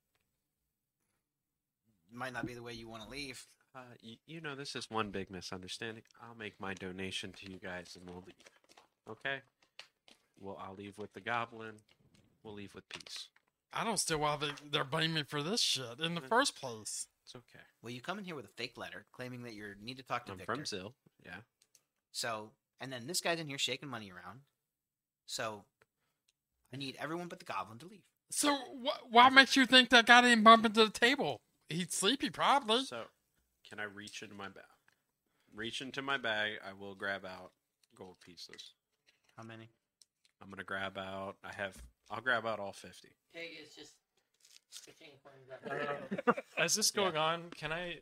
S4: Might not be the way you want to leave.
S3: uh, you, you know, this is one big misunderstanding. I'll make my donation to you guys, and we'll leave. Okay. Well, I'll leave with the goblin. We'll leave with peace.
S6: I don't see why they, they're blaming me for this shit in the first place.
S3: It's okay.
S4: Well, you come in here with a fake letter claiming that you are need to talk to
S3: I'm
S4: Victor.
S3: from Zill. Yeah.
S4: So, and then this guy's in here shaking money around. So, I need everyone but the goblin to leave.
S6: So wh- why makes you think that guy didn't bump into the table? He's sleepy, probably.
S3: So, can I reach into my bag? Reach into my bag. I will grab out gold pieces.
S4: How many?
S3: I'm gonna grab out. I have. I'll grab out all fifty.
S2: Pig is just switching coins up.
S7: As this going on, can I?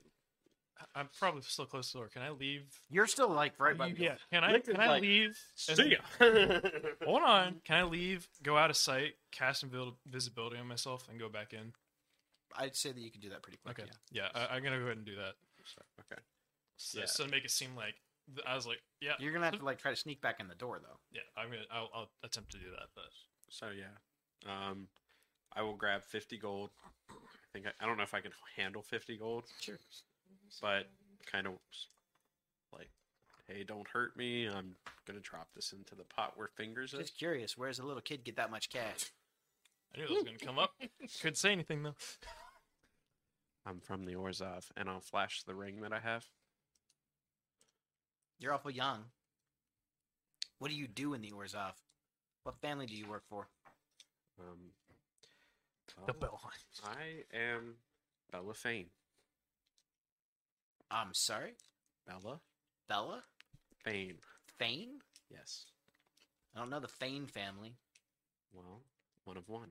S7: I- I'm probably still close to the door. Can I leave?
S4: You're still like right by the door.
S7: Yeah. Can I?
S3: Lick is
S7: Can I
S3: like,
S7: leave? as- Hold on. Can I leave? Go out of sight. Cast invisibility on myself and go back in.
S4: I'd say that you can do that pretty quick.
S7: Okay.
S4: yeah.
S7: Yeah. I, I'm gonna go ahead and do that.
S3: okay.
S7: So,
S3: Yeah.
S7: so to make it seem like th- I was like, yeah,
S4: You're gonna have to like try to sneak back in the door though.
S7: yeah. I'm gonna. I'll, I'll attempt to do that, but
S3: So yeah, um, I will grab fifty gold. I think I, I don't know if I can handle fifty gold. Sure. But kind of like, hey, don't hurt me. I'm gonna drop this into the pot where fingers is.
S4: Just curious, where does a little kid get that much cash?
S7: I knew it was gonna come up. Couldn't say anything though.
S3: I'm from the Orzov, and I'll flash the ring that I have.
S4: You're awful young. What do you do in the Orzov? What family do you work for?
S3: Um,
S7: The
S3: well,
S7: bell line.
S3: I am Bella Fane.
S4: I'm sorry,
S3: Bella
S4: Bella
S3: Fane.
S4: Fane.
S3: Yes.
S4: I don't know the Fane family.
S3: Well, one of one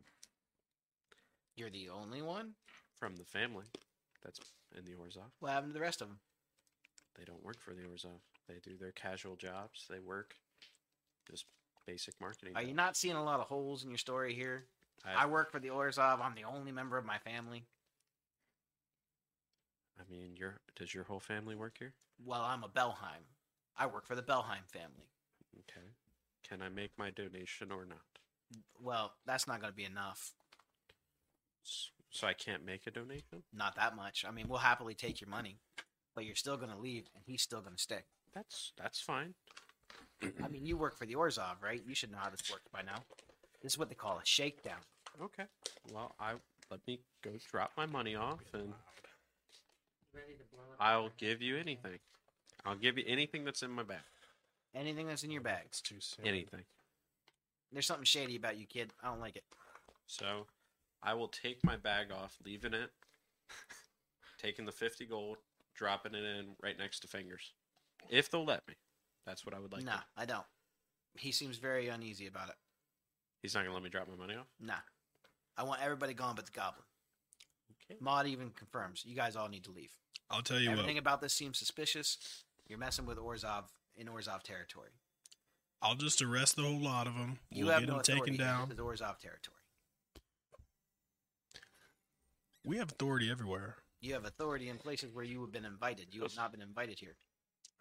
S4: You're the only one.
S3: from the family that's in the Orzov.
S4: What happened to the rest of them?
S3: They don't work for the Orzov. They do their casual jobs. They work just basic marketing.
S4: Are you not seeing a lot of holes in your story here? I
S3: I,
S4: work for the Orzov. I'm the only member of my family.
S3: I mean, your does your whole family work here?
S4: Well, I'm a Belheim. I work for the Belheim family.
S3: Okay. Can I make my donation or not?
S4: Well, that's not going to be enough.
S3: S- So I can't make a donation?
S4: Not that much. I mean, we'll happily take your money, but you're still going to leave, and he's still going to stay.
S3: That's that's fine.
S4: I mean, you work for the Orzov, right? You should know how this works by now. This is what they call a shakedown.
S3: Okay. Well, I let me go drop my money off and
S2: Ready to blow it.
S3: I'll give you anything. I'll give you anything that's in my bag.
S4: Anything that's in your bags.
S5: too soon.
S3: Anything.
S4: There's something shady about you, kid. I don't like it.
S3: So I will take my bag off, leaving it, taking the 50 gold, dropping it in right next to fingers. If they'll let me. That's what I would like. to-
S4: no, I don't. He seems very uneasy about it.
S3: He's not going to let me drop my money off.
S4: Nah. I want everybody gone but the goblin.
S3: Okay.
S4: Maud even confirms you guys all need to leave.
S5: I'll tell you what.
S4: Everything about this seems suspicious. You're messing with Orzov in Orzov territory.
S5: I'll just arrest the whole lot of them.
S4: You
S5: we'll
S4: have
S5: get
S4: no
S5: them taken
S4: authority.
S5: down.
S4: This is Orzov territory.
S5: We have authority everywhere.
S4: You have authority in places where you have been invited. You have not been invited here.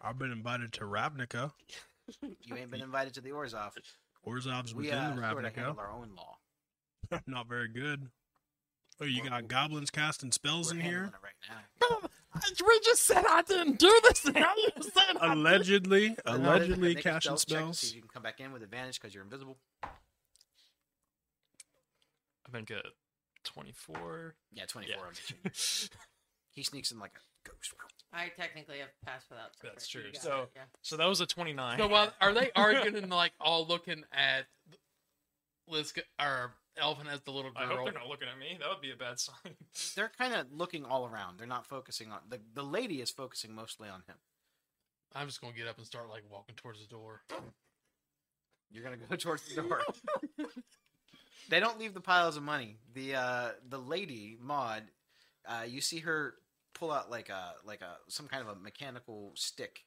S5: I've been invited to Ravnica.
S4: You ain't been invited to the Orzov.
S5: Orzov's
S4: We
S5: within
S4: uh,
S5: the
S4: sort of
S5: Ravnica.
S4: handle our own law.
S5: I'm not very good. Oh, you got goblins casting spells
S4: We're
S5: in
S4: handling
S5: here?
S4: it right now.
S15: We just said I didn't do this, and now you're saying I did.
S5: Allegedly,
S4: Right now, it is.
S5: allegedly
S4: Make a
S5: casting
S4: stealth check to see
S5: spells.
S4: if you can come back in with advantage because you're invisible.
S7: I think a 24.
S4: Yeah, 24.
S7: Yeah.
S4: on the check. He sneaks in like a ghost.
S2: I technically have passed without.
S7: That's
S2: suffering. You
S7: true.
S2: got
S7: So-
S2: it, yeah.
S7: so that was a 29.
S6: So while are they arguing and like all looking at Liska or Elvin as the little
S7: I
S6: girl?
S7: hope they're not looking at me. That would be a bad sign.
S4: They're kind of looking all around. They're not focusing on the the lady is focusing mostly on him.
S6: I'm just gonna get up and start like walking towards the door.
S4: You're gonna go towards the door. they don't leave the piles of money. The uh, the lady Maud, uh, you see her pull out like a like a some kind of a mechanical stick.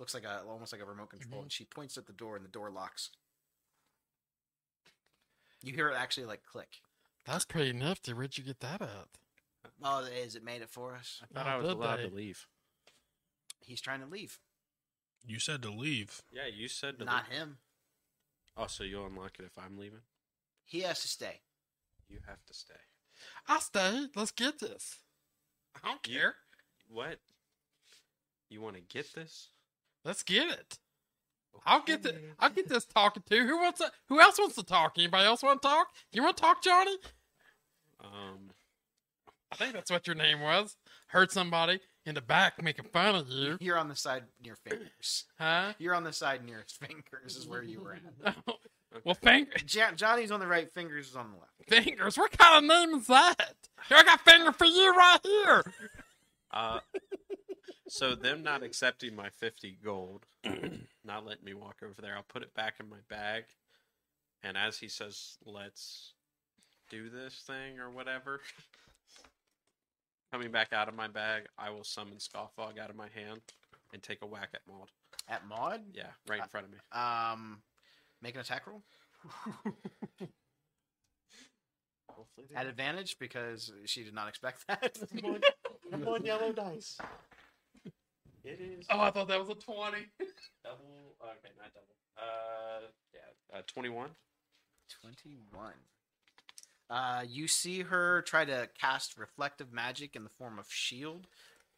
S4: Looks like a almost like a remote control, and she points at the door, and the door locks. You hear it actually like click.
S6: That's pretty nifty. Where'd you get that at?
S4: Oh, is it made it for us?
S3: I thought I was allowed to leave.
S4: He's trying to leave.
S5: You said to leave.
S3: Yeah, you said to
S4: Not
S3: leave.
S4: him.
S3: Oh, so you'll unlock it if I'm leaving?
S4: He has to stay.
S3: You have to stay.
S6: I stay. Let's get this. I don't
S3: You-
S6: care.
S3: What? You want to get this?
S6: Let's get it. I'll get the I'll get this talking to. Who wants to who else wants to talk? Anybody else want to talk? You wanna talk, Johnny?
S3: Um,
S6: I think that's what your name was. Heard somebody in the back making fun of you.
S4: You're on the side near fingers.
S6: Huh?
S4: You're on the side nearest fingers is where you were at.
S6: well finger,
S4: Ja- Johnny's on the right, fingers is on the left.
S6: fingers, what kind of name is that? Here I got finger for you right here.
S3: Uh, so them not accepting my fifty gold, not letting me walk over there, I'll put it back in my bag. And as he says, "Let's do this thing" or whatever, coming back out of my bag, I will summon Scoffog out of my hand and take a whack at Maud.
S4: At Maud,
S3: Yeah, right in front of me.
S4: um, make an attack roll at advantage because she did not expect that.
S16: on yellow dice.
S3: It is
S6: Oh, I thought that was a twenty.
S3: double. Okay, not double. Uh, yeah, uh, twenty-one.
S4: Twenty-one. Uh, you see her try to cast reflective magic in the form of shield,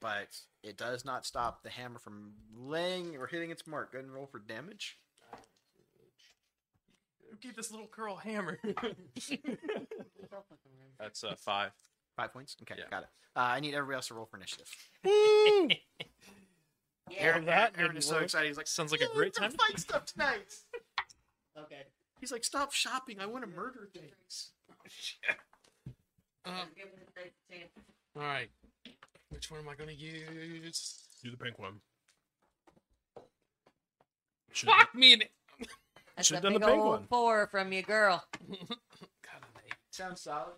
S4: but it does not stop the hammer from laying or hitting its mark. Go ahead and roll for damage.
S6: Keep this little curl hammer.
S3: That's uh, five.
S4: Five points. Okay,
S3: Yeah.
S4: got it. Uh, I need everybody else to roll for initiative.
S2: Yeah.
S16: that
S4: Aaron is so excited. He's like,
S7: Sounds like a great
S4: "We're
S7: time.
S4: gonna fight stuff tonight.
S2: Okay.
S4: He's like, stop shopping. I want to murder things.
S6: Um,
S2: Give it a second chance.
S6: all right. Which one am I gonna use?
S5: Do the pink one. Should-
S6: Fuck me in it.
S2: That's a
S5: Should've done the
S2: big
S5: big
S2: old
S5: one.
S2: four from your girl.
S6: God, an eight.
S4: Sounds solid.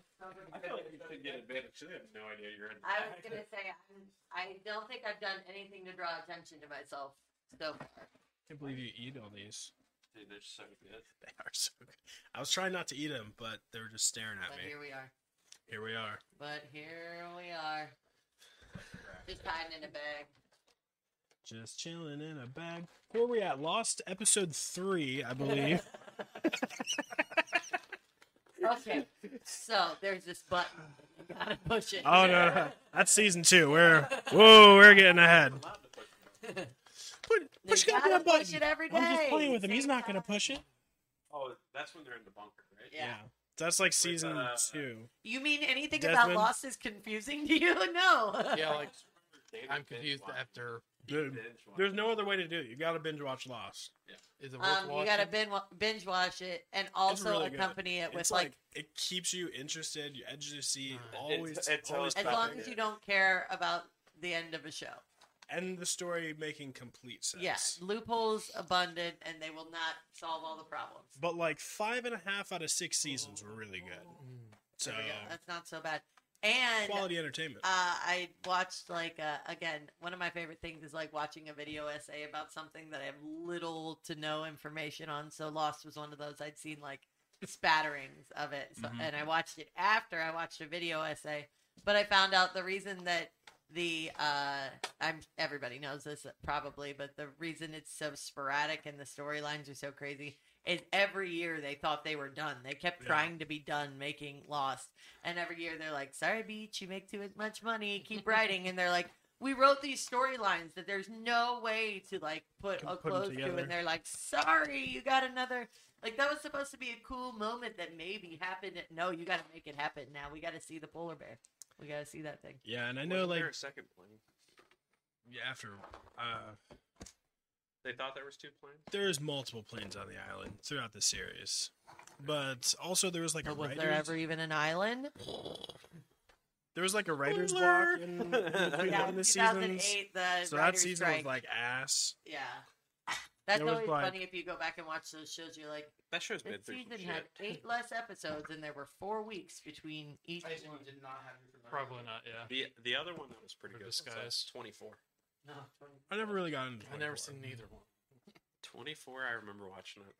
S3: I feel like you could get advantage. They have no idea you're in. the
S2: I
S3: back.
S2: was gonna say I'm- I don't think I've done anything to draw attention to myself so far.
S5: can't believe you eat all these.
S3: Dude, they're so good.
S5: They are so good. I was trying not to eat them, but they were just staring at
S2: But
S5: me.
S2: here we are.
S5: Here we are.
S2: But here we are. Just hiding in a bag.
S5: Just chilling in a bag. Where we at? Lost episode three, I believe.
S2: Okay. So there's this button. You gotta push it.
S5: oh no, no, that's season two. We're whoa, we're getting ahead. Put,
S2: You
S5: push
S2: gotta
S5: goddamn
S2: push
S5: button.
S2: it every day.
S5: I'm just playing with him. He's
S2: Same
S5: not gonna
S2: time.
S5: push it.
S3: Oh, that's when they're in the bunker, right?
S2: Yeah.
S5: That's like season
S3: uh,
S5: two.
S2: You mean anything
S5: Desmond?
S2: about Lost is confusing to you? No.
S6: Yeah, like I'm confused after
S5: Dude, there's no other way to do it. You got to binge watch Lost.
S6: is it worth
S2: Um, you
S6: watching?
S2: gotta binge wa- binge watch it and also
S5: really good.
S2: accompany it with
S5: it's
S2: like,
S5: like, it keeps you interested. You edge your seat.
S6: Alright.
S5: Always,
S17: It's- it's
S5: always
S17: always
S2: as long
S17: stopping
S2: as
S17: it.
S2: you don't care about the end of a show.
S5: end the story making complete sense.
S2: Yes, loopholes abundant, and they will not solve all the problems.
S5: But like five and a half out of six seasons were really good. So
S2: There we go. That's not so bad. And
S5: quality entertainment.
S2: uh, I watched like uh, again one of my favorite things is like watching a video essay about something that I have little to no information on. So Lost was one of those I'd seen like spatterings of it, so,
S7: Mhm.
S2: and I watched it after I watched a video essay. But I found out the reason that the uh, I'm everybody knows this probably, but the reason it's so sporadic and the storylines are so crazy is every year they thought they were done. They kept
S5: Yeah.
S2: trying to be done making Lost, and every year they're like, "Sorry, Beach, you make too much money. Keep writing." and they're like, "We wrote these storylines that there's no way to like put
S5: Can
S2: a
S5: put 'em
S2: close to,"
S5: together.
S2: and they're like, "Sorry, you got another." Like that was supposed to be a cool moment that maybe happened. No, you got to make it happen now. We got to see the polar bear. We got to see that thing.
S5: yeah, and I
S3: I
S5: know like
S3: there a second plane.
S5: yeah, after uh,
S3: They thought there was two planes.
S5: there's multiple planes on the island throughout the series, but also there was like a
S2: But was
S5: writer's,
S2: there ever even an island?
S5: there was like a writer's
S3: Spoiler!
S5: block in, Oh, in between
S2: Yeah,
S5: one of the seasons.
S2: 2008, the
S5: So that
S2: writer's
S5: season
S2: strike.
S5: was like ass.
S2: yeah. That's
S5: It was
S2: always
S5: like-
S2: funny if you go back and watch those shows. You're like,
S3: That show's
S2: this
S3: been through some
S2: season
S3: shit.
S2: had eight less episodes, and there were four weeks between each
S18: I assume
S2: one.
S18: you did not have your thermometer.
S7: Probably not. Yeah.
S3: The the other one that was pretty
S7: Or
S3: good.
S7: Disguise.
S3: Twenty four.
S18: No, twenty-
S5: I never really got into.
S6: I've never
S5: 24.
S6: seen either one.
S3: Twenty four. I remember watching it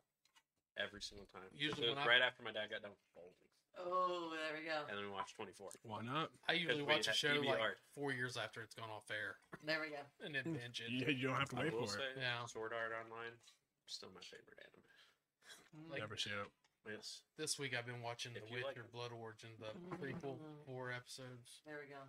S3: every single time.
S6: Usually
S3: It was
S6: when I-
S3: right after my dad got done with bowling,
S2: Oh, there we go.
S3: and then we watched twenty four.
S5: Why not?
S6: I usually
S3: we
S6: watch a
S3: had
S6: show like
S3: DVR.
S6: four years after it's gone off air
S2: There we go.
S6: and then binge
S5: You,
S6: it.
S5: you don't have to
S3: I
S5: wait
S3: will
S5: for
S3: say,
S5: it.
S6: Yeah.
S3: Sword Art Online, still my favorite anime.
S2: Mm,
S6: Like,
S5: never see it.
S3: It's
S6: this week I've been watching
S3: If
S6: The
S3: you
S6: Witcher
S3: like it.
S6: Blood Origin, the prequel, four episodes.
S2: There we go.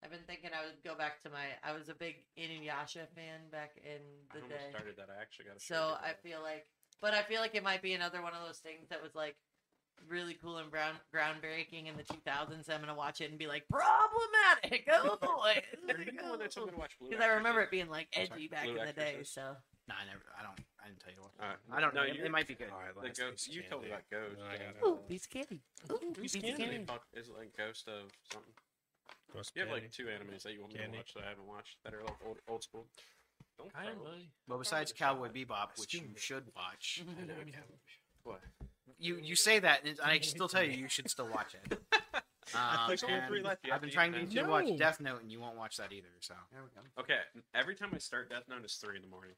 S2: I've been thinking I would go back to my. I was a big Inuyasha fan back in
S3: I
S2: the
S3: almost
S2: day.
S3: started that. I actually got. a
S2: So
S3: show
S2: I
S3: today.
S2: feel like, but I feel like it might be another one of those things that was like really cool and brown, groundbreaking in the 2000s. I'm gonna watch it and be like problematic. Oh boy,
S3: Are you the one that told me to watch Blue
S2: because I
S3: Exorcist?
S2: remember it being like
S4: sorry,
S2: edgy back in
S3: Blue
S2: the day.
S3: Exorcist?
S2: So
S4: No, I never. I don't. I didn't tell you what.
S3: All right.
S4: I don't
S3: No,
S4: know. It,
S3: you-
S4: it might be good.
S5: All right,
S3: The
S5: last
S3: ghost.
S5: piece of
S3: You told me
S5: candy.
S3: about Ghost.
S5: No, I
S3: yeah.
S5: got it.
S2: ooh, piece of candy. Ooh, piece of
S3: Candy
S2: candy.
S3: Pop is like Ghost of something.
S5: Ghost
S3: You have
S5: Candy.
S3: like two animes that you want me
S5: Candy.
S3: to watch that I haven't watched that are like old old school. Don't
S7: I am
S3: probably.
S4: But besides Cowboy Bebop, which you should watch,
S3: I know, I can't- What?
S4: you you say that, and I still tell you you should still watch it. Um,
S3: There's only three
S4: and
S3: left. You have
S4: I've been
S3: to eat
S4: trying to
S3: them.
S4: get you to watch
S5: No.
S4: Death Note, and you won't watch that either. So,
S2: There we go.
S3: Okay, every time I start Death Note is three in the morning.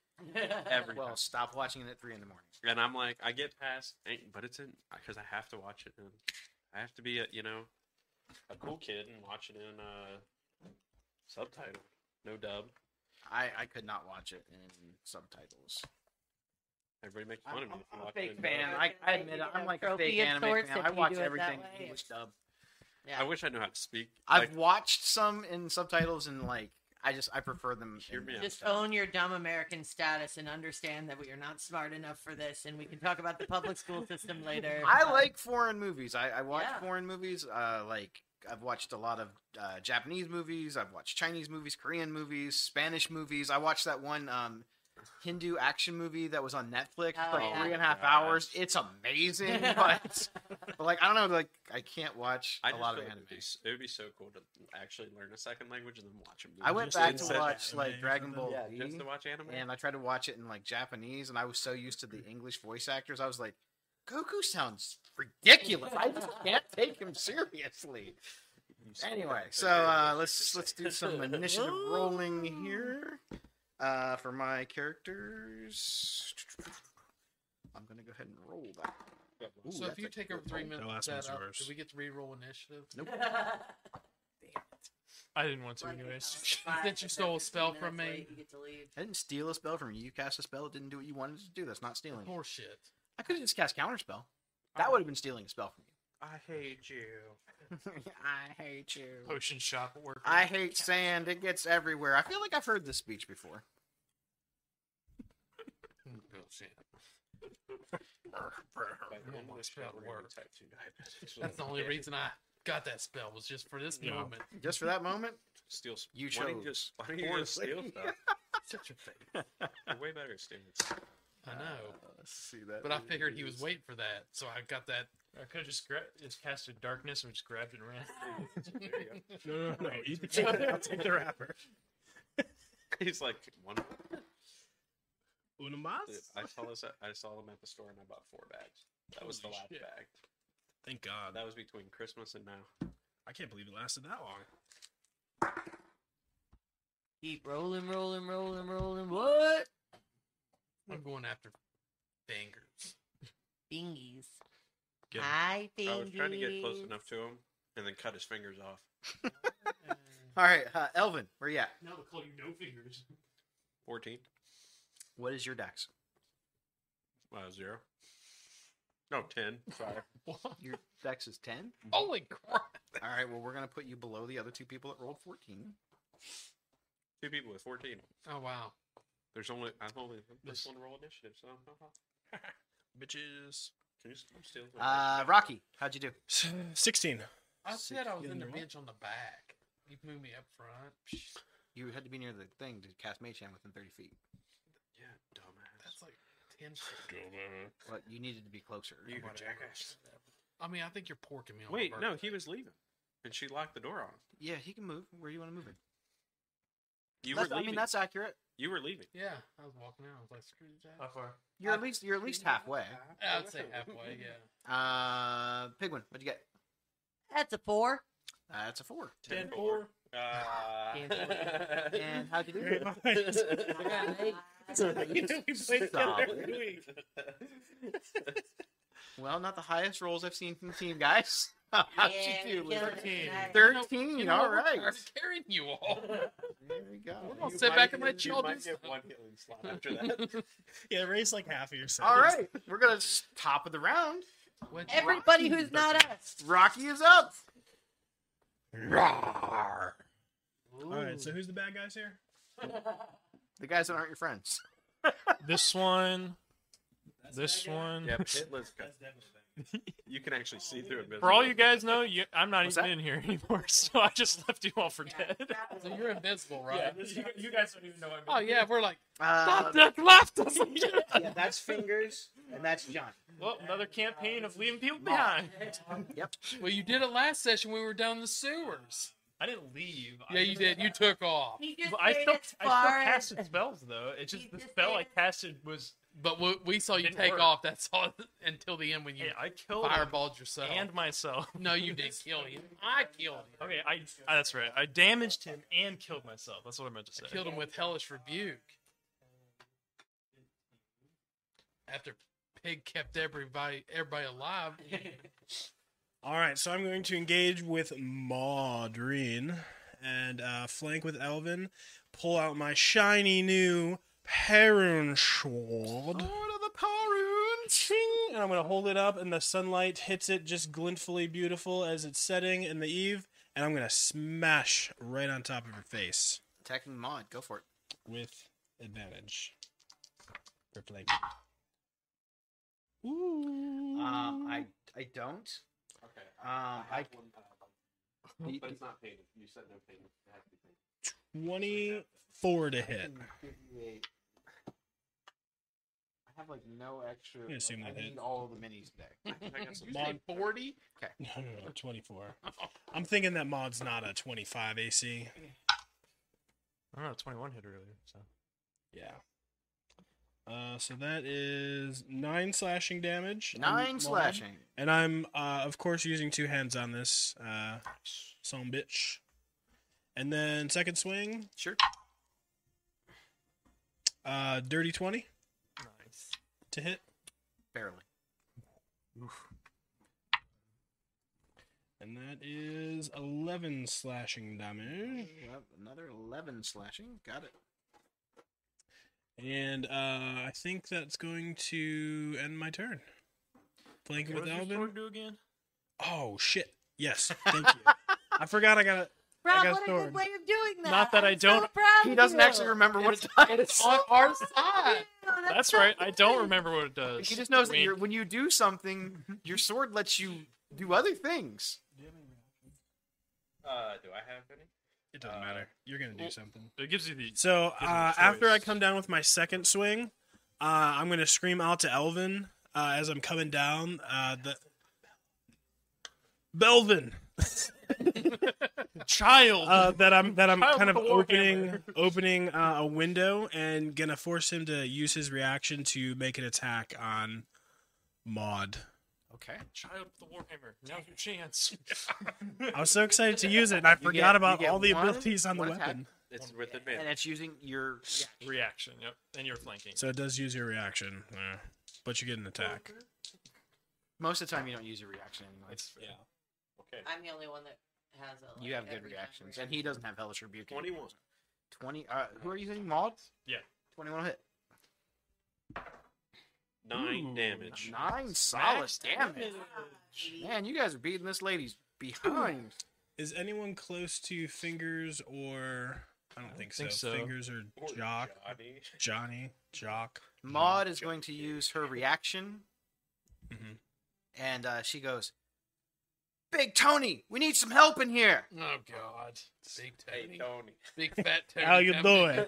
S3: Every
S4: well, stop watching it at three in the morning.
S3: time. and I'm like, I get past, ain't- but it's in because I have to watch it. In, I have to be a you know a cool kid and watch it in uh subtitle, no dub.
S4: I I could not watch it in subtitles.
S3: Everybody makes
S4: I'm-
S3: fun of me. if you
S4: I'm a
S3: watch it
S4: big
S3: in
S4: fan.
S3: dub.
S4: I, I admit it. I'm like a big
S2: Trophy of
S4: anime
S2: sorts
S4: fan.
S2: if
S4: I
S2: you
S4: watch
S2: do it that
S4: everything
S2: way.
S4: in English dub.
S2: Yeah.
S3: I wish I knew how to speak.
S4: I've
S3: like,
S4: watched some in subtitles, and like I just I prefer them.
S3: Hear
S4: in
S3: me out.
S2: Just own your dumb American status and understand that we are not smart enough for this, and we can talk about the public school system later.
S4: I
S2: but-
S4: like foreign movies. I, I watch
S2: Yeah.
S4: foreign movies. Uh, like I've watched a lot of uh, Japanese movies. I've watched Chinese movies, Korean movies, Spanish movies. I watched that one um, Hindu action movie that was on Netflix
S2: Oh,
S4: for like
S2: yeah.
S4: three and a half
S3: Gosh.
S4: hours. It's amazing, but, but like I don't know, like I can't watch
S3: I
S4: a
S3: just
S4: lot
S3: feel
S4: of
S3: like
S4: anime.
S3: It'd be, so- it would be so cool to actually learn a second language and then watch a movie.
S4: I went
S3: just
S4: back
S3: to
S4: to
S3: sit
S4: watch
S5: anime or
S4: like Dragon Ball
S5: something.
S4: Z,
S3: Yeah, just to watch anime.
S4: and I tried to watch it in like Japanese, and I was so used to
S6: Mm.
S4: the English voice actors, I was like, Goku sounds ridiculous. I just can't take him seriously. Anyway, so uh, let's let's do some initiative
S6: Oh.
S4: rolling here uh, for my characters. I'm gonna go ahead and roll that. Ooh,
S6: so if
S4: that's
S6: you
S4: a
S6: take
S4: good
S6: over three
S4: roll.
S6: minutes,
S5: The last
S6: to
S5: one's
S6: set up,
S5: yours.
S6: do we get to re-roll initiative?
S7: I didn't want to
S2: Lucky
S7: anyways.
S2: how it's
S6: Since you
S2: five,
S6: stole
S2: fifteen
S6: a spell from
S2: minutes
S6: me.
S2: late, You get to leave.
S4: I didn't steal a spell from you. You cast a spell. It didn't do what you wanted it to do. That's not stealing.
S6: Horseshit.
S4: I could have just cast counter spell. That would have been stealing a spell from
S3: I hate you.
S4: you. I hate you.
S7: Potion shop worker.
S4: I hate sand. It gets everywhere. I feel like I've heard this speech before.
S6: Bullshit.
S3: By the end of this
S6: That
S3: round, we're gonna be
S6: worked.
S3: type two diabetes.
S6: That's the only reason I got that spell was just for this
S7: Yeah.
S6: moment.
S4: Just for that moment,
S3: Steal. s-
S8: You
S3: Why don't
S8: chose.
S3: you just? Why don't you
S8: Poorly.
S3: just steal stuff?
S6: Such a thing.
S3: You're way better at stealing. stuff.
S6: I know,
S4: see that.
S6: but I figured he was waiting for that, so I got that.
S7: I could have just gra- just casted darkness and just grabbed it and ran.
S3: There you go.
S5: No, no, no. Eat the chicken. I'll take the wrapper.
S3: He's like one.
S5: Una mas?
S3: I saw this. At, I saw them at the store and I bought four bags. That was the
S5: Holy
S3: last
S5: shit.
S3: bag.
S5: Thank God.
S3: That was between Christmas and now.
S5: I can't believe it lasted that long.
S2: Keep rolling, rolling, rolling, rolling. What?
S7: Hmm.
S6: I'm going after fingers.
S2: Fingies.
S5: Get 'em.
S2: Hi, fingies.
S3: I was trying to get close enough to him and then cut his fingers off.
S4: All right, uh, Elvin, where you at?
S7: now they call you no fingers.
S3: Fourteen.
S4: What is your dex?
S3: Uh, zero. No, ten. Sorry.
S4: Your dex is ten.
S6: Holy crap!
S4: All right, well we're gonna put you below the other two people that rolled fourteen.
S3: Two people with fourteen.
S6: Oh wow!
S3: There's only I've only
S7: This-
S3: this one to roll initiative, so
S5: Bitches.
S3: can you s- steal? the-
S4: Uh, Rocky, how'd you do?
S5: 16.
S6: I said I was
S5: Sixteen
S6: in the
S5: what?
S6: bench on the back. You moved me up front. Psh,
S4: You had to be near the thing to cast Mage Hand within thirty feet,
S3: yeah, dumbass.
S6: That's like ten. feet.
S4: but you needed to be closer.
S3: You
S6: Whatever.
S3: jackass.
S6: I mean, I think you're porking me. On
S3: Wait,
S6: the
S3: no, he was leaving, and she locked the door on him.
S4: Yeah, he can move. Where do you want to move him?
S3: You
S4: That's-
S3: were
S4: I
S3: leaving.
S4: mean, that's accurate.
S3: You were leaving.
S6: Yeah, I was walking out. I was like, screw
S7: How
S6: that.
S7: far?
S4: You're
S3: Uh,
S4: at least you're at least halfway.
S6: I'd say halfway. Yeah.
S4: Uh, Pigwin, what'd you get?
S2: That's a four.
S4: Uh, that's a four.
S3: Ten four. Uh,
S4: And how'd you do?
S5: Great minds.
S4: well, not the highest rolls I've seen from the team, guys. how'd
S2: Yeah,
S4: you do?
S2: we killed
S4: Lizard?
S2: it tonight.
S4: Thirteen.
S6: You know what?
S4: all
S6: We're
S4: right.
S6: tired of carrying you all.
S4: There we go.
S6: I'll sit back and let y'all do stuff.
S3: after that.
S5: Yeah, raise like half of your sentence.
S4: All right, we're gonna s- top of the round.
S6: Which-
S2: Everybody who's not us.
S4: Rocky is up.
S5: All right, so who's the bad guys here?
S4: The guys that aren't your friends.
S7: This one. this one.
S3: yeah, Pitlin's cut. You can actually see through it.
S7: For all you guys know, you, I'm not
S4: What's
S7: even
S4: that?
S7: in here anymore, so I just left you all for dead.
S6: So you're invincible,
S7: Yeah,
S6: right?
S7: you, you guys don't even know I'm
S6: Oh
S7: in
S6: yeah,
S7: here.
S6: we're like
S4: Uh,
S7: That left us.
S8: yeah, that's fingers, and that's Johnny.
S7: well, another campaign of leaving people behind.
S6: Well, you did it last session when we were down in the sewers.
S7: I didn't leave. I
S6: Yeah, you
S7: just-
S6: did. You took off.
S2: He just
S7: Well, I
S2: made
S7: still,
S2: it
S7: I still
S2: far
S7: casted
S2: as-
S7: spells though. It's just
S2: He
S7: the
S2: just
S7: spell
S2: made
S7: I
S2: it-
S7: casted was
S6: But we, we saw you
S7: Didn't
S6: take
S7: work.
S6: off. That's all until the end when you
S7: hey, I killed him
S6: fireballed yourself.
S7: and myself.
S6: no, you didn't kill him. I killed him.
S7: Okay, I ah, that's right. I damaged him and killed myself. That's what I meant to say.
S6: I killed him with hellish rebuke. After Pig kept everybody everybody alive.
S5: All right, so I'm going to engage with Maudreen and uh, flank with Elvin, pull out my shiny new Perun Sword.
S7: of the Paroon.
S5: Ching! And I'm going to hold it up, and the sunlight hits it just glintfully beautiful as it's setting in the eve. And I'm going to smash right on top of her face
S4: attacking Mod, go for it.
S5: with advantage. For flanking. Ooh.
S4: Um, I I don't.
S3: Okay.
S4: Um, I
S3: one, uh,
S4: You-
S3: but it's not painted. You said no painted. It has to be painted.
S5: 24 to hit.
S4: I have like no extra.
S5: gonna assume
S4: like,
S5: that
S4: I
S5: hit.
S4: need all the minis today.
S6: You say forty?
S5: No, no, no, 24. I'm thinking that mod's not a 25 AC.
S7: I don't know. Twenty-one hit earlier. So
S5: Yeah. Uh, so that is nine slashing damage. on
S4: Nine
S5: mod.
S4: slashing.
S5: And I'm, uh, of course, using two hands on this, uh, some bitch. And then second swing,
S4: Sure.
S5: uh, dirty 20
S7: nice.
S5: to hit.
S4: Barely.
S5: And that is 11 slashing damage.
S4: Well, another eleven slashing. Got it.
S5: And uh, I think that's going to end my turn. Flanking
S7: What
S5: with
S7: does
S5: Elvin.
S7: your sword do again?
S5: Oh shit! Yes, thank you. I forgot I got
S2: Rob,
S5: got
S2: what a
S5: sword.
S2: good way of doing that.
S7: Not that I
S2: I'm so
S7: don't-
S2: proud
S4: He
S2: of
S4: doesn't
S2: you.
S4: actually remember what it does.
S6: It's on our side.
S2: Yeah,
S7: That's
S2: so
S7: right. I don't
S2: good.
S7: remember what it does.
S4: He just knows that
S7: Wink.
S4: you're, when you do something, your sword lets you do other things.
S3: Uh, do I have any?
S5: It doesn't
S3: Uh,
S5: matter. You're gonna do
S7: well-
S5: something.
S7: It gives you the
S5: So
S7: Gives them a
S5: uh, after I
S7: choice.
S5: come down with my second swing, uh, I'm gonna scream out to Elvin uh, as I'm coming down. Uh, the Belvin,
S7: child.
S5: uh, that I'm that I'm
S7: Child
S5: kind of
S7: with a warhammer.
S5: opening opening uh, a window and gonna force him to use his reaction to make an attack on Maud.
S4: Okay.
S7: child with the warhammer. Now's your chance.
S5: I was so excited to use it, and I
S4: You
S5: forgot
S4: get-
S5: about
S4: you get
S5: all the
S4: one-
S5: abilities on the
S4: one attack.
S5: weapon.
S3: It's with
S4: And
S3: advantage.
S4: it's using your.
S7: Reaction. Yep. And you're flanking.
S5: So it does use your reaction, yeah. but you get an attack.
S4: Most of the time, you don't use your reaction anyway.
S7: That's fair.
S3: Okay.
S2: I'm the only one that has a. Like,
S4: You have good
S2: every time
S4: reactions,
S2: reaction.
S4: and he doesn't have hellish rebuke. anymore.
S3: 21.
S4: 20. Uh, who are you hitting? Maud?
S7: Yeah.
S4: 21 hit.
S3: Nine
S7: Ooh.
S3: damage.
S4: Nine solid
S7: Max
S4: damage. Man, you guys are beating this lady's behind.
S5: Is anyone close to fingers or I don't, think,
S7: think
S5: so.
S7: so.
S5: Fingers or
S3: Poor
S5: Jock,
S3: Johnny.
S5: Johnny, Jock.
S4: Maud is going to use her reaction,
S5: Mhm.
S4: and uh, she goes, "Big Tony, we need some help in here."
S6: Oh God, big
S3: Hey,
S6: Tony,
S3: Tony.
S6: big fat Tony.
S5: How you
S6: coming.
S4: Is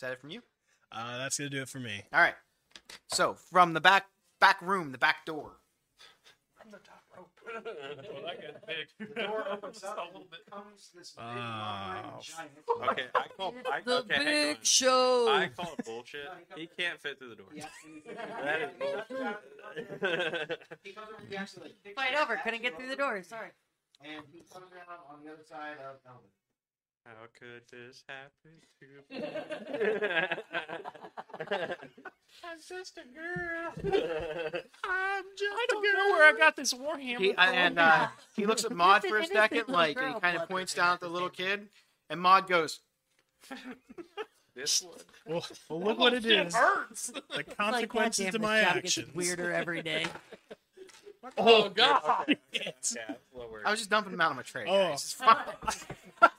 S4: that it from you?
S5: Uh, that's gonna do it for me.
S4: All right. So from the back back room, the back door.
S7: Well, that got big. Just a little bit.
S5: Oh,
S3: Okay, I call. I, okay, hang on.
S2: show.
S3: I call it bullshit. He can't fit through the door. That is bullshit.
S2: Fight over. Couldn't get through the door. Sorry.
S4: And he comes around on the other side of Elvin.
S3: How could this happen to me? I'm just a girl.
S7: I don't know where I got this warhammer.
S4: He,
S7: from.
S4: and uh, he looks at Maud for a
S2: It's an
S4: second,
S2: innocent
S4: like,
S2: little
S4: and
S2: girl
S4: he kind of
S2: plucking
S4: points
S2: at
S4: down at the
S2: the
S4: little
S2: same
S4: kid, and Maud goes,
S3: this one.
S5: well, well, look what it
S7: It
S5: is.
S7: Oh, hurts.
S5: The consequences to my actions.
S2: weirder every day.
S6: Oh God,
S3: Yeah, lower.
S4: "I was just dumping him out on my tray."
S5: Oh.
S4: guys. It's fine.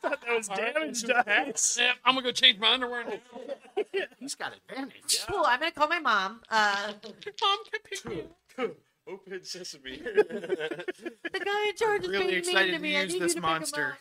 S5: That was damage dice.
S6: Snap, I'm gonna go change my underwear. Now.
S4: Oh He's got advantage.
S2: Cool. I'm gonna call my mom. Uh,
S6: Mom can pick me. up.
S3: Open sesame.
S2: the guy in charge is
S4: really
S2: being
S4: excited
S2: mean
S4: to
S2: to me. I
S4: use
S2: need
S4: this
S2: you to
S4: monster.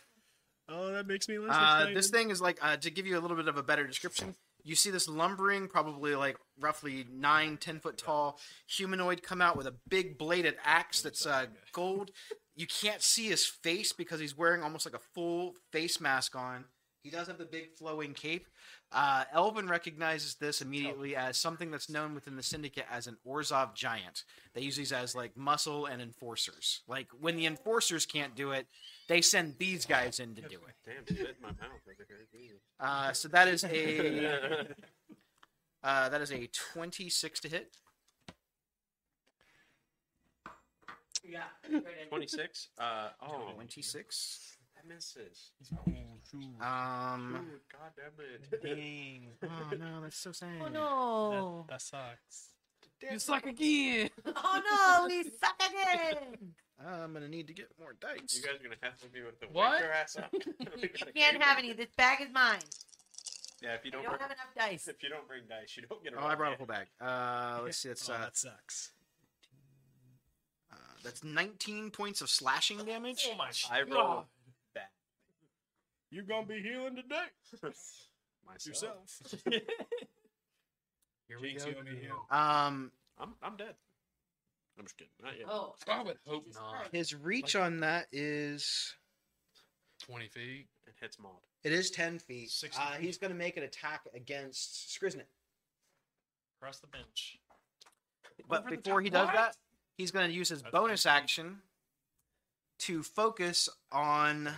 S5: Oh, that makes me less
S4: Uh,
S5: excited.
S4: this thing is like uh, to give you a little bit of a better description. You see this lumbering, probably like roughly nine, ten foot tall humanoid come out with a big bladed axe that's uh, gold. You can't see his face because he's wearing almost like a full face mask on. He does have the big flowing cape. Uh, Elvin recognizes this immediately as something that's known within the syndicate as an Orzov giant. They use these as like muscle and enforcers. Like when the enforcers can't do it, they send these guys in to do it.
S3: Damn, you bit my mouth over here. Jesus.
S4: Uh, so that is a uh, that is a twenty six to hit.
S2: Yeah.
S3: 26? Uh, oh,
S4: Twenty six.
S3: that misses.
S4: Um.
S3: Ooh, God damn it.
S4: Oh no, that's so sad.
S2: Oh no.
S5: that sucks.
S6: You suck again.
S2: Oh no. We suck again.
S4: I'm gonna need to get more dice.
S3: You guys are gonna have to be with the
S6: What?
S3: wake your ass up.
S2: You can't have any. This bag is mine.
S3: Yeah, if
S2: I
S3: you don't,
S2: don't
S3: bring,
S2: have enough dice.
S3: if you don't bring dice, you don't get a
S4: oh, I
S3: roll.
S4: brought a whole bag. Uh, let's see. That's
S5: oh,
S4: uh,
S5: that sucks.
S4: uh, that's nineteen points of slashing damage.
S7: Oh my
S3: I
S7: God.
S3: rolled bad
S5: You're gonna be healing today
S3: myself.
S5: Here we
S3: Jinx,
S5: go.
S3: you over here.
S4: Um,
S3: I'm, I'm dead. I'm just kidding. Not yet.
S2: Oh.
S6: I would hope
S2: Jesus
S6: not.
S2: Christ.
S4: his reach on that is
S6: Twenty feet.
S3: It hits Maud.
S4: it is ten feet.
S7: 60
S4: Uh, he's gonna make an attack against Skriznet.
S7: Across the bench.
S4: But
S7: Over the
S4: before
S7: top-
S4: he does
S7: What?
S4: that, he's going to use his
S7: That's
S4: bonus
S7: insane.
S4: action to focus on.
S3: I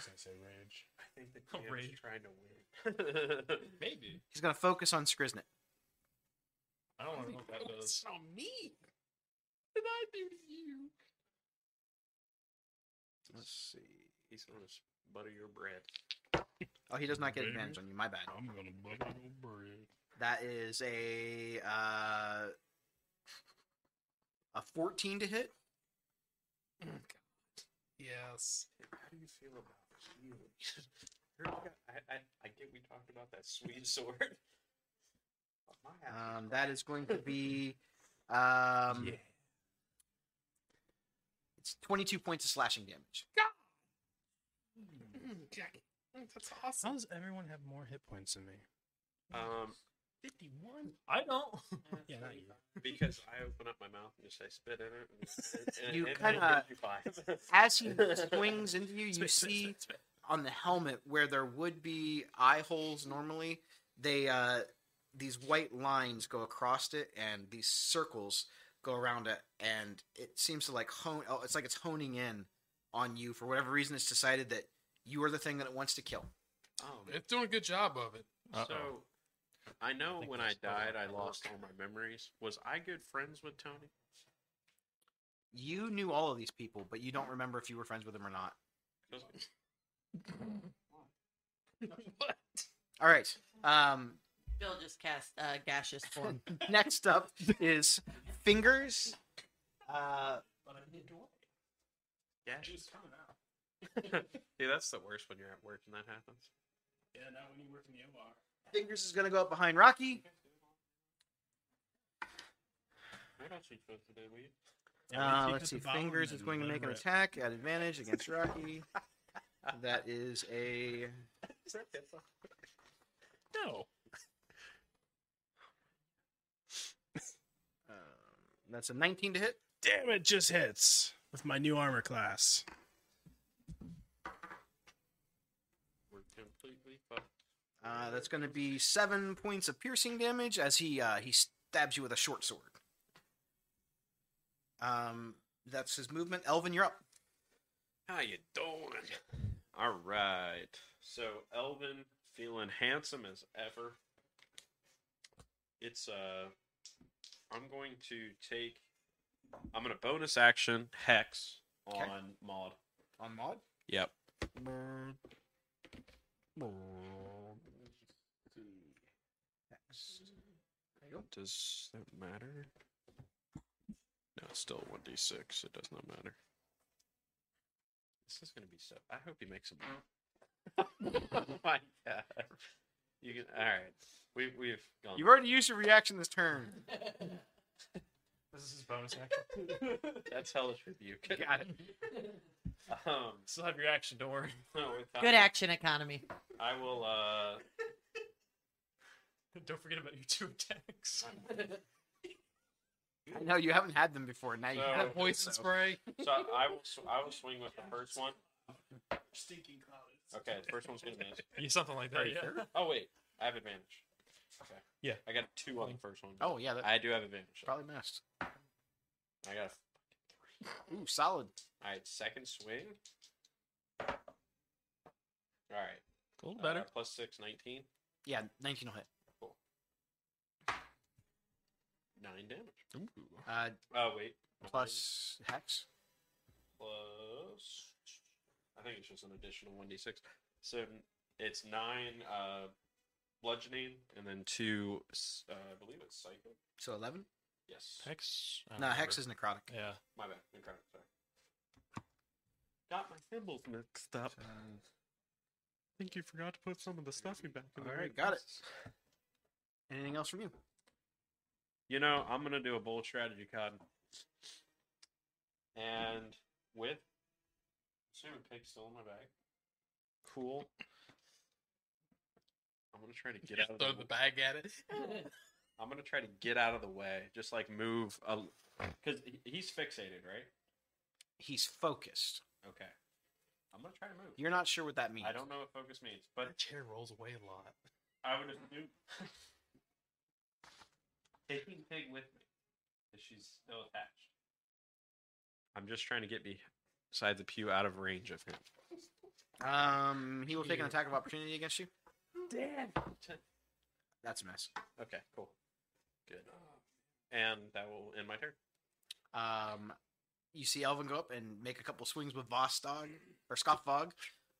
S3: think the
S7: Oh,
S3: cam's
S7: Ray.
S3: trying to win.
S7: Maybe.
S4: He's going to focus on Skriznet.
S7: I don't know what that does.
S6: on me. What did I do to you?
S3: Let's see. He's gonna s- butter your bread.
S4: Oh, he does not get
S7: Maybe.
S4: advantage on you. My bad.
S7: I'm gonna butter your bread.
S4: That is a uh, a fourteen to hit.
S6: Yes.
S3: How do you feel about healing? You're like a- I, I, I get we talked about that sweet sword. But my ass
S4: Um, that is going to be um,
S3: Yeah.
S4: it's twenty-two points of slashing damage.
S6: That's
S5: How
S6: awesome.
S5: does everyone have more hit points than me?
S3: Um,
S5: Fifty-one.
S7: I don't.
S5: Yeah, not you.
S3: because I open up my mouth and just say spit in it. And, and,
S4: You
S3: and it
S4: kinda-
S3: gives you five.
S4: As he swings into you, you
S5: Spit, spit,
S4: see
S5: spit, spit.
S4: on the helmet where there would be eye holes normally they uh these white lines go across it and these circles go around it and it seems to like hone oh, it's like it's honing in on you for whatever reason it's decided that you are the thing that it wants to kill
S3: Oh, man.
S6: It's doing a good job of it.
S3: So, I know
S5: think
S3: when I
S5: that's probably
S3: died,
S5: not
S3: I
S5: gonna
S3: lost all my memories. Was I good friends with Tony?
S4: you knew all of these people but you don't remember if you were friends with them or not
S3: 'Cause-
S4: all right um
S2: Bill just cast uh, gaseous form.
S4: next up is fingers uh
S3: Yeah. She's coming out. Dude, that's the worst when you're at work and that happens.
S4: fingers is gonna go up behind rocky
S3: What else are you supposed to do, will you?
S5: Yeah,
S4: Uh,
S5: keep it
S4: let's
S5: at
S4: see.
S5: the bottom
S4: Fingers
S5: and
S4: is going to
S5: let
S4: make
S5: it
S4: an
S5: rip.
S4: attack at advantage against Rocky. that is a
S5: No.
S4: um, that's a 19 to hit.
S5: Damn it! Just hits with my new armor class.
S3: We're completely fucked.
S4: Uh, that's going to be seven points of piercing damage as he uh, he stabs you with a short sword. Um, that's his movement. Elvin, you're up.
S3: How you doing? All right. So Elvin feeling handsome as ever. It's uh I'm going to take I'm gonna bonus action hex on mod.
S4: On mod.
S3: Yep. Does that matter? No, it's still one d six. It does not matter. This is gonna be so. I hope he makes them. oh my god! You can. All right. We we've gone.
S4: You've already used your reaction this turn.
S7: This is his bonus action.
S3: That's hellish rebuke.
S4: Got it.
S3: Um.
S7: Still have your action. Don't worry.
S3: no, with that,
S2: Good action economy.
S3: I will. Uh.
S7: Don't forget about your two attacks.
S4: I know you haven't had them before. Now you
S3: So-
S4: have
S6: That poison
S4: so-
S6: spray.
S3: So I, I will. Sw- I will swing with the first one. Stinking cloud. Okay. The first one's gonna miss.
S7: Yeah, something like that.
S3: Are you
S7: Yeah.
S3: sure? Oh wait, I have advantage. Okay.
S7: Yeah.
S3: I got a two on the first one.
S4: Oh yeah, that
S3: I do have advantage. though.
S4: probably missed.
S3: I got.
S4: Ooh, solid.
S3: A, all right, second swing. All right.
S7: A little
S3: Uh, plus six, 19.
S4: Yeah, 19 will hit.
S3: Nine damage.
S4: Uh,
S3: Oh wait.
S4: plus hex.
S3: plus I think it's just an additional one d six. So it's nine uh, bludgeoning and then two. s- Uh, I believe it's psychic.
S4: So 11?
S3: Yes.
S7: Hex. I don't
S4: No,
S7: remember.
S4: Hex is necrotic.
S7: Yeah.
S3: My bad. I'm trying sorry. Got my symbols mixed up. I think you forgot to put some of the stuffing back in
S4: All right, got it. Anything else from you?
S3: You know, I'm gonna do a bold strategy, Cotton. And with assuming pig's still in my bag. Cool. I'm gonna try to get out
S6: Just
S3: of
S6: throw
S3: the,
S6: the bag at it.
S3: I'm gonna try to get out of the way. Just like move a because he's fixated, right?
S4: He's focused.
S3: Okay. I'm gonna try to move.
S4: You're not sure what that means.
S3: I don't know what focus means, but
S6: That chair rolls away a lot.
S3: I would assume taking Pig with me because she's still attached. I'm just trying to get beside the pew out of range of him.
S4: Um, he will take an attack of opportunity against you. That's a mess.
S3: Okay, cool, good, and that will end my turn.
S4: Um, you see Elvin go up and make a couple swings with Vostog or Scoffvog.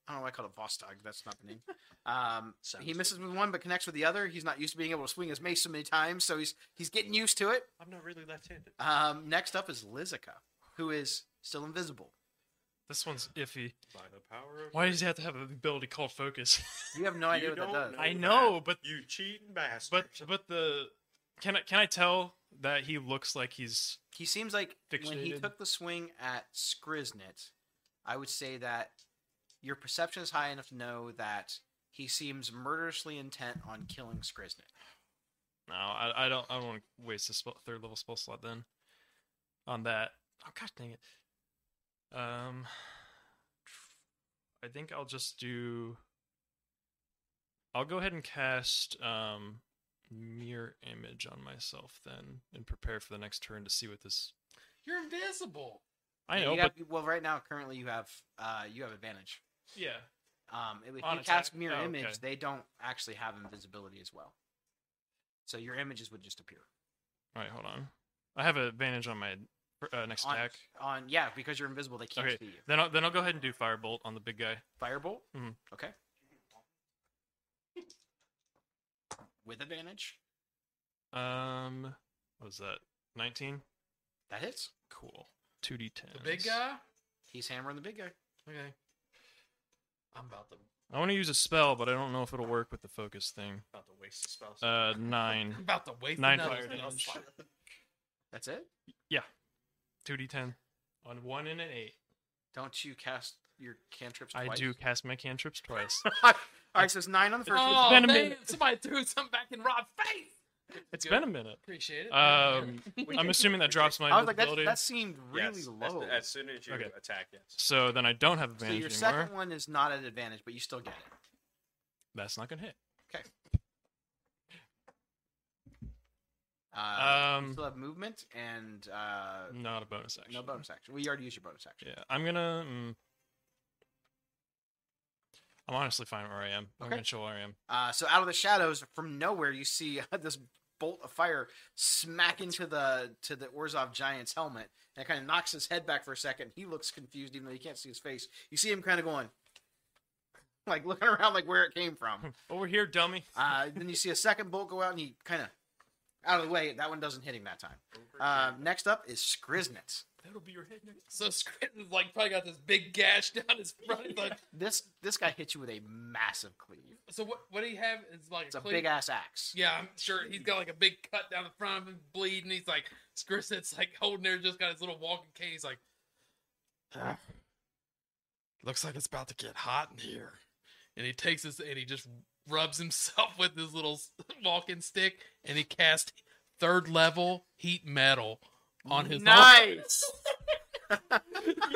S4: I don't know why I called it Vostog. That's not the name. Um,
S3: Sounds
S4: he misses with one but connects with the other. He's not used to being able to swing his mace so many times, so he's he's getting used to it.
S3: I'm not really left-handed.
S4: Um, next up is Lizica, who is still invisible.
S7: This one's iffy.
S3: By the power of
S7: Why does he have to have an ability called focus?
S4: You have no idea what that does.
S7: I know, but
S3: you cheating bastard.
S7: but but the can I can I tell that he looks like he's
S4: He seems like when he
S7: Fixated.
S4: took the swing at Skriznit, I would say that your perception is high enough to know that he seems murderously intent on killing Skriznik.
S7: No, I, I don't. I don't want to waste a spell, third level spell slot then. On that. Oh gosh dang it. Um, I think I'll just do. I'll go ahead and cast um, mirror image on myself then, and prepare for the next turn to see what this.
S6: You're invisible.
S7: I
S4: Yeah,
S7: know,
S4: you
S7: but
S4: got- well, right now, currently, you have uh, you have advantage.
S7: yeah,
S4: Um, if
S7: On
S4: you cast
S7: attack?
S4: mirror
S7: Oh,
S4: image,
S7: okay.
S4: they don't actually have invisibility as well. So your images would just appear
S7: All right, hold on. I have advantage on my uh, next
S4: on,
S7: attack.
S4: on yeah because you're invisible. They can't
S7: Okay.
S4: see you.
S7: Then I'll, then I'll go ahead and do firebolt on the big guy.
S4: Firebolt.
S7: Mhm.
S4: Okay. With advantage,
S7: Um, what was that? 19?
S4: that hits.
S7: Cool. 2d10.
S6: The big guy.
S4: He's hammering the big guy.
S6: Okay. I'm about to
S7: I want to use a spell, but I don't know if it'll work with the focus thing.
S3: About to waste the spell.
S7: Uh, 9.
S6: I'm about to waste
S7: Nine
S6: another
S7: fire
S6: spell
S7: damage.
S6: slot.
S4: That's it.
S7: 2d10. On 1 and an 8.
S4: Don't you cast your cantrips?
S7: I
S4: Twice?
S7: do cast my cantrips twice.
S4: All right, so it's nine on the first.
S6: Oh,
S7: been a
S6: dang
S7: minute.
S6: it, somebody threw something back in Rob's face.
S7: it's
S6: Good.
S7: been a minute.
S6: Appreciate it.
S7: Um, I'm assuming that drops my
S4: I was like, that,
S7: invisibility.
S4: that seemed really
S3: yes,
S4: low.
S3: As, as soon as you
S7: Okay.
S3: attack, yes.
S7: So then I don't have
S4: so your
S7: advantage anymore.
S4: second one is not at advantage, but you still get it.
S7: That's not going to hit.
S4: Uh, you
S7: Um, Hmm.
S4: still have movement and uh,
S7: Not a bonus action.
S4: no bonus action. Well, you already used your bonus action.
S7: Yeah, I'm gonna. Mm, I'm honestly fine where I am. I'm
S4: Okay.
S7: gonna chill where I am.
S4: Uh, so out of the shadows, from nowhere, you see this bolt of fire smack into the to the Orzov giant's helmet, and it kind of knocks his head back for a second. He looks confused, even though you can't see his face. You see him kind of going, like looking around, like where it came from.
S7: Over here, dummy.
S4: Uh, then you see a second bolt go out, and he kind of out of the way. That one doesn't hit him that time. Um, next up is Skriznitz.
S7: That'll be your hit next.
S6: so Scranton's like probably got this big gash down his front. He's like,
S4: This this guy hits you with a massive cleave.
S6: so what? What do you have? Is like
S4: It's a
S6: clean-
S4: big ass axe.
S6: Yeah, I'm sure he's got like a big cut down the front of him, bleeding. He's like, Skrisset's like holding there, just got his little walking cane. He's like, "Ah, looks like it's about to get hot in here. And he takes this and he just rubs himself with his little s- walking stick and he casts third level heat metal on his
S4: Nice.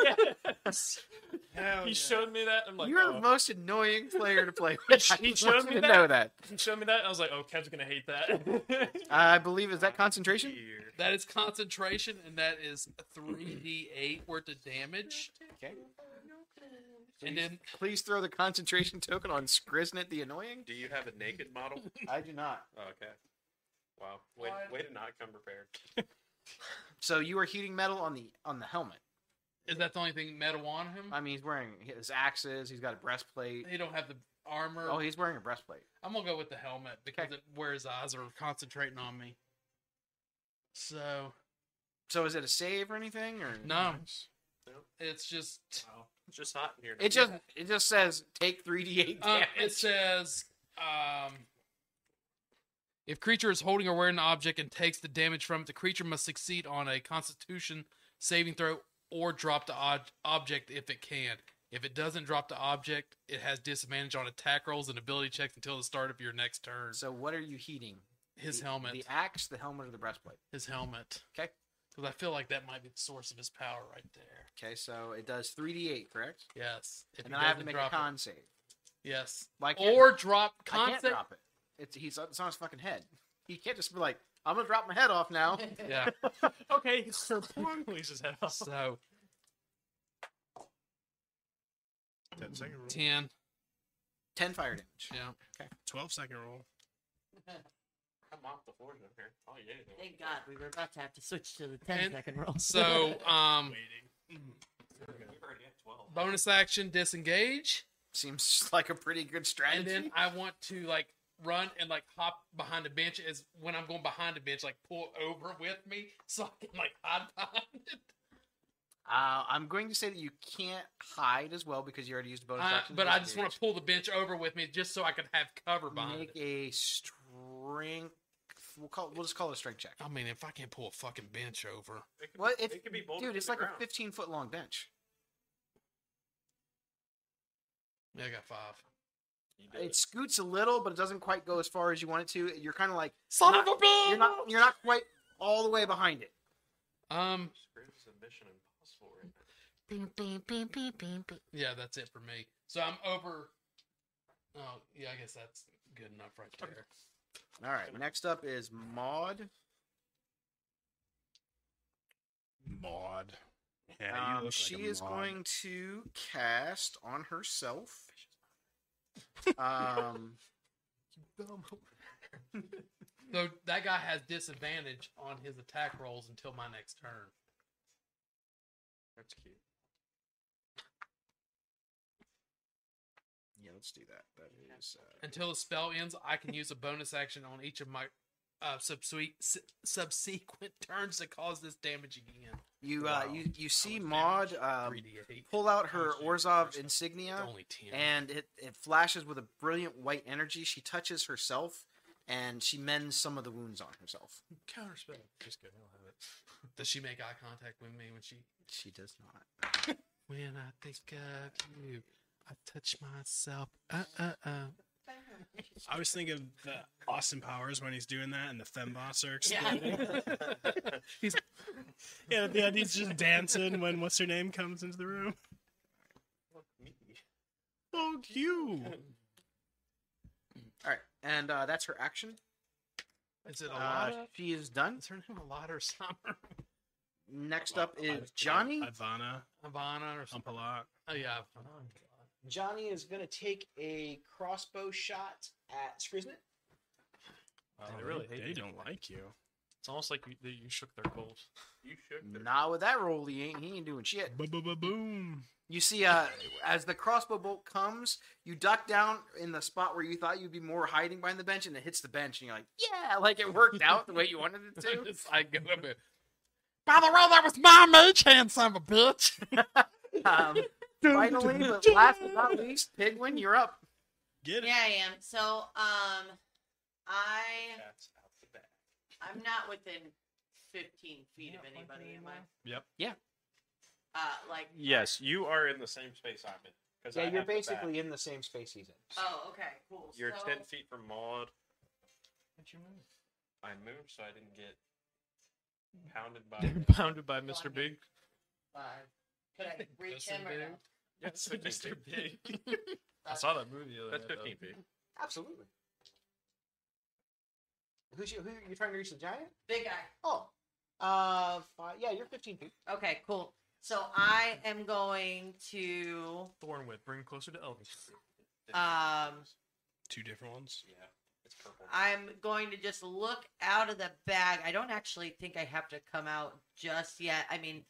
S7: yes.
S6: Hell
S7: he
S6: yeah.
S7: showed me that. I'm like,
S4: You're
S7: oh.
S4: the
S6: uh,
S4: most annoying player to play with. I
S7: He
S4: just
S7: showed
S4: want
S7: me
S4: you to
S7: that.
S4: know that.
S7: he showed me that. and I was like, oh, Kev's gonna hate that.
S4: I believe is that concentration.
S6: That is concentration and that is 3d8 worth of damage.
S4: Okay.
S6: And then
S4: Please throw the concentration token on Skriznet the annoying.
S3: Do you have a naked model?
S4: I do not.
S3: Oh, okay. Wow. Way, way to not come prepared.
S4: So you are heating metal on the on the helmet.
S6: is that the only thing metal on him?
S4: I mean, he's wearing his axes. He's got a breastplate.
S6: He don't have the armor.
S4: Oh, he's wearing a breastplate.
S6: I'm gonna go with the helmet because it, where his eyes are concentrating on me. So
S4: So is it a save or anything or
S6: no,
S3: Nope.
S6: it's just
S3: Wow. It's just hot in here.
S4: It just it just says take three d eight
S6: uh,
S4: damage.
S6: it says um, if creature is holding or wearing an object and takes the damage from it, the creature must succeed on a Constitution saving throw or drop the ob- object if it can. If it doesn't drop the object, it has disadvantage on attack rolls and ability checks until the start of your next turn.
S4: So what are you heating?
S6: His
S4: The-
S6: helmet.
S4: the axe, the helmet, or the breastplate?
S6: his helmet.
S4: Okay.
S6: Because I feel like that might be the source of his power right there.
S4: Okay, so it does three d eight, correct?
S6: Yes. If
S4: And
S6: he
S4: then I have to
S6: doesn't
S4: make a
S6: drop it.
S4: con save.
S6: Yes.
S4: Like
S6: Or drop
S4: I can't
S6: concept.
S4: drop it. It's he's it's on his fucking head. He can't just be like, I'm gonna drop my head off now.
S6: Yeah.
S7: okay, so please just have
S6: So
S5: Ten second roll.
S6: ten.
S4: Ten fire damage.
S6: Yeah.
S5: Twelve second roll.
S3: I'm off the floor down here. Oh, yeah.
S2: Thank God we were about to have to switch to the 10
S6: And-
S2: second roll.
S6: So um,
S3: Mm. We already at 12.
S6: bonus action disengage,
S4: Seems like a pretty good strategy.
S6: and then I want to like run and like hop behind the bench. As when I'm going behind the bench, like pull over with me so I can like hide behind it.
S4: uh, I'm going to say that you can't hide as well because you already used bonus
S6: I-
S4: action.
S6: Uh, but I just want to pull the bench over with me just so I can have cover behind
S4: make
S6: it.
S4: a strength. We'll call. We'll just call it a strength check.
S6: I mean, if I can't pull a fucking bench over,
S3: It could
S4: What?
S3: be-
S4: It's,
S3: it could be bolted
S4: dude,
S3: to
S4: it's
S3: the
S4: like
S3: ground.
S4: a 15 foot long bench.
S6: Yeah, I got five.
S4: It scoots a little, but it doesn't quite go as far as you want it to. You're kind of like
S6: Son
S4: Not-
S6: of a bitch!
S4: you're not you're not quite all the way behind it.
S6: Um.
S3: Scrooge's a mission impossible right now.
S6: Yeah, that's it for me. So I'm over. Oh, yeah, I guess that's good enough right there.
S4: All right. Next up is Maud.
S19: Maud. Yeah, you
S4: Um,
S19: look like
S4: she
S19: a
S4: is
S19: Maud.
S4: going to cast on herself. Um,
S6: So that guy has disadvantage on his attack rolls until my next turn.
S3: That's cute.
S4: yeah, let's do that. That is uh,
S6: Until the spell ends, I can use a bonus action on each of my uh, subsequent subsequent turns to cause this damage again.
S4: you. Uh,
S6: Wow.
S4: you you see
S6: much
S4: Maud um,
S6: 3d8.
S4: pull out
S6: How
S4: her
S6: much damage
S4: Orzov
S6: first up?
S4: insignia.
S6: Only ten.
S4: and it, it flashes with a brilliant white energy. She touches herself and she mends some of the wounds on herself.
S6: counter spell. Just kidding. I'll have it. Does she make eye contact with me when she?
S4: She does not.
S6: When I think of you, I touch myself. Uh uh uh.
S5: I was thinking of the Austin Powers when he's doing that and the fembots are exploding. he's yeah, the idiots just dancing when what's her name comes into the room. Fuck you!
S4: All right, and uh, that's her action.
S6: Is it a
S4: Uh,
S6: lot?
S4: she is done.
S6: Is her name a lot or summer?
S4: Next up is Johnny.
S5: Ivana
S6: Ivana or something?
S5: Humpalot.
S6: Oh yeah, Ivana.
S4: Johnny is going to take a crossbow shot at Skriznit.
S7: Wow, they really hate
S5: They
S7: you.
S5: don't like you.
S7: It's almost like you, they- you shook their gold.
S3: You shook their
S4: Nah, with that roll, he ain't. He ain't doing shit.
S5: Boom!
S4: You see, uh, as the crossbow bolt comes, you duck down in the spot where you thought you'd be more hiding behind the bench, and it hits the bench, and you're like, "Yeah, like it worked out the way you wanted it to."
S6: Just, I go up there.
S1: By the way, that was my mage hand, son of a bitch.
S4: Um, finally, but last but not least, Pigwin, you're up.
S5: Get it.
S2: Yeah, I am. So, um, I
S3: cats out the back.
S2: I'm not within 15 feet of anybody, am I?
S7: Yep.
S4: Yeah.
S2: Uh, like
S3: Yes, you are in the same space I'm in. 'cause I have the bat.
S4: in the same space he's in.
S2: Oh, okay, cool.
S3: You're
S2: so,
S3: ten feet from Maud. Did you move? I moved so I didn't get pounded by.
S7: Pounded by
S2: Well, I
S7: Mr.
S2: mean-
S7: Big.
S2: five. uh, Could I reach
S6: Listen,
S2: him or no?
S6: dude.
S3: Yes,
S7: Mr. Big. I
S2: That's-
S7: saw that movie the other
S3: That's
S7: night,
S3: fifteen feet.
S4: Absolutely. Who's you, who you trying to reach the giant?
S2: Big guy.
S4: Oh, uh, fi- yeah, you're 15 feet.
S2: Okay, cool. So I am going to
S7: though. Thorn Whip, bring closer to Elvis.
S2: um
S5: Two different ones.
S3: Yeah, it's purple.
S2: I'm going to just look out of the bag. I don't actually think I have to come out just yet. I mean,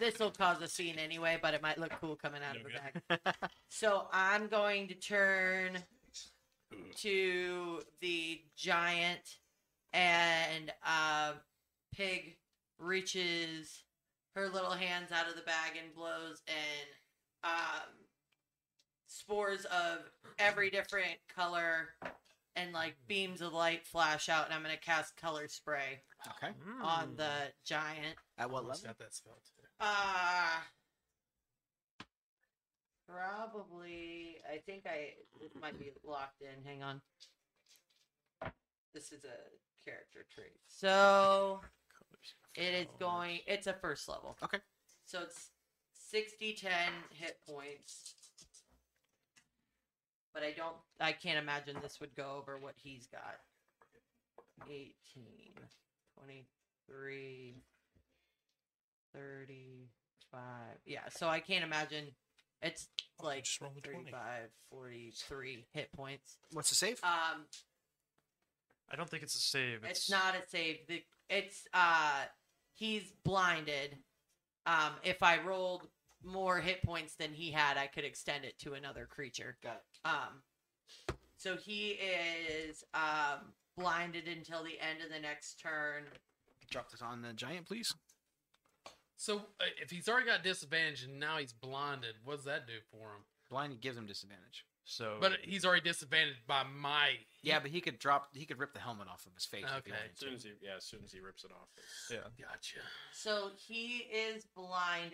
S2: this will cause a scene anyway, but it might look cool coming out of the bag. so I'm going to turn to the giant, and uh, Pig reaches her little hands out of the bag and blows, and um, spores of every different color and like beams of light flash out, and I'm gonna cast color spray
S4: Okay.
S2: on the giant.
S4: At what
S6: Hmm. Almost
S4: level?
S6: got that spell too.
S2: Uh probably. I think I this might be locked in. Hang on. This is a character trait, so it is going. It's a first level.
S4: Okay.
S2: So it's 60, 10 hit points. But I don't. I can't imagine this would go over what he's got. 18, 23, 35. Yeah, so I can't imagine it's like
S5: Just roll a 20.
S2: 35, 43 hit points.
S4: What's the save?
S2: Um
S7: I don't think it's a save. It's,
S2: it's not a save. The it's uh he's blinded. Um if I rolled more hit points than he had, I could extend it to another creature.
S4: Got it.
S2: Um so he is um blinded until the end of the next turn.
S4: Drop this on the giant, please.
S6: So uh, if he's already got disadvantage and now he's blinded, what does that do for him?
S4: Blinded gives him disadvantage.
S7: So,
S6: But he's already disadvantaged by my.
S4: Yeah, but he could drop. He could rip the helmet off of his face. If he
S6: Okay.
S4: wanted
S3: As
S4: to.
S3: soon as he, yeah, as soon as he rips it off. it's-
S7: yeah.
S6: Gotcha.
S2: So he is blinded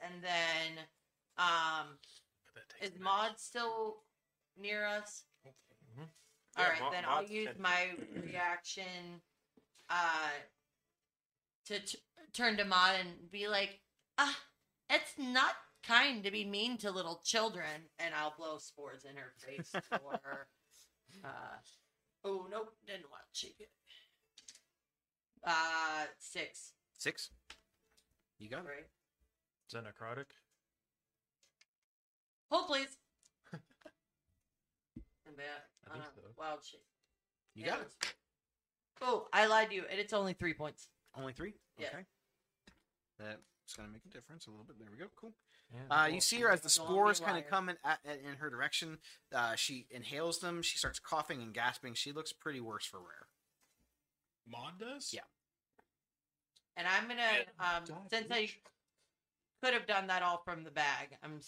S2: and then um
S5: That takes
S2: Is
S5: an
S2: Maud still near us?
S7: Mhm.
S2: All
S3: Yeah,
S2: right,
S3: Maud-
S2: then I'll
S3: Maud's
S2: use
S3: ten
S2: my reaction uh, to t- turn to Maud and be like, ah, it's not kind to be mean to little children. And I'll blow spores in her face for. Uh, oh, nope, didn't want to cheat it. Uh, six,
S4: Six. You got it.
S2: right?
S7: Is that necrotic?
S2: Hold, please. and that,
S7: I think
S2: uh,
S7: so.
S2: wild shape.
S4: You
S2: Yeah,
S4: got it.
S2: it's- Oh, I lied to you, and it's only three points.
S4: Only three.
S2: Yeah.
S4: Okay. That's gonna make a difference a little bit. There we go. Cool.
S7: Yeah.
S4: Uh, you see her as the
S2: Don't be
S4: spores kind
S2: liar.
S4: of coming at, at, in her direction. Uh, she inhales them. She starts coughing and gasping. She looks pretty worse for wear.
S5: Maud does?
S4: Yeah.
S2: And I'm gonna, um, since I could have done that all from the bag, I'm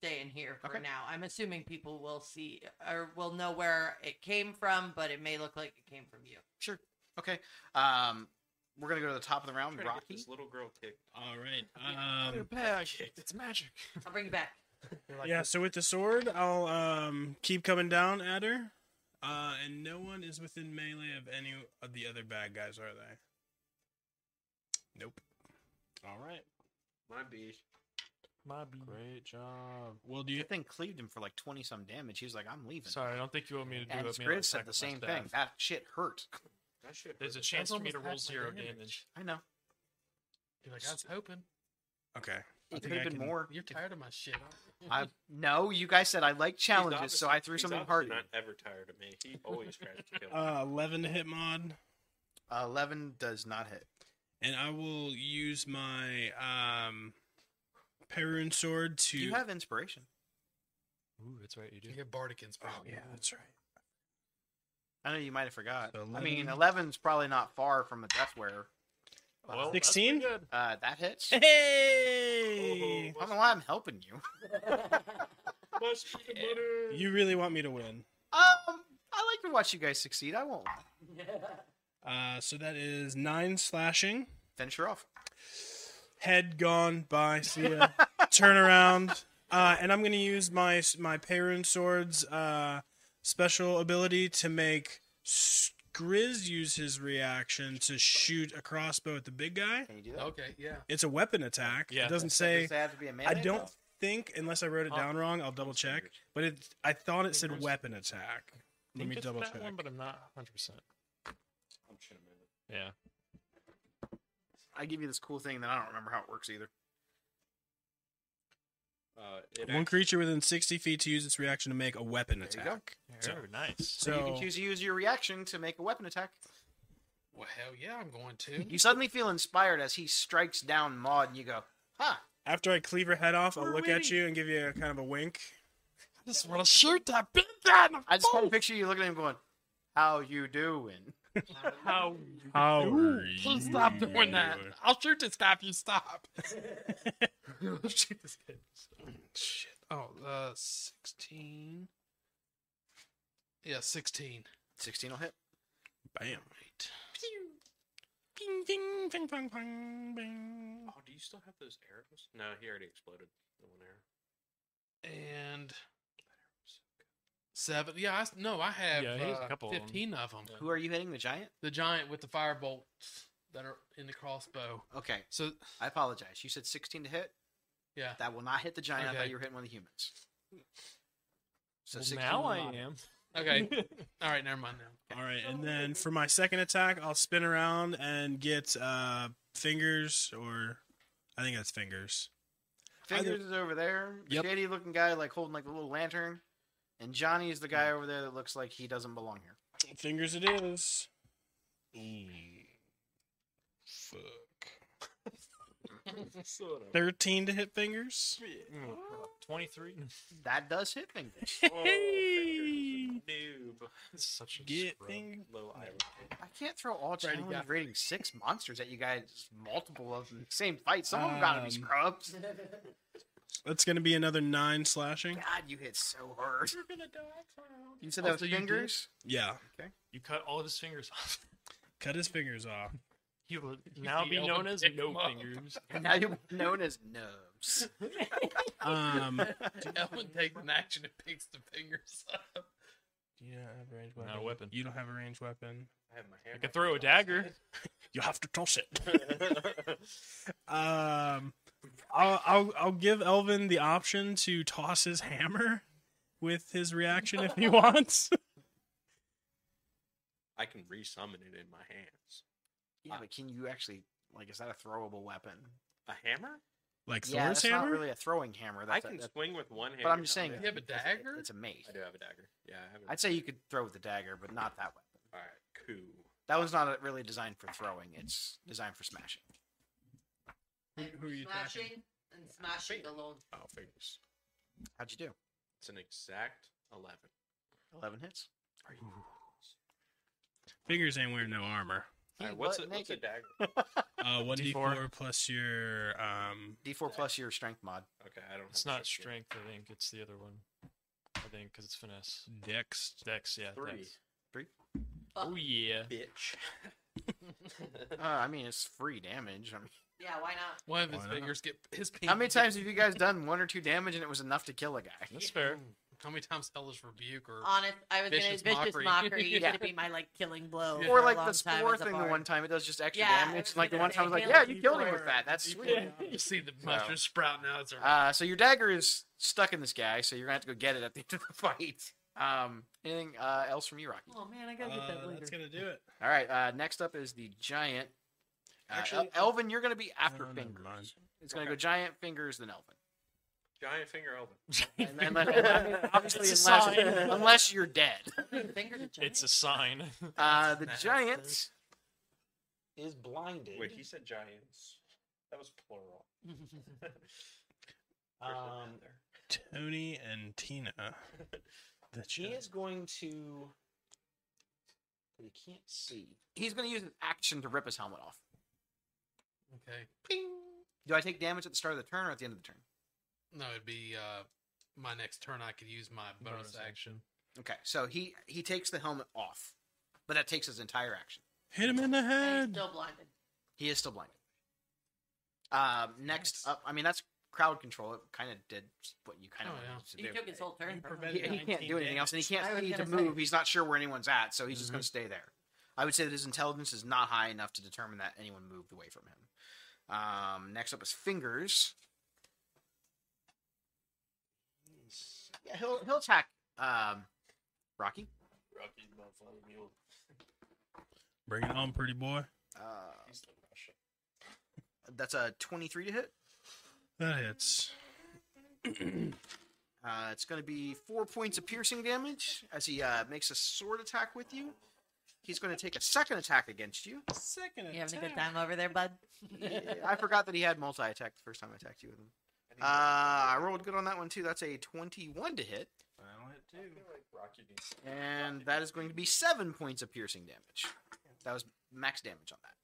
S2: staying here for
S4: Okay.
S2: now. I'm assuming people will see or will know where it came from, but it may look like it came from you.
S4: Sure. Okay. Um, we're gonna go to the top of the round.
S3: Try to get
S4: Rocky.
S3: this little girl kicked.
S5: All right. Um,
S7: It's magic.
S2: I'll bring you back.
S5: yeah, so with the sword, I'll um, keep coming down at her. Uh, and no one is within melee of any of the other bad guys, are they? Nope. All right.
S3: My B.
S7: My B.
S5: Great job. Well, do you?
S4: That thing cleaved him for like twenty some damage. He was like, "I'm leaving."
S7: Sorry, I don't think you want me to do
S4: And
S7: a melee
S4: Scriv said
S7: attack
S4: the
S7: with my
S4: same
S7: staff.
S4: thing. That shit hurt.
S3: That shit.
S7: There's a
S3: hurt.
S7: chance for me to
S6: almost
S7: roll
S6: half my
S7: zero
S6: damage.
S7: damage.
S4: I know.
S6: You're like, I was hoping.
S5: Okay.
S4: It
S5: think
S4: could have
S5: I
S4: been
S5: can-
S4: more.
S6: You're tired of my shit. aren't you?
S4: I no. You guys said I like
S3: He's
S4: challenges, so
S3: obviously-
S4: I threw
S3: he's
S4: something
S3: obviously
S4: hard.
S3: Not ever tired of me. He always tries to kill. me.
S5: Uh, 11 to hit Maud.
S4: Uh, Eleven does not hit.
S5: And I will use my um, Perun sword to.
S4: Do you have inspiration?
S7: Ooh, that's right, you do.
S6: You get bardic inspiration.
S5: Oh, yeah, that's right.
S4: I know you might have forgot.
S5: So
S4: I mean,
S5: 11.
S4: 11's probably not far from a deathware.
S7: Well, that's
S5: 16?
S7: pretty good.
S4: Uh, that hits. I
S5: Hey!
S4: don't know why I'm helping you.
S5: You really want me to win.
S4: Um, I like to watch you guys succeed. I won't
S5: Uh, so that is nine slashing.
S4: finish her off.
S5: Head gone. Bye. See ya. Turn around. Uh, and I'm going to use my my Perun sword's uh, special ability to make Skriz use his reaction to shoot a crossbow at the big guy.
S4: Can you do that?
S6: Okay, yeah.
S5: It's a weapon attack.
S7: Yeah.
S5: it doesn't
S4: Does
S5: say.
S4: it have to be a melee?
S5: I don't think, unless I wrote it
S7: Oh.
S5: down wrong, I'll double check. But it, I thought it said
S7: Fingers.
S5: weapon attack.
S7: I
S5: Let me
S7: think it's
S5: double
S7: that
S5: check.
S7: one, but I'm not 100. percent Yeah.
S4: I give you this cool thing that I don't remember how it works either.
S3: Uh, it
S5: One
S3: actually-
S5: creature within 60 feet to use its reaction to make a weapon
S4: There you go.
S5: attack. So-
S7: Very nice.
S5: So,
S4: you can choose to use your reaction to make a weapon attack.
S6: Well, hell yeah, I'm going to.
S4: You suddenly feel inspired as he strikes down Maud, and you go, "Huh?
S5: after I cleave her head off,
S6: Oh,
S5: I'll look at you and give you a kind of a wink.
S20: I just want to shoot that big guy in the
S4: I just kind
S20: face.
S4: of picture you looking at him going, "How you doing?"
S7: How?
S5: How
S20: Please stop doing that. I'll shoot this guy if you stop.
S7: Shoot this kid. Shit.
S6: Oh, uh, 16. Yeah, 16.
S4: Sixteen will hit.
S5: Bam. Ping, ping, ping, pong, pong, bing.
S3: Oh, do you still have those arrows? No, he already exploded. The one arrow.
S6: And. Seven. Yeah, I, s- no, I have
S7: Yeah, he has a
S6: uh,
S7: couple of 'em.
S6: 15 of them.
S4: Who are you hitting? The giant?
S6: The giant with the fire bolts that are in the crossbow.
S4: Okay,
S6: So,
S4: I apologize. You said sixteen to hit.
S6: yeah.
S4: That will not hit the giant. I thought
S6: Okay.
S4: you were hitting one of the humans. So
S7: Well,
S4: 16
S7: now
S4: will
S7: I
S4: not hit.
S7: am.
S6: Okay. All right, never mind now.
S5: All right, and then for my second attack, I'll spin around and get uh, fingers, or I think that's fingers.
S4: Fingers is over there. The
S5: Yep.
S4: shady looking guy, like holding like a little lantern. And Johnny is the guy over there that looks like he doesn't belong here.
S5: Fingers it is. Fuck.
S3: Oh,
S5: 13 to hit fingers.
S7: Twenty-three.
S4: That does hit fingers.
S3: Oh, Fingers is a noob.
S7: Such a
S5: Get
S7: scrub.
S5: fing-
S3: Low eye.
S4: I can't throw all
S6: Brady
S4: challenge
S6: got-
S4: rating six monsters at you guys, multiple of them, same fight. Some of them gotta be
S5: Um,
S4: scrubs.
S5: That's going to be another 9 slashing.
S4: God, you hit so hard. You're gonna die, You said that
S6: Oh,
S4: was
S6: so you did?
S4: fingers.
S5: Yeah.
S7: You cut all of his fingers off.
S5: Cut his fingers off.
S7: He will now be known as
S6: Dick
S7: No
S6: Mug.
S7: Fingers.
S21: And now you're known as Nubs.
S6: Oh.
S5: Um,
S6: Ellen takes an action and picks the fingers up.
S5: do you not have a ranged weapon?
S7: Not a weapon.
S5: You don't have a ranged weapon.
S21: I have my
S7: I
S21: hand
S7: can throw a dagger.
S5: You have to toss it. um, I'll, I'll I'll give Elvin the option to toss his hammer with his reaction if he wants.
S3: I can re-summon it in my hands.
S4: Yeah, but can you actually like? Is that a throwable weapon?
S3: A hammer?
S5: like
S4: yeah, that's
S5: Thor's hammer.
S4: not really a throwing hammer. That's
S3: I
S4: a-
S3: can
S4: that's-
S3: swing with one hand.
S4: but I'm just saying,
S6: You have a
S4: it's-
S6: dagger?
S4: It's a mace.
S3: I do have a dagger. Yeah, I have a
S4: I'd say you could throw with the dagger, but not that way.
S3: All right, cool.
S4: That one's not really designed for throwing. It's designed for smashing.
S2: And
S5: who are you
S2: smashing
S5: attacking?
S2: and smashing alone.
S3: Oh, fingers.
S4: How'd you do?
S3: It's an exact eleven.
S4: Eleven hits.
S3: Are you?
S5: Fingers ain't wearing no armor.
S3: All right,
S4: He
S3: what's a,
S4: butt
S3: what's a
S4: naked.
S3: dagger?
S5: Uh, one d
S7: D4.
S5: four plus your um.
S4: D4 plus your strength mod.
S3: Okay, I don't.
S7: It's
S3: have
S7: not
S3: six yet.
S7: strength, I think. It's the other one. I think, because it's finesse.
S5: Dex.
S7: Dex, yeah.
S3: Three.
S7: dex. Oh, yeah.
S3: Bitch.
S4: Uh, I mean, it's free damage. I mean,
S2: Yeah, why not?
S6: One of his
S5: Why not?
S6: fingers get his.
S4: how
S6: pinky
S4: many
S6: get-
S4: times have you guys done one or two damage and it was enough to kill a guy?
S7: That's fair.
S6: How many times Hellish rebuke or
S2: Honest, I was
S6: Vicious
S2: gonna vicious
S6: mockery.
S2: mockery. is
S6: Yeah.
S2: gonna be my like killing blow.
S6: Yeah.
S2: for
S4: Or
S2: a
S4: like
S2: long
S4: the
S2: time
S4: spore
S2: as a
S4: thing the
S2: bard.
S4: one time, it does just extra
S2: Yeah, I
S4: damage.
S2: was
S4: And like the
S2: gonna
S4: one
S2: say,
S4: time, I was like,
S2: Halo
S4: yeah, you
S2: D4
S4: killed him with that. That's
S6: You-
S4: sweet.
S6: You see the mustard sprouting out. It's a
S4: Uh, so your dagger is stuck in this guy, so you're gonna have to go get it at the end of the fight. Um, anything uh, else from you, Rocky?
S2: Oh man, I gotta get that
S5: Uh,
S2: later.
S5: that's gonna do it.
S4: All right. Uh, next up is the giant. Uh,
S5: Actually-
S4: El- Elvin, you're gonna be after
S5: No, never
S4: fingers.
S5: mind.
S4: It's gonna
S3: Okay.
S4: go giant fingers then Elvin.
S3: Giant finger elven.
S4: And, and, and, and obviously, unless, unless you're dead.
S2: Finger to giant.
S7: It's a sign.
S4: Uh, the
S6: That's
S4: giant is blinded.
S3: Wait, he said giants. That was plural.
S4: Um,
S5: Tony and Tina. The
S4: he
S5: chat.
S4: is going to. But he can't see. He's going to use an action to rip his helmet off.
S6: okay.
S4: Do I take damage at the start of the turn or at the end of the turn?
S6: No, it'd be uh, my next turn. I could use my bonus,
S7: Bonus
S6: action.
S4: Okay, so he he takes the helmet off, but that takes his entire action.
S5: Hit him in the
S2: And he's
S5: head.
S2: still blinded.
S4: He is still blinded. Um, next up, I mean that's crowd control. It kind of did what you kind of
S6: Oh,
S4: wanted
S6: yeah.
S4: it to
S2: He
S4: do.
S2: took his whole turn.
S4: he,
S5: prevented it.
S4: he can't do anything else, and he
S2: I
S4: can't
S2: was
S4: he to
S2: gonna say. Mm-hmm.
S4: move. He's not sure where anyone's at, so he's just going to stay there. I would say that his intelligence is not high enough to determine that anyone moved away from him. Um, next up is fingers. Yeah, he'll he'll attack um, Rocky.
S5: Bring it on, pretty boy.
S4: Uh, that's a twenty-three to hit.
S5: That hits.
S4: Uh, it's going to be four points of piercing damage as he uh, makes a sword attack with you. He's going to take a second attack against you.
S5: Second
S2: You having a good time over there, bud?
S4: I forgot that he had multi attack the first time I attacked you with him. Uh, I rolled good on that one too. That's a 21 to hit. And that is going to be seven points of piercing damage. That was max damage on that.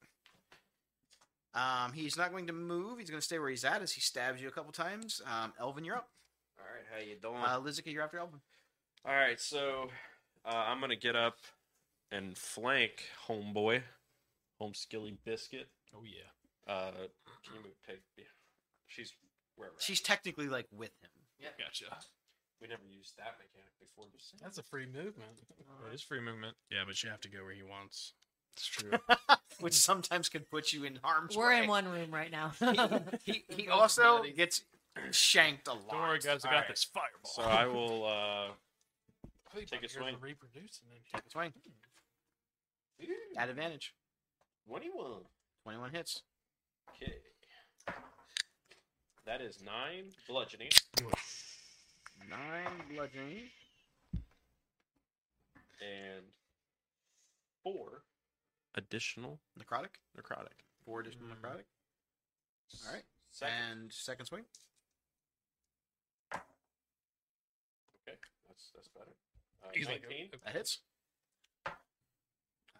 S4: Um, he's not going to move. He's going to stay where he's at as he stabs you a couple times. Um, Elvin, you're up.
S3: All right, how you doing?
S4: Uh, Lizica, you're after Elvin.
S3: All right, so uh, I'm gonna get up and flank homeboy, home skilly biscuit.
S7: oh, yeah.
S3: Uh, can you move pig? Yeah. She's where we're at.
S4: She's technically like with him.
S7: Gotcha.
S3: We never used that mechanic before. Just saying.
S6: That's a free movement.
S7: It is free movement.
S5: Yeah, but you have to go where he wants.
S7: It's true.
S4: which
S7: Mm-hmm.
S4: sometimes can put you in harm's
S2: We're
S4: way.
S2: in one room right now.
S4: He, he
S6: Both
S4: also
S6: buddies.
S4: gets shanked a lot.
S7: Don't worry, guys. I got
S3: Alright.
S7: this fireball.
S3: So I will. Uh, Take a swing.
S6: Reproducing in here.
S4: Take a swing. At advantage.
S3: twenty-one.
S4: 21 hits.
S3: Okay. That is nine bludgeoning.
S4: Nine bludgeoning.
S3: and four additional
S4: Necrotic.
S3: necrotic.
S4: Four additional
S7: Mm.
S4: necrotic. All right.
S3: Second.
S4: And second swing.
S3: Okay, that's that's better. Uh,
S6: He's like,
S3: 19,
S6: "Oh,
S4: That hits.
S6: I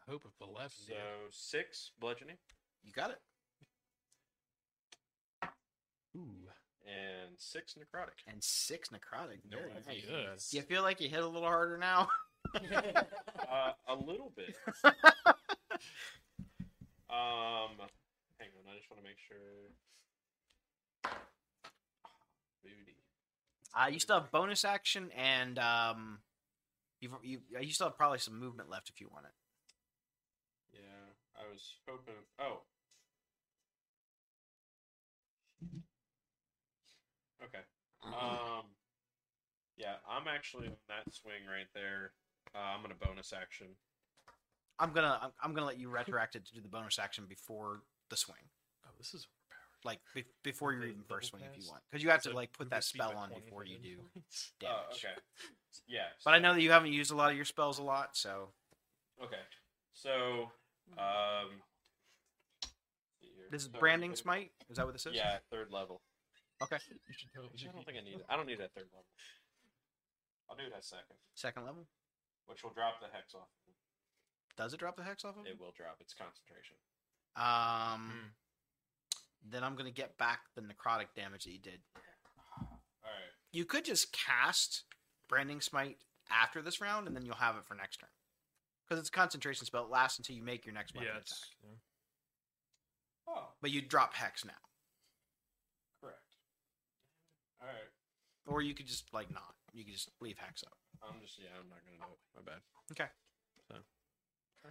S6: hope if the left.
S3: so six bludgeoning
S4: You got it.
S3: and six necrotic.
S4: And six necrotic.
S7: No,
S4: Very
S7: that's
S4: nice.
S7: good.
S4: You feel like you hit a little harder now?
S3: Uh, a little bit. Um, hang on, I just want to make sure. Booty.
S4: Uh, you still have bonus action, and um, you've, you uh, you still have probably some movement left if you want it.
S3: Yeah, I was hoping. Oh. Okay. Um. Yeah, I'm actually on that swing right there. Uh, I'm gonna bonus action.
S4: I'm gonna I'm, I'm gonna let you retroact it to do the bonus action before the swing,
S7: Oh, this is overpowered.
S4: like be- before your
S7: The
S4: even first
S7: double
S4: swing if you
S7: pass?
S4: want, because you have
S7: So
S4: to
S7: it
S4: like put
S7: would
S4: that
S7: just be by
S4: spell on
S7: 20
S4: before you do
S7: hidden points.
S4: damage.
S3: Oh, okay. Yeah.
S4: But I know that you haven't used a lot of your spells a lot, so
S3: Okay. So, um. let's see here.
S4: this is
S3: So-
S4: branding smite. Is that what this is?
S3: Yeah, third level.
S7: You should
S3: Which
S7: totally
S3: I don't think I need. I don't need that third level. I'll do it at second,
S4: Second level.
S3: which will drop the hex off.
S4: Does it drop the hex off of
S3: It
S4: him?
S3: will drop. It's concentration.
S4: Um.
S7: Hmm.
S4: Then I'm gonna get back the necrotic damage that you did.
S3: All right.
S4: You could just cast branding smite after this round, and then you'll have it for next turn. Because it's a concentration spell, it lasts until you make your next weapon
S7: Yeah,
S4: attack.
S7: it's, yeah.
S3: Oh,
S4: But you drop hex now,
S3: correct. All right.
S4: or you could just like not. You could just leave hex up.
S3: I'm just yeah. I'm not gonna do it. My bad.
S4: Okay.
S3: So.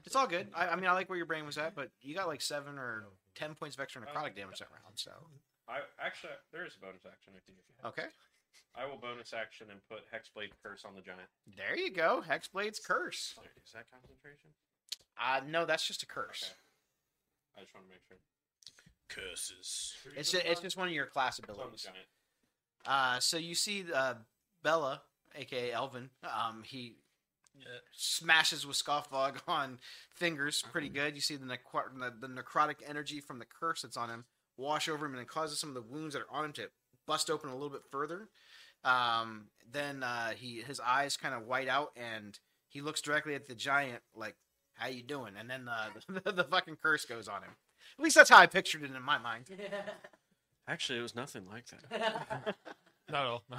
S4: It's all good. I, I mean, I like where your brain was at, but you got like seven or ten points of extra
S3: Oh,
S4: necrotic damage that round. So
S3: I actually there is a bonus action. I think if you have.
S4: okay,
S3: I will bonus action and put hexblade curse on the giant.
S4: there you go. Hexblade's curse.
S3: Is that concentration?
S4: Uh no, that's just a curse.
S3: Okay. I just want to make sure.
S5: Curses.
S4: It's just, it's just one of your class
S3: It's on the
S4: abilities.
S3: giant.
S4: Uh, so you see uh, Bella, aka Elvin, um, he
S7: Yeah.
S4: smashes with scofflog on fingers pretty good. You see the, necro- the, the necrotic energy from the curse that's on him wash over him and it causes some of the wounds that are on him to bust open a little bit further. Um, then uh, he his eyes kind of white out and he looks directly at the giant like, "How you doing?" And then uh, the, the fucking curse goes on him. At least that's how I pictured it in my mind.
S3: Actually, it was nothing like that.
S7: Not at all.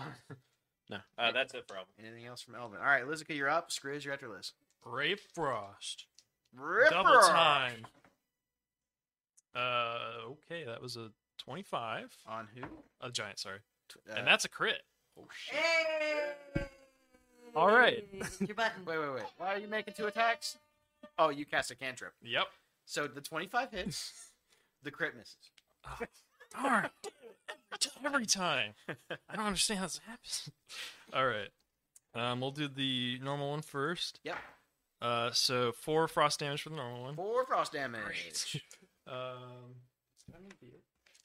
S3: No, uh, that's it for Elvin.
S4: Anything else from Elvin? All right, Lizica, you're up. Scrizz, you're after Liz.
S7: Rape Frost.
S4: Ripper.
S7: Double time. Uh, okay, that was a 25.
S4: On who?
S7: A giant, sorry.
S4: Tw- uh,
S7: and that's a crit. Oh, shit.
S2: Hey!
S7: All right.
S2: Hit Your button.
S4: Wait, wait, wait. Why are you making two attacks? Oh, you cast a cantrip.
S7: Yep.
S4: So the 25 hits, the crit misses.
S7: Darn. Every time. I don't understand how this happens. All right. Um, we'll do the normal one first.
S4: Yep.
S7: Uh, so four frost damage for the normal one.
S4: Four frost damage.
S7: Um,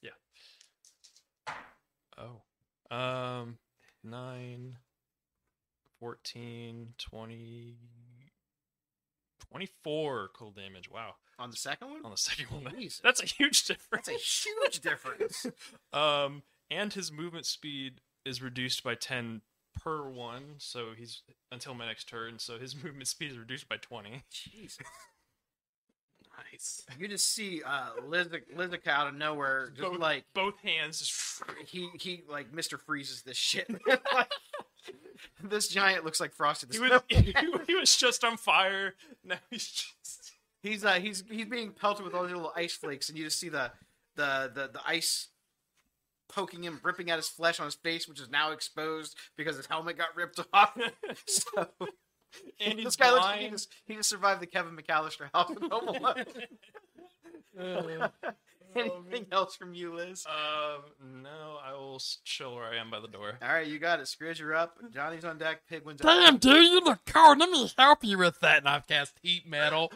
S7: yeah. Oh. Um, 9, 14, 20, 24 cold damage. Wow.
S4: On the second one?
S7: On the second one, that-
S4: Jesus.
S7: that's a huge difference.
S4: That's a huge difference.
S7: um, and his movement speed is reduced by 10 per one, so he's until my next turn, so his movement speed is reduced by 20.
S4: Jesus.
S7: Nice.
S4: You just see uh, Lizica, Lizica out of nowhere, just
S7: Both-
S4: like
S7: Both hands just
S4: he he like Mister freezes this shit. Like, this giant looks like Frosted the
S7: He
S4: Snowman.
S7: was he, he was just on fire. Now he's just
S4: He's uh he's he's being pelted with all these little ice flakes, and you just see the the the, the ice poking him, ripping out his flesh on his face, which is now exposed because his helmet got ripped off. so
S7: and he's
S4: this guy looks like he
S7: blind.
S4: just he just survived the Kevin McAllister House of Home Alone.
S7: Oh,
S4: Anything else from you, Liz?
S7: um, no, I will s- chill where I am by the door.
S4: All right, you got it. Scrizz, you're up. Johnny's on deck. Pigwin's
S6: Damn,
S4: up.
S6: dude, you look cold. Let me help you with that. And I've cast heat metal,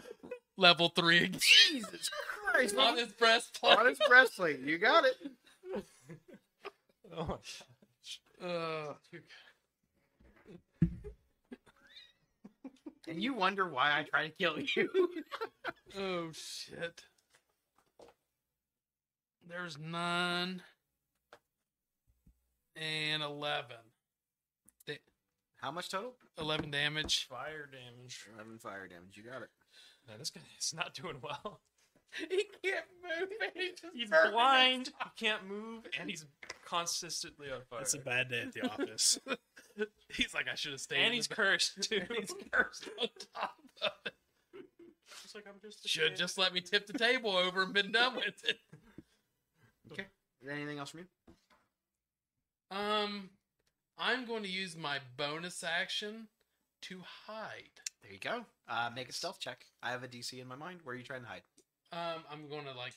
S6: level three again
S4: Jesus Christ!
S6: on his breastplate.
S4: on his breastplate. You got it.
S7: Oh my
S6: Uh,
S4: And you wonder why I try to kill you.
S6: oh shit. There's nine and eleven.
S4: How much total?
S6: Eleven damage.
S7: fire damage.
S4: Eleven fire damage. You got it.
S7: Now this guy is not doing well.
S6: He can't move. He's,
S7: He's blind. He can't move, and he's consistently on fire.
S5: That's a bad day at the office.
S6: He's like, I should have stayed. in
S7: and
S6: the
S7: he's
S6: back."
S7: cursed too.
S6: And he's cursed on top of it.
S3: looks like I'm just. a
S6: Should
S3: kid.
S6: just let me tip the table over and been done with it.
S4: Is there anything else from you?
S6: Um, I'm going to use my bonus action to hide.
S4: There you go. Uh, make a stealth check. I have a DC in my mind. Where are you trying to hide?
S6: Um, I'm going to like.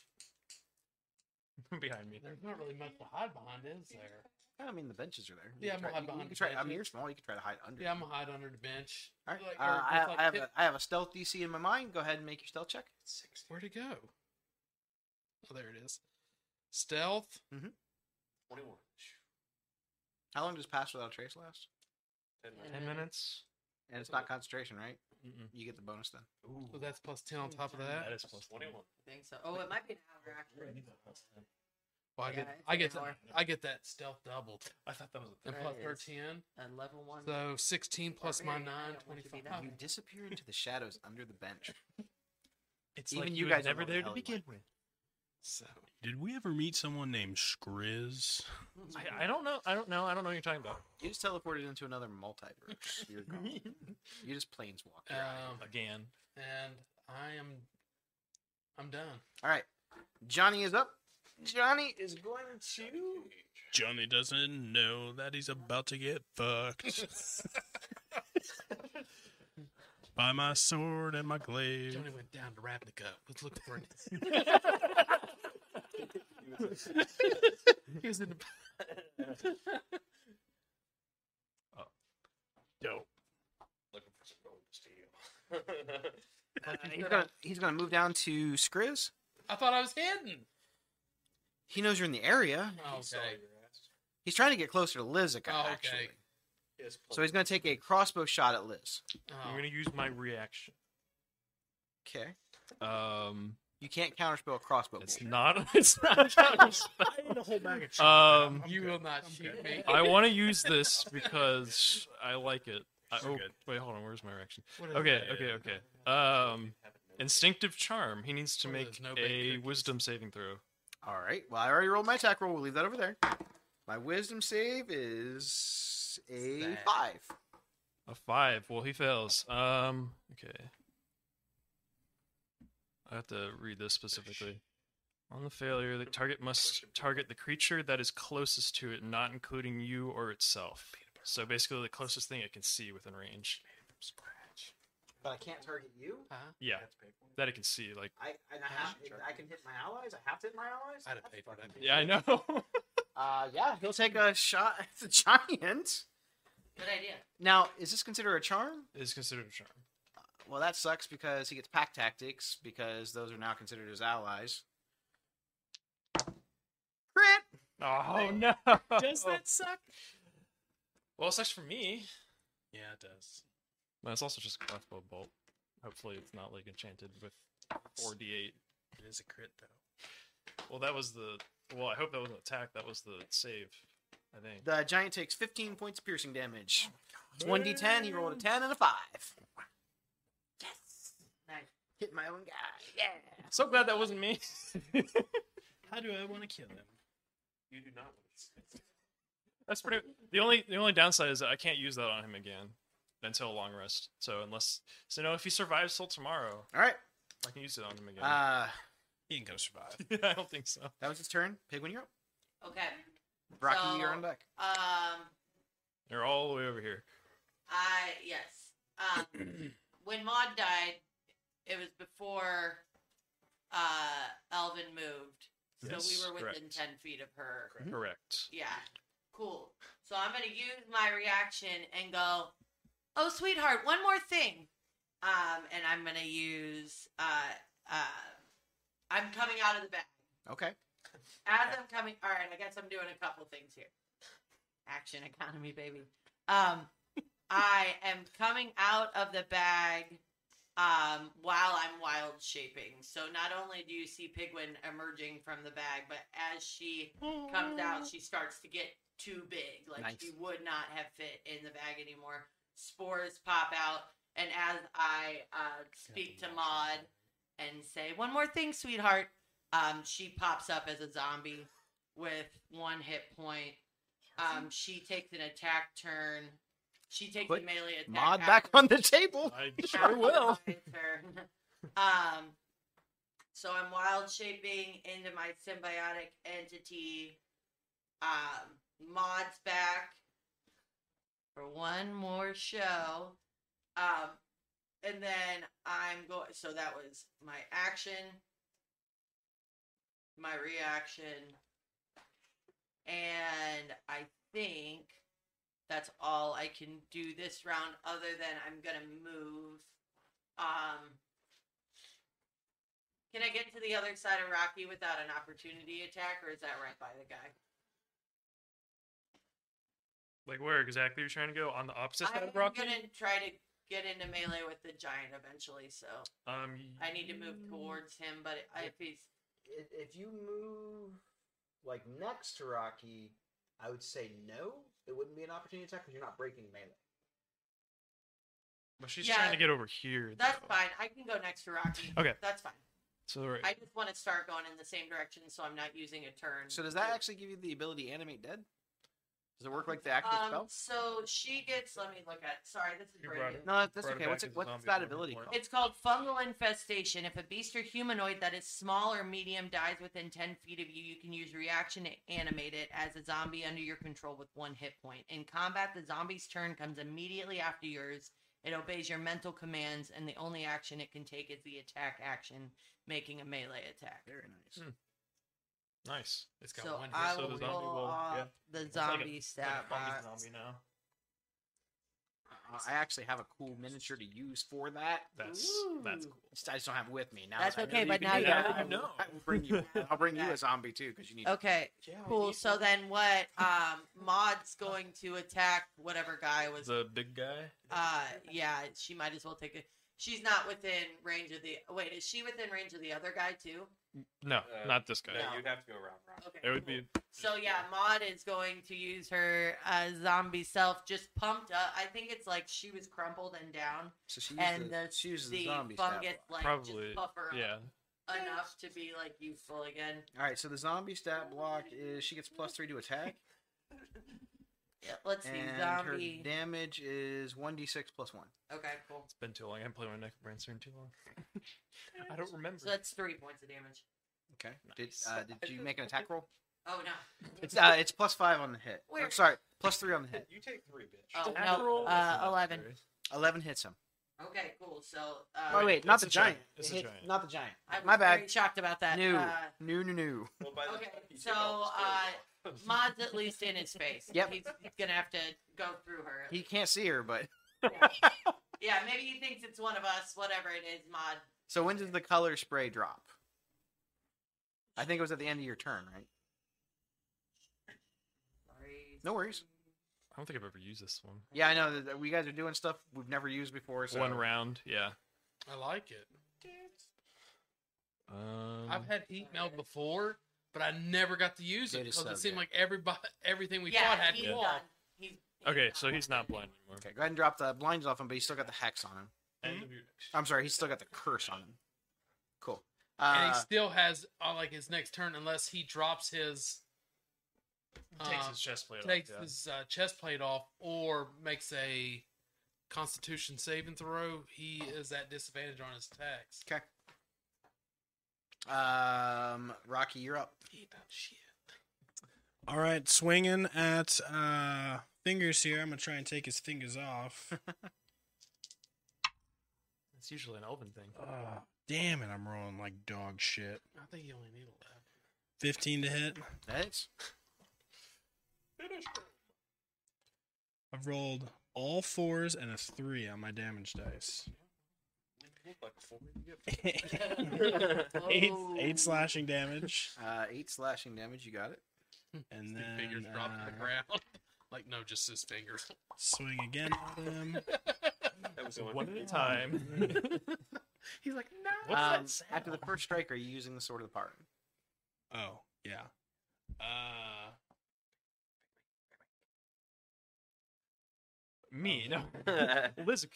S7: behind me.
S6: There's not really much to hide behind, is there?
S4: I mean, the benches are there. can
S6: Yeah, I'm gonna hide
S4: you-
S6: behind
S4: You can
S6: the
S4: try. I mean,
S6: benches.
S4: you're small. You can try to hide under.
S6: Yeah, I'm gonna hide under the bench.
S4: All right.
S6: Like, or
S4: uh, I,
S6: just like
S4: I have
S6: tip-
S4: a, I have a stealth DC in my mind. Go ahead and make your stealth check.
S6: Where'd it go? Oh, there it is. Stealth.
S4: Mm-hmm.
S3: 21.
S4: How long does pass without a trace last?
S3: Ten
S2: Ten
S3: minutes.
S7: Ten minutes.
S4: And it's not concentration, right?
S7: Mm-mm.
S4: You get the bonus then.
S6: So that's plus ten on top of that.
S7: That is plus
S3: 21.
S2: I think so. Oh, it might be an hour actually.
S6: Well, I
S2: Yeah,
S6: get
S2: it's
S6: I get
S2: an
S6: that,
S2: hour.
S6: I get that stealth doubled
S7: I thought that was a
S6: and
S2: There
S6: plus
S2: it is.
S6: thirteen.
S2: And level one.
S6: So sixteen plus my
S2: Barbarian, I
S6: nine,
S2: don't want you to be
S6: twenty-five.
S2: that
S4: You disappear into the shadows under the bench.
S7: It's
S4: Even
S7: like
S4: you
S7: he was
S4: guys don't
S7: never
S4: know what
S7: there
S4: the
S7: to
S4: hell he
S7: begin with.
S6: So
S5: Did we ever meet someone named Skriz?
S7: I, I don't know. I don't know. I don't know what you're talking about.
S4: You just teleported into another multiverse. You're gone. you just planeswalk. You're out.
S6: um,
S7: Again.
S6: and I am I'm done.
S4: All right. Johnny is up. Johnny is going to.
S5: Johnny doesn't know that he's about to get fucked. By my sword and my glaive.
S6: Johnny went down to Ravnica. Was looking for it. he was in the
S3: Looking for some gold steel.
S4: Uh, he's, gonna, he's gonna move down to Skriz.
S6: I thought I was hidden.
S4: He knows you're in the area.
S6: Oh, okay.
S4: He's trying to get closer to Lizica,
S6: Oh, okay.
S4: actually. So he's gonna take a crossbow shot at Liz.
S6: Oh.
S7: I'm gonna use my reaction.
S4: Okay.
S7: Um,
S4: You can't counterspell a crossbow.
S7: it's
S4: bolt.
S7: not. It's not.
S5: I need a whole bag of
S7: um,
S6: you will not shoot me.
S7: I want to use this because I like it. I,
S5: You're
S7: oh,
S5: good.
S7: wait, hold on. Where's my reaction?
S6: What is
S7: Okay,
S6: that?
S7: okay, okay. Um, instinctive charm. He needs to
S6: One of
S7: make
S6: those no-bake
S7: a
S6: cookies.
S7: wisdom saving throw.
S4: All right. Well, I already rolled my attack roll. We'll leave that over there. My wisdom save is a
S6: Sad.
S4: five.
S7: A five. Well, he fails. Um, okay. I have to read this specifically. On the failure, the target must target the creature that is closest to it, not including you or itself. So basically, the closest thing it can see within range.
S4: But I can't target you.
S6: Huh?
S7: Yeah, that it can see. Like,
S4: I and I, have, I can hit my allies. I have to hit my allies.
S6: I'd have paid for that.
S7: yeah, I know.
S4: Uh, yeah, he'll take a shot at the giant.
S2: Good idea.
S4: Now, is this considered a charm?
S7: is considered a charm.
S4: Well, that sucks because he gets pack tactics because those are now considered his allies. Crit.
S7: Oh no!
S5: Does that suck?
S7: Well, it sucks for me.
S5: Yeah, it does.
S7: But it's also just a crossbow bolt. Hopefully, it's not like enchanted with four d eight.
S5: It is a crit, though.
S7: Well, that was the. Well, I hope that wasn't attack. That was the save. I think.
S4: The giant takes 15 points of piercing damage. 1d10. He rolled a 10 and a five.
S2: Nice.
S4: Hit my own guy.
S7: So glad that wasn't me.
S5: How do I want to kill him?
S3: You do not want to
S7: That's pretty. The only the only downside is that I can't use that on him again until long rest. So unless so no, if he survives till tomorrow,
S4: All right.
S7: I can use it on him again.
S4: Uh,
S5: He ain't gonna survive.
S7: I don't think so.
S4: that was his turn. Pigwin, you're up.
S2: Okay.
S4: Rocky,
S2: So-
S4: you're on deck.
S2: Um,
S7: They're all the way over here.
S2: I yes. Um, when Maud died, it was before uh Elvin moved, so
S7: Yes,
S2: we were within
S7: correct.
S2: ten feet of her.
S7: Hmm. Correct.
S2: Yeah, cool. So I'm gonna use my reaction and go, "Oh, sweetheart, one more thing." Um, and I'm gonna use uh uh, I'm coming out of the bag.
S4: Okay.
S2: As I'm coming, all right, I guess I'm doing a couple things here. Action economy, baby. Um, I am coming out of the bag um, while I'm wild shaping. So not only do you see Pigwin emerging from the bag, but as she comes out, she starts to get too big. Like
S4: Nice.
S2: she would not have fit in the bag anymore. Spores pop out. And as I uh, speak to Maud and say, one more thing, sweetheart, um, she pops up as a zombie with one hit point. Um, she takes an attack turn. She takes
S4: Put
S2: a melee attack.
S4: Mod back on the table.
S7: I
S2: sure
S7: will.
S2: Turn. Um, so I'm wild shaping into my symbiotic entity. Um, mods back for one more show. Um, and then I'm going. So that was my action, my reaction, and I think that's all I can do this round. Other than I'm gonna move. Um, can I get to the other side of Rocky without an opportunity attack, or is that right by the guy?
S7: Like where exactly you're trying to go on the opposite side
S2: I'm
S7: of Rocky?
S2: gonna try to get into melee with the giant eventually, so
S7: Um,
S2: I need to move towards him. But I- if he's
S22: if, if you move like next to Rocky, I would say no. It wouldn't be an opportunity attack because you're not breaking melee.
S7: but she's
S2: yeah,
S7: trying to get over here.
S2: that's
S7: though.
S2: fine, I can go next to Rocky.
S7: Okay.
S2: that's fine.
S7: So right.
S2: I just want to start going in the same direction, so I'm not using a turn.
S4: So does that
S2: to-
S4: actually give you the ability to animate dead? Does it work like the active
S2: Um,
S4: spell?
S2: so she gets. Let me look at. Sorry, this is
S7: You
S2: brand
S7: brought
S2: new.
S7: it.
S4: No, that's
S7: Brought it
S4: okay.
S7: back
S4: What's
S7: as
S4: it,
S7: a
S4: what's
S7: zombie
S4: that
S7: at one
S4: ability
S7: point.
S4: called?
S2: It's called fungal infestation. If a beast or humanoid that is small or medium dies within 10 feet of you, you can use reaction to animate it as a zombie under your control with one hit point. In combat, the zombie's turn comes immediately after yours. It obeys your mental commands, and the only action it can take is the attack action, making a melee attack.
S4: Very nice.
S7: Hmm. Nice.
S6: It's got
S2: So
S6: one
S2: I
S6: hit.
S7: so
S2: will
S7: the
S2: roll
S7: zombie will-
S2: off
S7: yeah.
S2: the
S7: It's like a-
S2: zombie stat
S7: like a fungus
S2: box.
S7: zombie now.
S4: Uh, I actually have a cool miniature to use for that.
S7: That's that's
S2: Ooh.
S7: cool.
S4: Just- I just don't have it with me now.
S2: That's
S4: that I know
S2: okay,
S4: you
S2: but
S4: can
S2: now
S4: do
S2: you
S4: that,
S2: have
S4: I
S7: it.
S4: will- I will bring you. I'll bring you
S2: Yeah.
S4: a zombie too because you need.
S2: Okay,
S4: Oh,
S2: cool. So then what? Um, Maud's going to attack whatever guy was
S7: The big guy.
S2: Uh, yeah, she might as well take it. She's not within range of the. Wait, is she within range of the other guy too?
S7: No,
S3: Uh,
S7: not this guy.
S3: No, you'd have to go around Rocky.
S2: Okay.
S7: It would
S2: cool.
S7: be
S2: So yeah, Maud is going to use her uh, zombie self, just pumped up. I think it's like she was crumpled and down,
S4: So she
S2: and the,
S4: she uses
S2: the,
S4: the zombie stat.
S2: fungus like
S7: probably
S2: just puff her up
S7: yeah.
S2: enough to be like useful again.
S4: All right, so the zombie stat block is she gets plus three to attack,
S2: Yeah, let's see,
S4: and her
S2: zombie.
S4: damage is one d six plus one.
S2: Okay, cool.
S7: It's been too long. I haven't played my Necromancer in too long. I don't remember.
S2: So that's three points of damage.
S4: Okay. Did uh, did you make an attack roll?
S2: Oh no!
S4: It's uh, it's plus five on the hit. Or,
S2: Where-
S4: sorry, plus three on the hit.
S3: You take three, bitch.
S2: Oh
S7: Attack
S2: no!
S7: roll?
S2: Uh,
S7: That's not
S2: eleven.
S7: very-
S4: Eleven hits him.
S2: Okay, cool. So.
S4: Oh
S2: Uh,
S4: wait, not
S7: it's
S4: the
S7: a
S4: giant.
S7: giant. It's
S4: It
S7: a
S4: hit-
S7: giant.
S4: Not the giant.
S2: I was
S4: My bad.
S2: very shocked about that.
S4: New,
S2: Uh,
S4: new, new, new.
S3: Well, by
S2: okay,
S3: time you take all the spells off-
S2: Mod's at least in his face.
S4: Yep.
S2: He's, he's gonna have to go through her.
S4: He can't see her, but
S2: yeah, maybe he thinks it's one of us, whatever it is, Mod.
S4: so when does the color spray drop? I think it was at the end of your turn, right?
S2: Sorry.
S4: No worries.
S7: I don't think I've ever used this one.
S4: Yeah, I know that- that we guys are doing stuff we've never used before. So
S7: One round, yeah.
S6: I like it.
S7: Um,
S6: I've had heat melt before, but I never got to use it
S4: Dude, it's
S6: because it
S4: so
S6: seemed
S4: good.
S6: like everybody, everything we
S2: yeah,
S6: fought had
S2: he's
S6: to
S2: done.
S6: wall.
S2: He's, he's
S7: okay,
S2: done.
S7: so he's not blind anymore.
S4: Okay, go ahead and drop the blinds off him, but he's still got the hex on him.
S7: End of your-
S2: Uh,
S4: I'm sorry, he's still got the curse on him. Cool.
S6: and he
S4: Uh,
S6: still has uh, like his next turn unless he drops his
S7: takes
S6: uh,
S7: his chest plate
S6: takes
S7: off.
S6: his uh, chest plate off or makes a Constitution saving throw. He is at disadvantage on his attacks.
S4: Uh, okay. Um, Rocky, you're up.
S6: He done shit.
S5: All right, swinging at uh, fingers here. I'm gonna try and take his fingers off.
S7: It's usually an elven thing.
S5: Ah, damn it, I'm rolling like dog shit.
S6: I think he only needed that.
S5: 15 to hit.
S4: Thanks.
S5: I've rolled all fours and a three on my damage dice.
S3: "Oh,
S5: eight,
S6: Oh.
S5: eight slashing damage,
S4: Uh, eight slashing damage. You got it.
S5: and
S6: His fingers
S5: then
S6: dropped to the
S5: uh,
S6: ground. like no, just his fingers.
S5: swing again at him.
S3: That was the one.
S7: One at a time.
S6: He's like no.
S4: Um, after the first strike, are you using the sword of the power?
S5: Oh yeah,
S7: uh, me, no. Liz.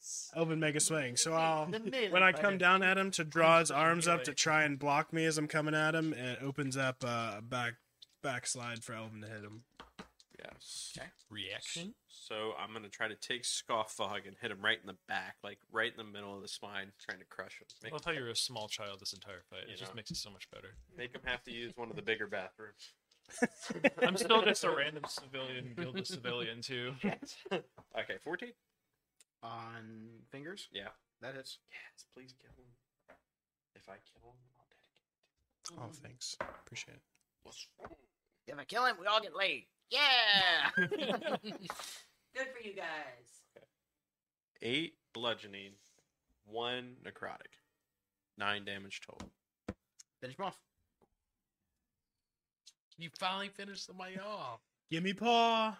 S7: Yes.
S5: Elven mega swing. So I'll
S2: The moon.
S5: when I come down at him to draw his
S7: Punch him
S5: arms up to
S7: anyway.
S5: try and block me as I'm coming at him, it opens up uh, a back backslide for Elven to hit him.
S3: Yes.
S4: Okay.
S3: Reaction. So I'm gonna try to take Scoffog and hit him right in the back, like right in the middle of the spine, trying to crush him.
S7: I
S3: Make,
S7: love how you're a small child this entire fight. It
S3: You
S7: just
S3: know.
S7: makes it so much better.
S3: make him have to use one of the bigger bathrooms.
S7: I'm still just a random civilian, guild of civilian too.
S3: Okay, 14.
S4: On fingers?
S3: Yeah.
S4: That is.
S3: Yes, please kill him. If I kill him, I'll dedicate.
S5: Oh, thanks. Appreciate it.
S3: What's wrong?
S8: If I kill him, we all get laid. Yeah.
S2: Good for you guys.
S3: Eight bludgeoning, one necrotic, nine damage total.
S8: Finish him off.
S6: You finally finished somebody off.
S5: Give me paw.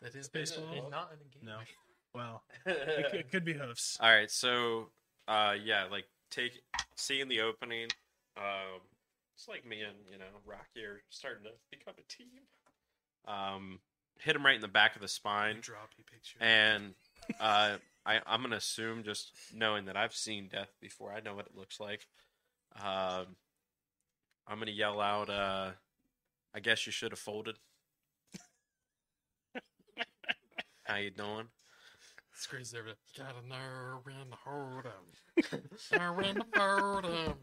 S6: That is
S5: Space
S6: baseball.
S5: ball?
S6: Not an engagement.
S5: No. Well, it, c- it could be hoofs.
S3: All right, so uh, yeah, like take seeing the opening. Um, it's like me and you know Rocky are starting to become a team. Um, hit him right in the back of the spine,
S6: Droppy picture.
S3: and uh, I, I'm gonna assume just knowing that I've seen death before, I know what it looks like. Um, I'm gonna yell out. Uh, I guess you should have folded. How you doing?
S6: Screams everything. Got a nerve in the hold 'em. Nerve in the fold 'em.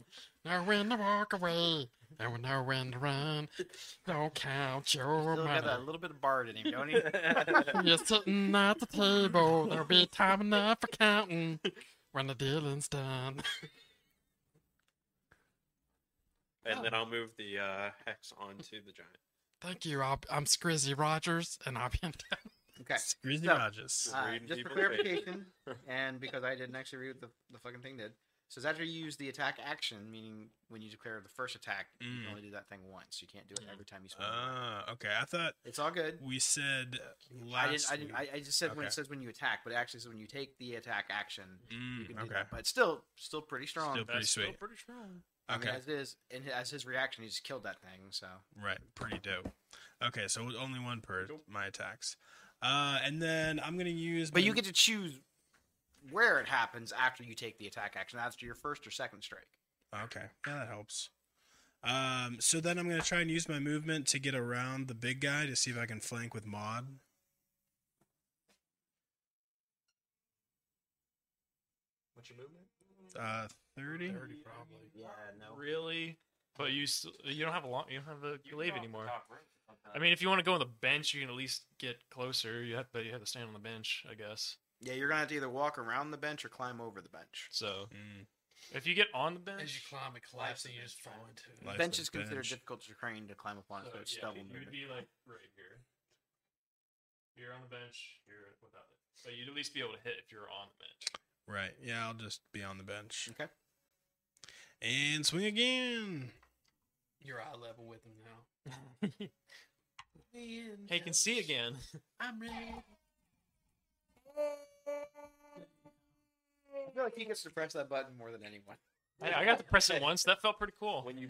S6: Nerve in the walk away. There were no when to run. Don't count your
S4: Still got that
S6: money.
S4: little bit of bard in him, don't he?
S6: You're sitting at the table. There'll be time enough for counting when the dealing's done.
S3: And then I'll move the uh, hex onto the giant.
S6: Thank you. I'll, I'm Scrizzy Rogers, and I've been.
S4: Okay.
S5: Grizzly
S4: So-
S5: Rogers.
S4: Uh,
S3: reading
S4: just for
S3: people's
S4: clarification, and because I didn't actually read what the, the fucking thing did. Says after you use the attack action, meaning when you declare the first attack, you
S5: Mm.
S4: can only do that thing once. You can't do it every time you swing.
S5: Ah, okay. I thought
S4: it's all good.
S5: we said
S4: Uh, I didn't.
S5: last.
S4: I, didn't, I,
S5: week.
S4: I just said when it
S5: Okay.
S4: says when you attack, but it actually says when you take the attack action. You
S5: Mm,
S4: can do
S5: okay.
S4: that, but still, still pretty strong.
S5: Still pretty
S7: That's still
S5: sweet.
S7: pretty strong.
S4: I mean,
S5: Okay.
S4: as it is, and as his reaction, he just killed that thing. So
S5: Right, pretty dope. Okay, so only one per my attacks. Uh, and then I'm gonna use.
S4: But you
S5: my-
S4: get to choose where it happens after you take the attack action, after your first or second strike.
S5: Okay, yeah, that helps. Um, so then I'm gonna try and use my movement to get around the big guy to see if I can flank with Maud.
S22: What's your movement?
S5: Uh, thirty.
S6: Thirty probably.
S22: Yeah, no.
S7: Really? But you still, you don't have a long you don't have a
S3: You
S7: glaive
S3: can go off the
S7: anymore.
S3: top rope.
S7: I mean, if you want to go on the bench, you can at least get closer. You have, but you have to stand on the bench, I guess.
S4: Yeah, you're gonna have to either walk around the bench or climb over the bench.
S7: So
S5: Mm,
S7: if you get on the bench,
S6: As you climb, it collapses, and you just fall into it.
S5: Life
S4: bench
S5: of
S4: is considered
S5: bench.
S4: difficult terrain to climb upon, so,
S7: so,
S4: it's
S7: uh, yeah,
S4: double
S7: you would
S4: movement.
S7: be like right here. You're on the bench. You're without it, but you'd at least be able to hit if you're on the bench.
S5: Right. Yeah, I'll just be on the bench
S4: Okay.
S5: and swing again.
S6: You're eye level with him now.
S7: Hey, you can see again.
S6: I'm really.
S4: I feel like he gets to press that button more than anyone.
S7: I, I got to press it once. That felt pretty cool.
S3: when you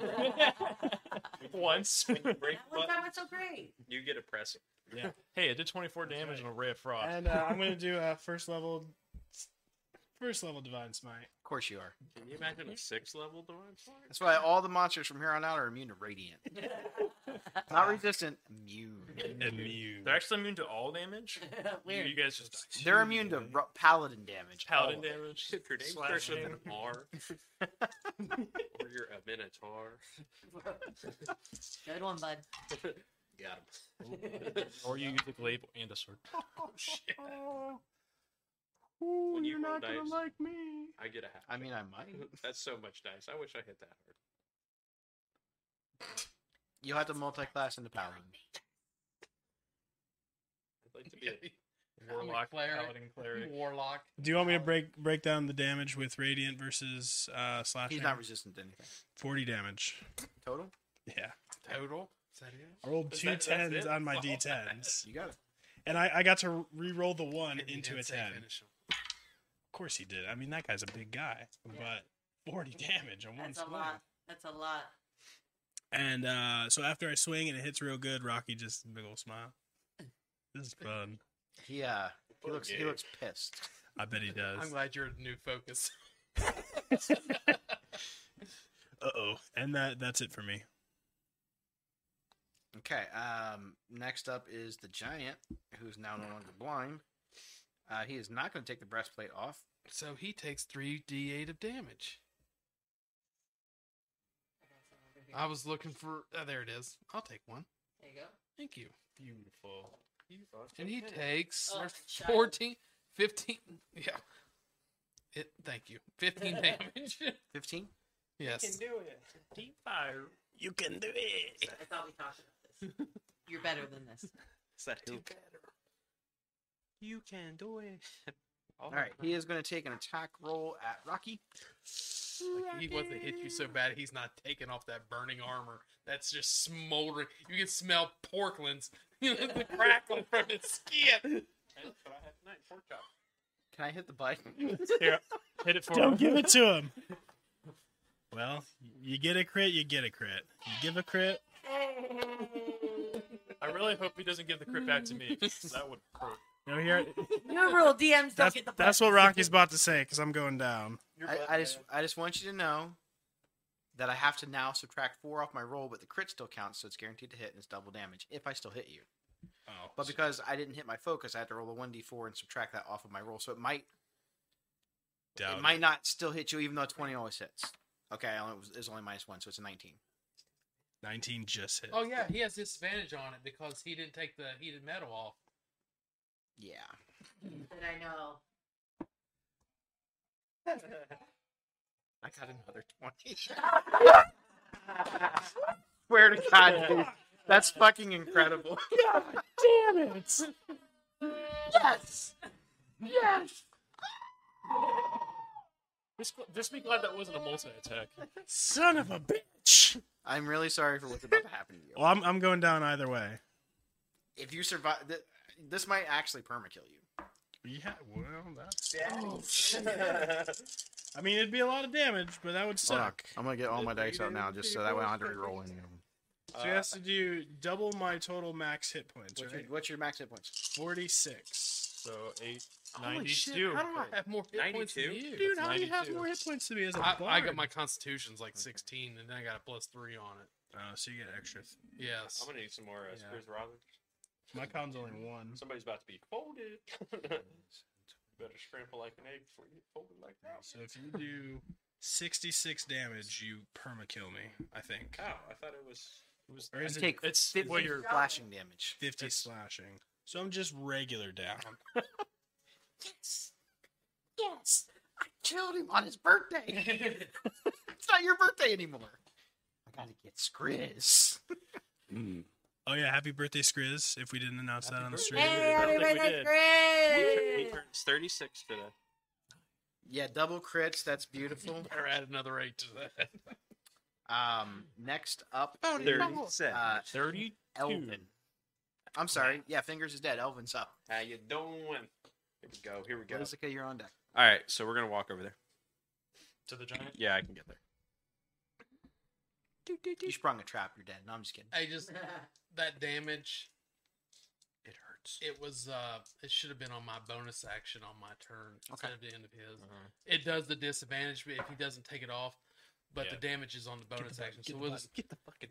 S7: once.
S3: when you break
S2: That one
S3: button,
S2: time went so great.
S3: you get a press.
S7: yeah. Hey, it did 24 damage
S5: right.
S7: on a ray of frost.
S5: And uh, I'm gonna do a first level, first level divine smite.
S4: Of course you are.
S3: Can you imagine a six level divine sword?
S4: That's why all the monsters from here on out are immune to radiant. Not resistant, immune.
S5: Immune.
S7: They're actually immune to all damage.
S2: Weird.
S7: You guys just died.
S4: They're immune to ru- paladin damage. Oh. all
S7: paladin
S4: of it.
S7: damage.
S3: If your name
S7: slash
S3: starts with an
S7: damage.
S3: R, or you're a Minotaur,
S2: Good one, bud.
S3: got him.
S7: Or you use the glaive and a sword.
S5: Oh shit.
S3: When you roll dice, I get a half.
S4: I mean, I might.
S3: that's so much dice. I wish I hit that hard.
S4: You'll have to multi-class into paladin.
S3: I'd like to be. A,
S7: Warlock,
S6: cleric.
S7: paladin, cleric.
S6: Warlock.
S5: Do you want me to break break down the damage with radiant versus uh, slashing?
S4: He's not resistant to anything.
S5: Forty damage.
S4: Total?
S5: Yeah,
S6: Total. Is that it?
S5: I rolled
S3: Is
S5: two
S3: that-
S5: tens
S3: that's it?
S5: on my
S3: Oh.
S5: d10s,
S4: You got it.
S5: and I, I got to re-roll the one
S6: And you
S5: into
S6: did
S5: a
S6: say
S5: ten.
S6: finish 'em.
S5: Of course he did. I mean, that guy's a big guy, but forty damage on one
S2: That's a
S5: swing.
S2: lot. That's a lot.
S5: And uh, so after I swing and it hits real good, Rocky just big old smile. This is fun.
S4: He uh, he looks he
S3: Okay.
S4: looks pissed.
S5: I bet he
S6: I'm
S5: does.
S6: glad you're a new focus.
S5: Uh oh. And that that's it for me.
S4: Okay. Um, next up is the giant, who's now no longer blind. Uh, he is not going to take the breastplate off.
S6: So he takes three d8 of damage. I was looking for. Oh, there it is. I'll take one.
S2: There you go.
S6: Thank you. Beautiful.
S7: You
S6: And
S7: fucking
S6: he
S7: did it.
S6: takes
S2: Oh, it's shot.
S6: 14, 15. Yeah. It, thank you. 15 damage.
S4: Fifteen.
S7: You
S6: yes.
S7: can do it. Deep fire.
S5: You can do it.
S2: I thought we talked about this. You're better than this.
S3: Is that who?
S7: You can do it.
S4: All right. He is going to take an attack roll at Rocky.
S6: Like, he wasn't hit you so bad. He's not taking off that burning armor. That's just smoldering. You can smell porklins. the crackling from his skin.
S4: Can I hit the button?
S7: Hit it for him.
S5: Don't give it to him. Well, you get a crit, you get a crit. You give a crit.
S7: I really hope he doesn't give the crit back to me. 'cause That would hurt.
S5: No, here.
S2: Your rule DMs don't
S5: That's,
S2: get the
S5: that's what
S2: buttons.
S5: Rocky's about to say because I'm going down.
S4: I, I just I just want you to know that I have to now subtract four off my roll, but the crit still counts, so it's guaranteed to hit and it's double damage if I still hit you.
S5: Oh,
S4: But because I didn't hit my focus, I had to roll a one d four and subtract that off of my roll, so it might it might not still hit you, even though twenty always hits. Okay, I only, it was only minus one, so it's a nineteen.
S5: 19 just hit.
S6: Oh, yeah. He has disadvantage on it because he didn't take the heated metal off.
S4: Yeah,
S2: That I know.
S4: I got another twenty. Swear to God, dude, that's fucking incredible.
S5: Damn it!
S4: yes, yes.
S7: Just, gl- just be glad that wasn't a multi attack.
S5: Son of a bitch!
S4: I'm really sorry for what's about to happen to you.
S5: Well, I'm, I'm going down either way.
S4: if you survive, th- this might actually permakill you.
S5: Yeah, well, that's. Oh, I mean, it'd be a lot of damage, but that would
S4: Hold on.
S5: suck.
S4: I'm gonna get all my dice out now, just so that way I don't have to reroll any of them.
S5: So he has to do double my total max hit points,
S4: What's your,
S5: right?
S4: what's your max hit points?
S5: 46.
S7: So, 8,
S6: Holy
S7: 92.
S6: shit, How do I have more hit points than
S3: 92?
S6: you?
S5: Dude, how do you have
S7: 92.
S5: more hit points than me as a
S6: I, I
S5: bard?
S6: got my constitution's like 16, and then I got a plus three on it.
S5: Oh, so you get extra. th-
S6: Yes.
S3: I'm gonna need some more uh,
S5: Yeah.
S3: screws, Robin.
S5: My con's only one.
S3: Somebody's about to be folded. Better scramble like an egg before you get folded like that.
S5: So if you do 66 damage, you permakill me, I think.
S3: Ow! I thought it was.
S7: It was-
S5: Or is it
S4: Take
S7: It's
S4: fifty
S7: well, you're
S4: flashing damage.
S5: 50 slashing? So I'm just regular down.
S4: Yes, I killed him on his birthday. it's not your birthday anymore. I gotta get Scrizz.
S5: Oh, yeah, happy birthday, Skriz, if we didn't announce that on the stream.
S2: Hey,
S7: I
S2: happy
S7: don't think we
S2: birthday,
S7: did.
S3: He
S2: Chris!
S3: turns 36 today.
S4: Yeah, double crits. That's beautiful.
S6: Better add another eight to that.
S4: Um, next up is
S3: 37.
S4: uh,
S7: 30.
S4: Elvin. I'm sorry. Yeah, fingers is dead. Elvin's up.
S3: How you doing? Here we go. Here we go.
S4: Lizica, you're on deck.
S3: All right, so we're gonna walk over there.
S7: To the giant.
S3: Yeah, I can get there.
S4: You sprung a trap. You're dead. No, I'm just kidding.
S6: I just that damage.
S3: It hurts.
S6: It was uh, it should have been on my bonus action on my turn instead
S4: Okay.
S6: of the end of his. It does the disadvantage if he doesn't take it off, but the damage is on the bonus action. So we'll just
S3: Get the fucking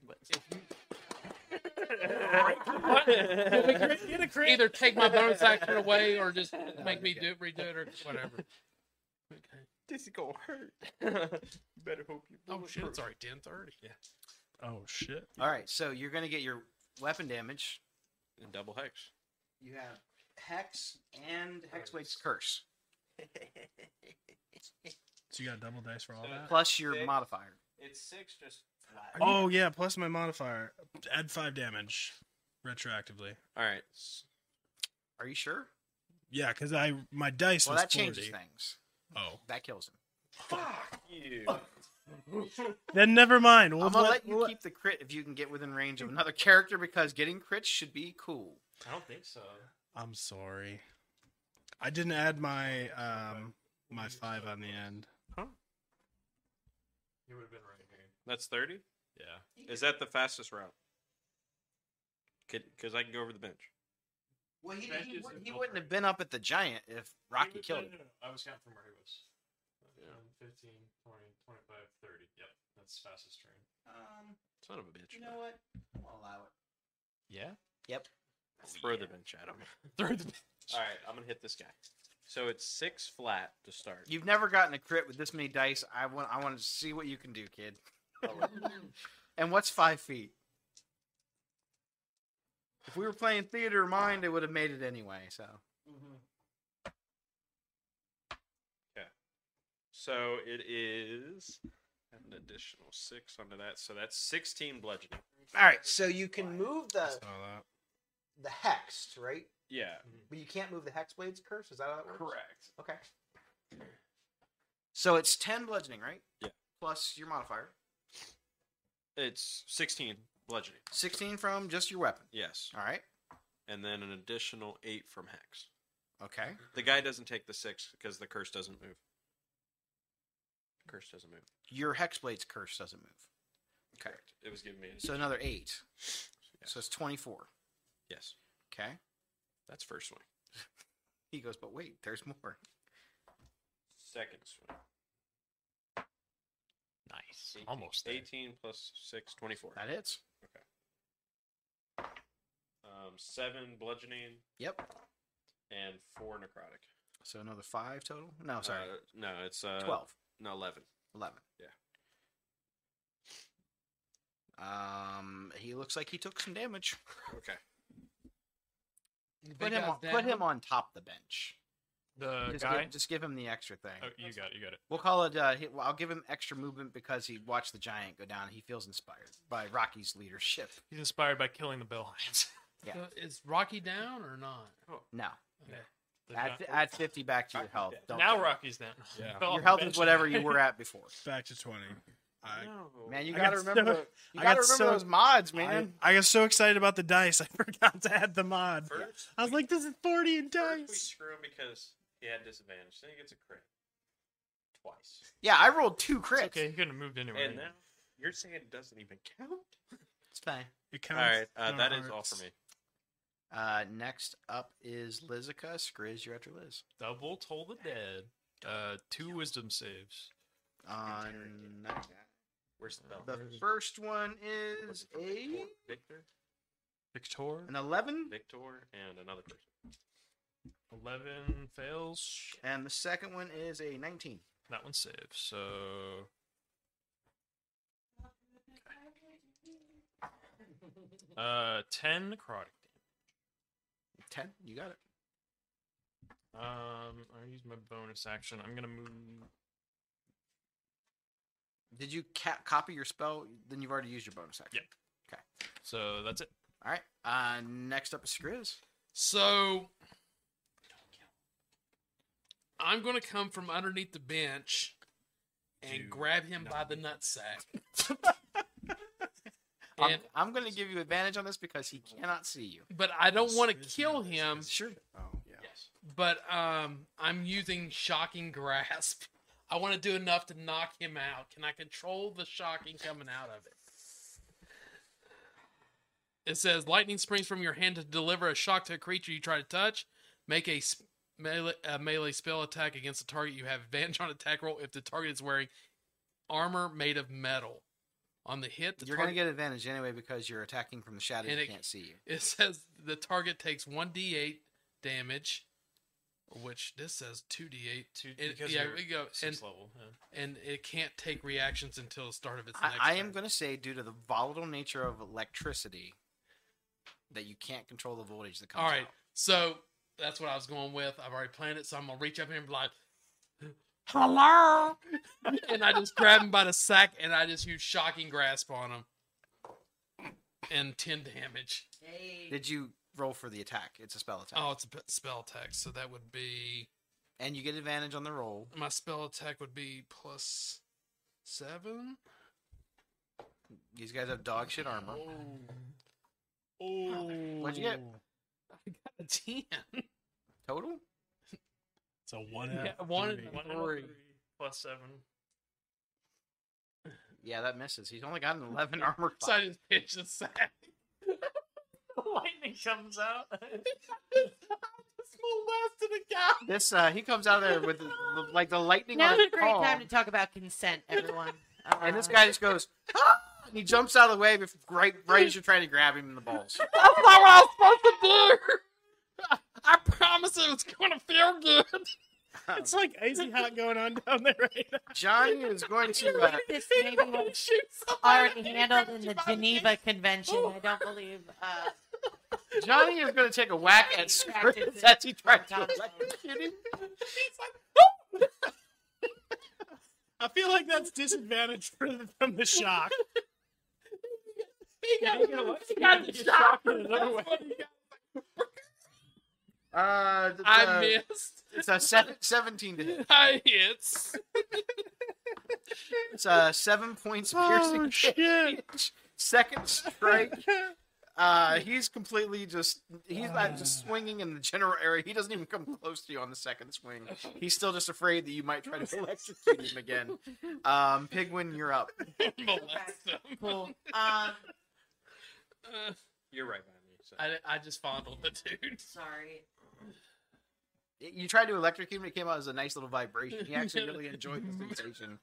S6: either take my bonus action away or just make me do redo it or whatever. Okay.
S3: This is gonna hurt. you better hope you.
S6: Oh shit! It's already ten thirty. Yeah.
S5: Oh, shit.
S4: All right, so you're gonna get your weapon damage.
S3: And double hex.
S4: You have hex and hexblade's curse
S5: So you got double dice for all that?
S4: plus your
S3: Six.
S4: modifier.
S3: It's six, just flat.
S5: Oh, yeah, plus my modifier. Add 5 damage retroactively.
S3: All right.
S4: Are you sure?
S5: Yeah, because I my dice
S4: well,
S5: was
S4: that
S5: 40.
S4: changes things.
S5: Oh.
S4: That kills him.
S3: Fuck you.
S5: Then never mind. We'll
S4: I'm gonna
S5: let-
S4: let you
S5: we'll
S4: keep the crit if you can get within range of another character because getting crits should be cool.
S7: I don't think so.
S5: I'm sorry. I didn't add my um my five on the end.
S7: You would have been right here.
S3: That's thirty.
S7: Yeah.
S3: Is that the fastest route? Because I can go over the bench.
S4: Well, he,
S7: That
S4: he,
S7: is
S4: would,
S7: an
S4: he
S7: upgrade.
S4: wouldn't have been up at the giant if Rocky
S7: He was-
S4: killed
S7: no,
S4: him.
S7: no, no. I was counting from where he was. Yeah. 15, 20, 25, 30. Yep. That's fastest train.
S4: Um,
S3: Son of a bitch.
S4: what? I'll allow it.
S7: Yeah.
S8: Yep.
S3: Throw the bench at him.
S7: Throw the.
S3: All right, I'm gonna hit this guy. So it's six flat to start.
S4: You've never gotten a crit with this many dice. I want. I want to see what you can do, kid. and what's five feet? If we were playing theater of mind, it would have made it anyway. So
S3: So it is an additional six under that. So that's sixteen bludgeoning.
S22: All right, so you can move
S4: Uh,
S22: the
S19: that.
S22: the hex, right?
S3: Yeah.
S22: But you can't move the hex blades curse. Is that how that works?
S3: Correct.
S22: Okay.
S4: so it's ten bludgeoning, right?
S3: Yeah.
S4: Plus your modifier,
S3: It's sixteen bludgeoning.
S4: sixteen from just your weapon.
S3: Yes.
S4: All right.
S3: And then an additional eight from hex.
S4: Okay.
S3: The guy doesn't take the six because the curse doesn't move. The curse doesn't move.
S4: Your hexblade's curse doesn't move. Okay.
S3: Correct. It was giving me an
S4: So another eight.
S3: Yeah.
S4: So it's twenty-four.
S3: yes.
S4: Okay.
S3: That's first swing.
S4: He goes, but wait, there's more.
S3: Second swing.
S7: Nice.
S3: 18
S7: Almost there.
S3: Eighteen plus six, twenty-four.
S4: That hits.
S3: Um, seven bludgeoning
S4: Yep.
S3: and four necrotic.
S4: So another five total. No, Oh, sorry,
S3: Uh, no, it's uh,
S4: twelve.
S3: No, eleven.
S4: 11.
S3: Yeah.
S4: Um, he looks like he took some damage.
S3: Okay.
S6: The big
S4: Put him,
S6: guy's
S4: on,
S6: down.
S4: put him on top the bench.
S7: The
S4: just,
S7: guy.
S4: give, just give him the extra thing.
S7: Oh, you got it. You got it.
S4: We'll call it. Uh, he, well, I'll give him extra movement because he watched the giant go down. He feels inspired by Rocky's leadership.
S7: He's inspired by killing the bell lions.
S4: Yeah.
S6: So Uh, is Rocky down or not?
S4: No,
S6: Okay.
S7: The
S4: add,
S7: gi-
S4: add fifty back to your health. Don't
S7: now Rocky's down.
S19: Yeah.
S7: Fell off
S4: your
S7: the
S4: health
S7: bench.
S4: is whatever you were at before.
S5: Back to twenty. I,
S4: Man, you
S5: I
S4: gotta
S5: got so-
S4: remember. you
S5: I
S4: gotta
S5: got
S4: remember
S5: so-
S4: those mods, man.
S5: I, I got so excited about the dice, I forgot to add the mod.
S3: First,
S5: I was like, "This is forty in
S3: first we
S5: dice."
S3: screw him because he had disadvantage. Then he gets a crit twice.
S4: yeah, I rolled two crits.
S7: It's okay, he couldn't have moved anywhere.
S3: And now you're saying it doesn't even count?
S4: it's fine.
S5: It
S3: All
S5: counts
S3: right, uh,
S5: in
S3: that
S5: our
S3: is all for
S5: hearts.
S3: me.
S4: Uh, next up is Lizica. Skriz, you're after Liz.
S7: Double toll the dead. Uh, two wisdom saves.
S4: On
S3: Where's the bell?
S4: Uh, the first one
S3: Was
S4: is
S3: it from
S4: a
S3: Victor? Victor,
S7: Victor.
S4: an eleven,
S3: Victor, and another person.
S7: Eleven fails.
S4: and the second one is a nineteen.
S7: That one saves. So Uh, 10 necrotic
S4: Ten, you got it.
S7: damage. Um, I use my bonus action. I'm gonna move.
S4: Did you ca- copy your spell? Then you've already used your bonus action.
S7: So that's it.
S4: All right. Uh, next up is Skriz.
S6: So I'm going to come from underneath the bench and
S7: Do
S6: grab him by the nutsack. and,
S4: I'm, I'm going to give you advantage on this because he cannot see you.
S6: but I don't want to kill him.
S4: Sure.
S19: Oh yeah.
S3: Yes.
S6: But um, I'm using shocking grasp. I want to do enough to knock him out. Can I control the shocking coming out of it? It says lightning springs from your hand to deliver a shock to a creature you try to touch. Make a s- melee, a melee spell attack against the target. You have advantage on attack roll if the target is wearing armor made of metal. On the hit, the
S4: You're going to
S6: target
S4: get advantage anyway because you're attacking from the shadow.
S6: And
S4: And
S6: it-
S4: it can't see you.
S6: it says the target takes 1d8 damage, which this says 2d8.
S7: Two,
S6: It-
S7: because
S6: yeah,
S7: you're
S6: we go. And,
S7: sixth level. yeah.
S6: and it can't take reactions until the start of its next
S4: I, I am
S6: turn.
S4: going to say, due to the volatile nature of electricity, that you can't control the voltage that comes
S6: All right.
S4: out.
S6: So that's what I was going with. I've already planned it. So I'm going to reach up here and be like, hello. and I just grab him by the sack and I just use shocking grasp on him. And 10 damage.
S2: Hey.
S4: Did you roll for the attack? It's a spell attack.
S6: Oh, it's a p- spell attack. So that would be.
S4: And you get advantage on the roll.
S6: My spell attack would be plus seven.
S4: These guys have dog shit armor.
S5: Oh,
S4: Uh-huh. What'd you get?
S6: I got a 10.
S4: Total?
S5: It's a one.
S6: Yeah,
S5: Yeah,
S6: one and
S7: One,
S6: Three.
S7: plus seven.
S4: Yeah, that misses. He's only got an 11 armor.
S6: So I
S4: class.
S6: just pitch the sack.
S7: Lightning comes out.
S4: This uh, he comes out of there with like the lightning.
S2: Now's
S4: on his
S2: a great
S4: palm,
S2: time to talk about consent, everyone. Uh,
S4: And this guy just goes, "Ah!" and he jumps out of the way bef- right, right as you're trying to grab him in the balls.
S6: That's not what I was supposed to do. I promise it was going to feel good.
S5: It's like icy hot going on down there right now.
S4: Johnny is going to. Uh,
S2: This
S6: He's
S2: maybe
S6: going to
S2: was
S6: shoot
S2: already
S6: somebody.
S2: handled in the Geneva Convention. I don't believe. Uh,
S4: Johnny is going to take a whack at Scribs as he tries to electrocute him.
S5: I feel like that's disadvantage for the, from the shock.
S6: He got, he got the shot. That's what he got.
S4: Uh, the,
S6: I missed.
S4: It's a seven, 17 to hit.
S6: I hits.
S4: It's uh, seven points piercing.
S5: Oh shit!
S4: damage. Second strike. Uh, he's completely just he's not just swinging in the general area. He doesn't even come close to you on the second swing. He's still just afraid that you might try to electrocute him again. Um, Pigwin, you're up.
S6: Molest him.
S2: cool. Um,
S6: Uh,
S3: You're right by me. So.
S6: I, I just fondled the dude.
S2: sorry.
S4: You tried to electrocute him. It came out as a nice little vibration. He actually really enjoyed the sensation.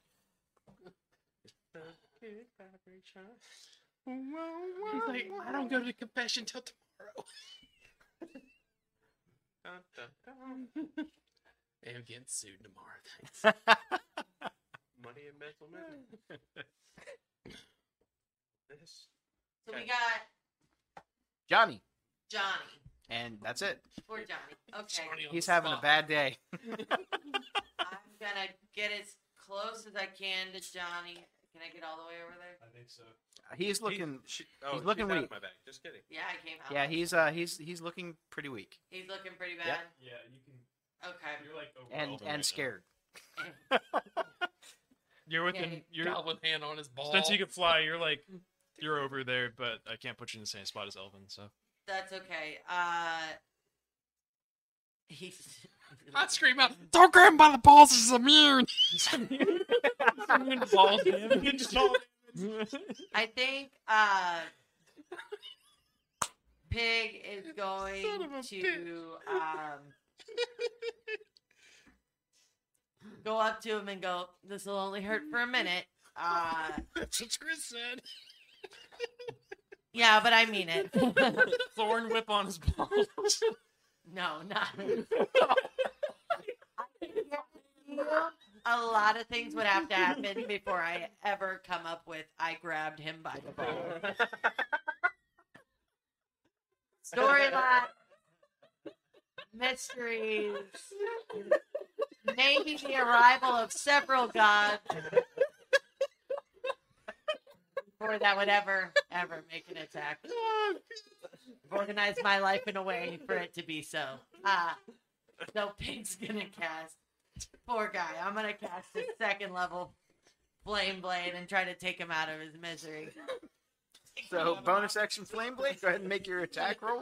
S6: He's like, I don't go to confession till tomorrow. dun, dun, dun. I'm getting sued tomorrow. Thanks.
S3: Money and mental men. this.
S2: So we
S3: Okay.
S2: got
S4: Johnny,
S2: Johnny.
S4: and that's it.
S2: Poor Johnny. Okay.
S6: Johnny on
S4: He's
S6: the
S4: having a
S6: spot.
S4: bad day.
S2: I'm gonna get as close as I can to Johnny. Can I get all the way over there?
S3: I think so.
S4: He's looking.
S3: She, oh,
S4: he's
S3: she's
S4: looking
S3: out of
S4: weak.
S3: my bag. Just kidding.
S2: Yeah, I came out.
S4: Yeah, he's uh he's he's looking pretty weak
S2: He's looking pretty bad.
S4: Yep.
S7: Yeah, you can.
S2: Okay.
S7: You're like
S4: and and scared.
S7: You're within.
S2: Yeah,
S7: you're
S6: Goblin hand on his ball.
S7: since you can fly. You're like. You're over there, but I can't put you in the same spot as Elvin. So
S2: That's okay. Uh, he's.
S6: I scream out,
S1: Don't grab him by the balls, he's immune!
S6: balls.
S2: I think uh, Pig is going
S6: Son of a
S2: to um, go up to him and go, "This will only hurt for a minute." Uh,
S5: That's what Chris said.
S2: yeah, but I mean it.
S7: thorn whip on his balls.
S2: no, not. A lot of things would have to happen before I ever come up with I grabbed him by the ball. Storyline, mysteries, maybe the arrival of several gods before that would ever, ever make an attack. I've organized my life in a way for it to be so. Uh, so Pig's gonna cast. Poor guy. I'm gonna cast his second level flame blade and try to take him out of his misery.
S4: So bonus action flame blade. Go ahead and make your attack roll.
S6: Uh,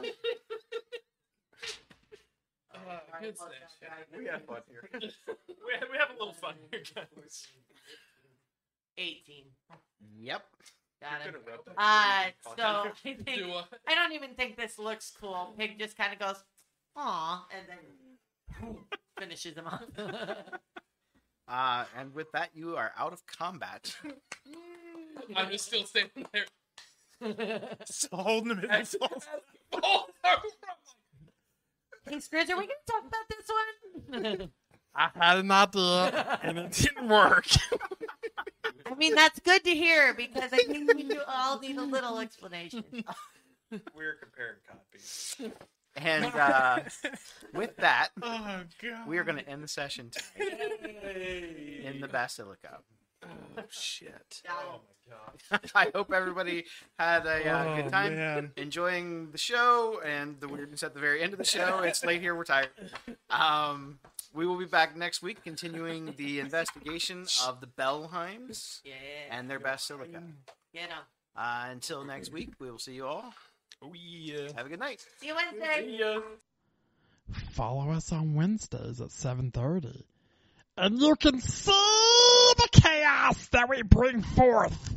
S2: Alright,
S6: good
S2: well
S6: snatch.
S2: done, guys.
S4: We had fun here.
S7: we, we have a little fun here, guys.
S2: 18.
S4: Yep.
S2: Got
S3: You're
S2: it.
S3: gonna rub that
S2: Uh,
S3: shit
S2: so
S3: in your pocket.
S2: I think
S6: Do I?
S2: I don't even think this looks cool. Pig just kind of goes, "Aw," and then finishes him off.
S4: Uh, and with that, you are out of combat.
S6: I'm just still standing there.
S5: Still holding him in his balls.
S6: Oh,
S2: hey, Scrooge, are we gonna talk about this one?
S1: I had an idea, and it didn't work.
S2: I mean, that's good to hear because I think we do all need a little explanation.
S3: We're comparing copies.
S4: And uh, with that,
S5: Oh god.
S4: we are going to end the session tonight in the Basilica.
S5: Oh,
S7: Shit.
S2: Got it.
S4: I hope everybody had a uh,
S5: Oh,
S4: good time
S5: man.
S4: enjoying the show and the weirdness at the very end of the show. It's late here. We're tired. Um, we will be back next week continuing the investigation of the Bellheims
S2: Yeah,
S4: and their Basilica.
S2: you know.
S4: Uh, until next week, we will see you all.
S7: Oh yeah.
S4: Have a good night.
S2: See you Wednesday.
S1: Follow us on Wednesdays at 7.30, and you can see the chaos that we bring forth.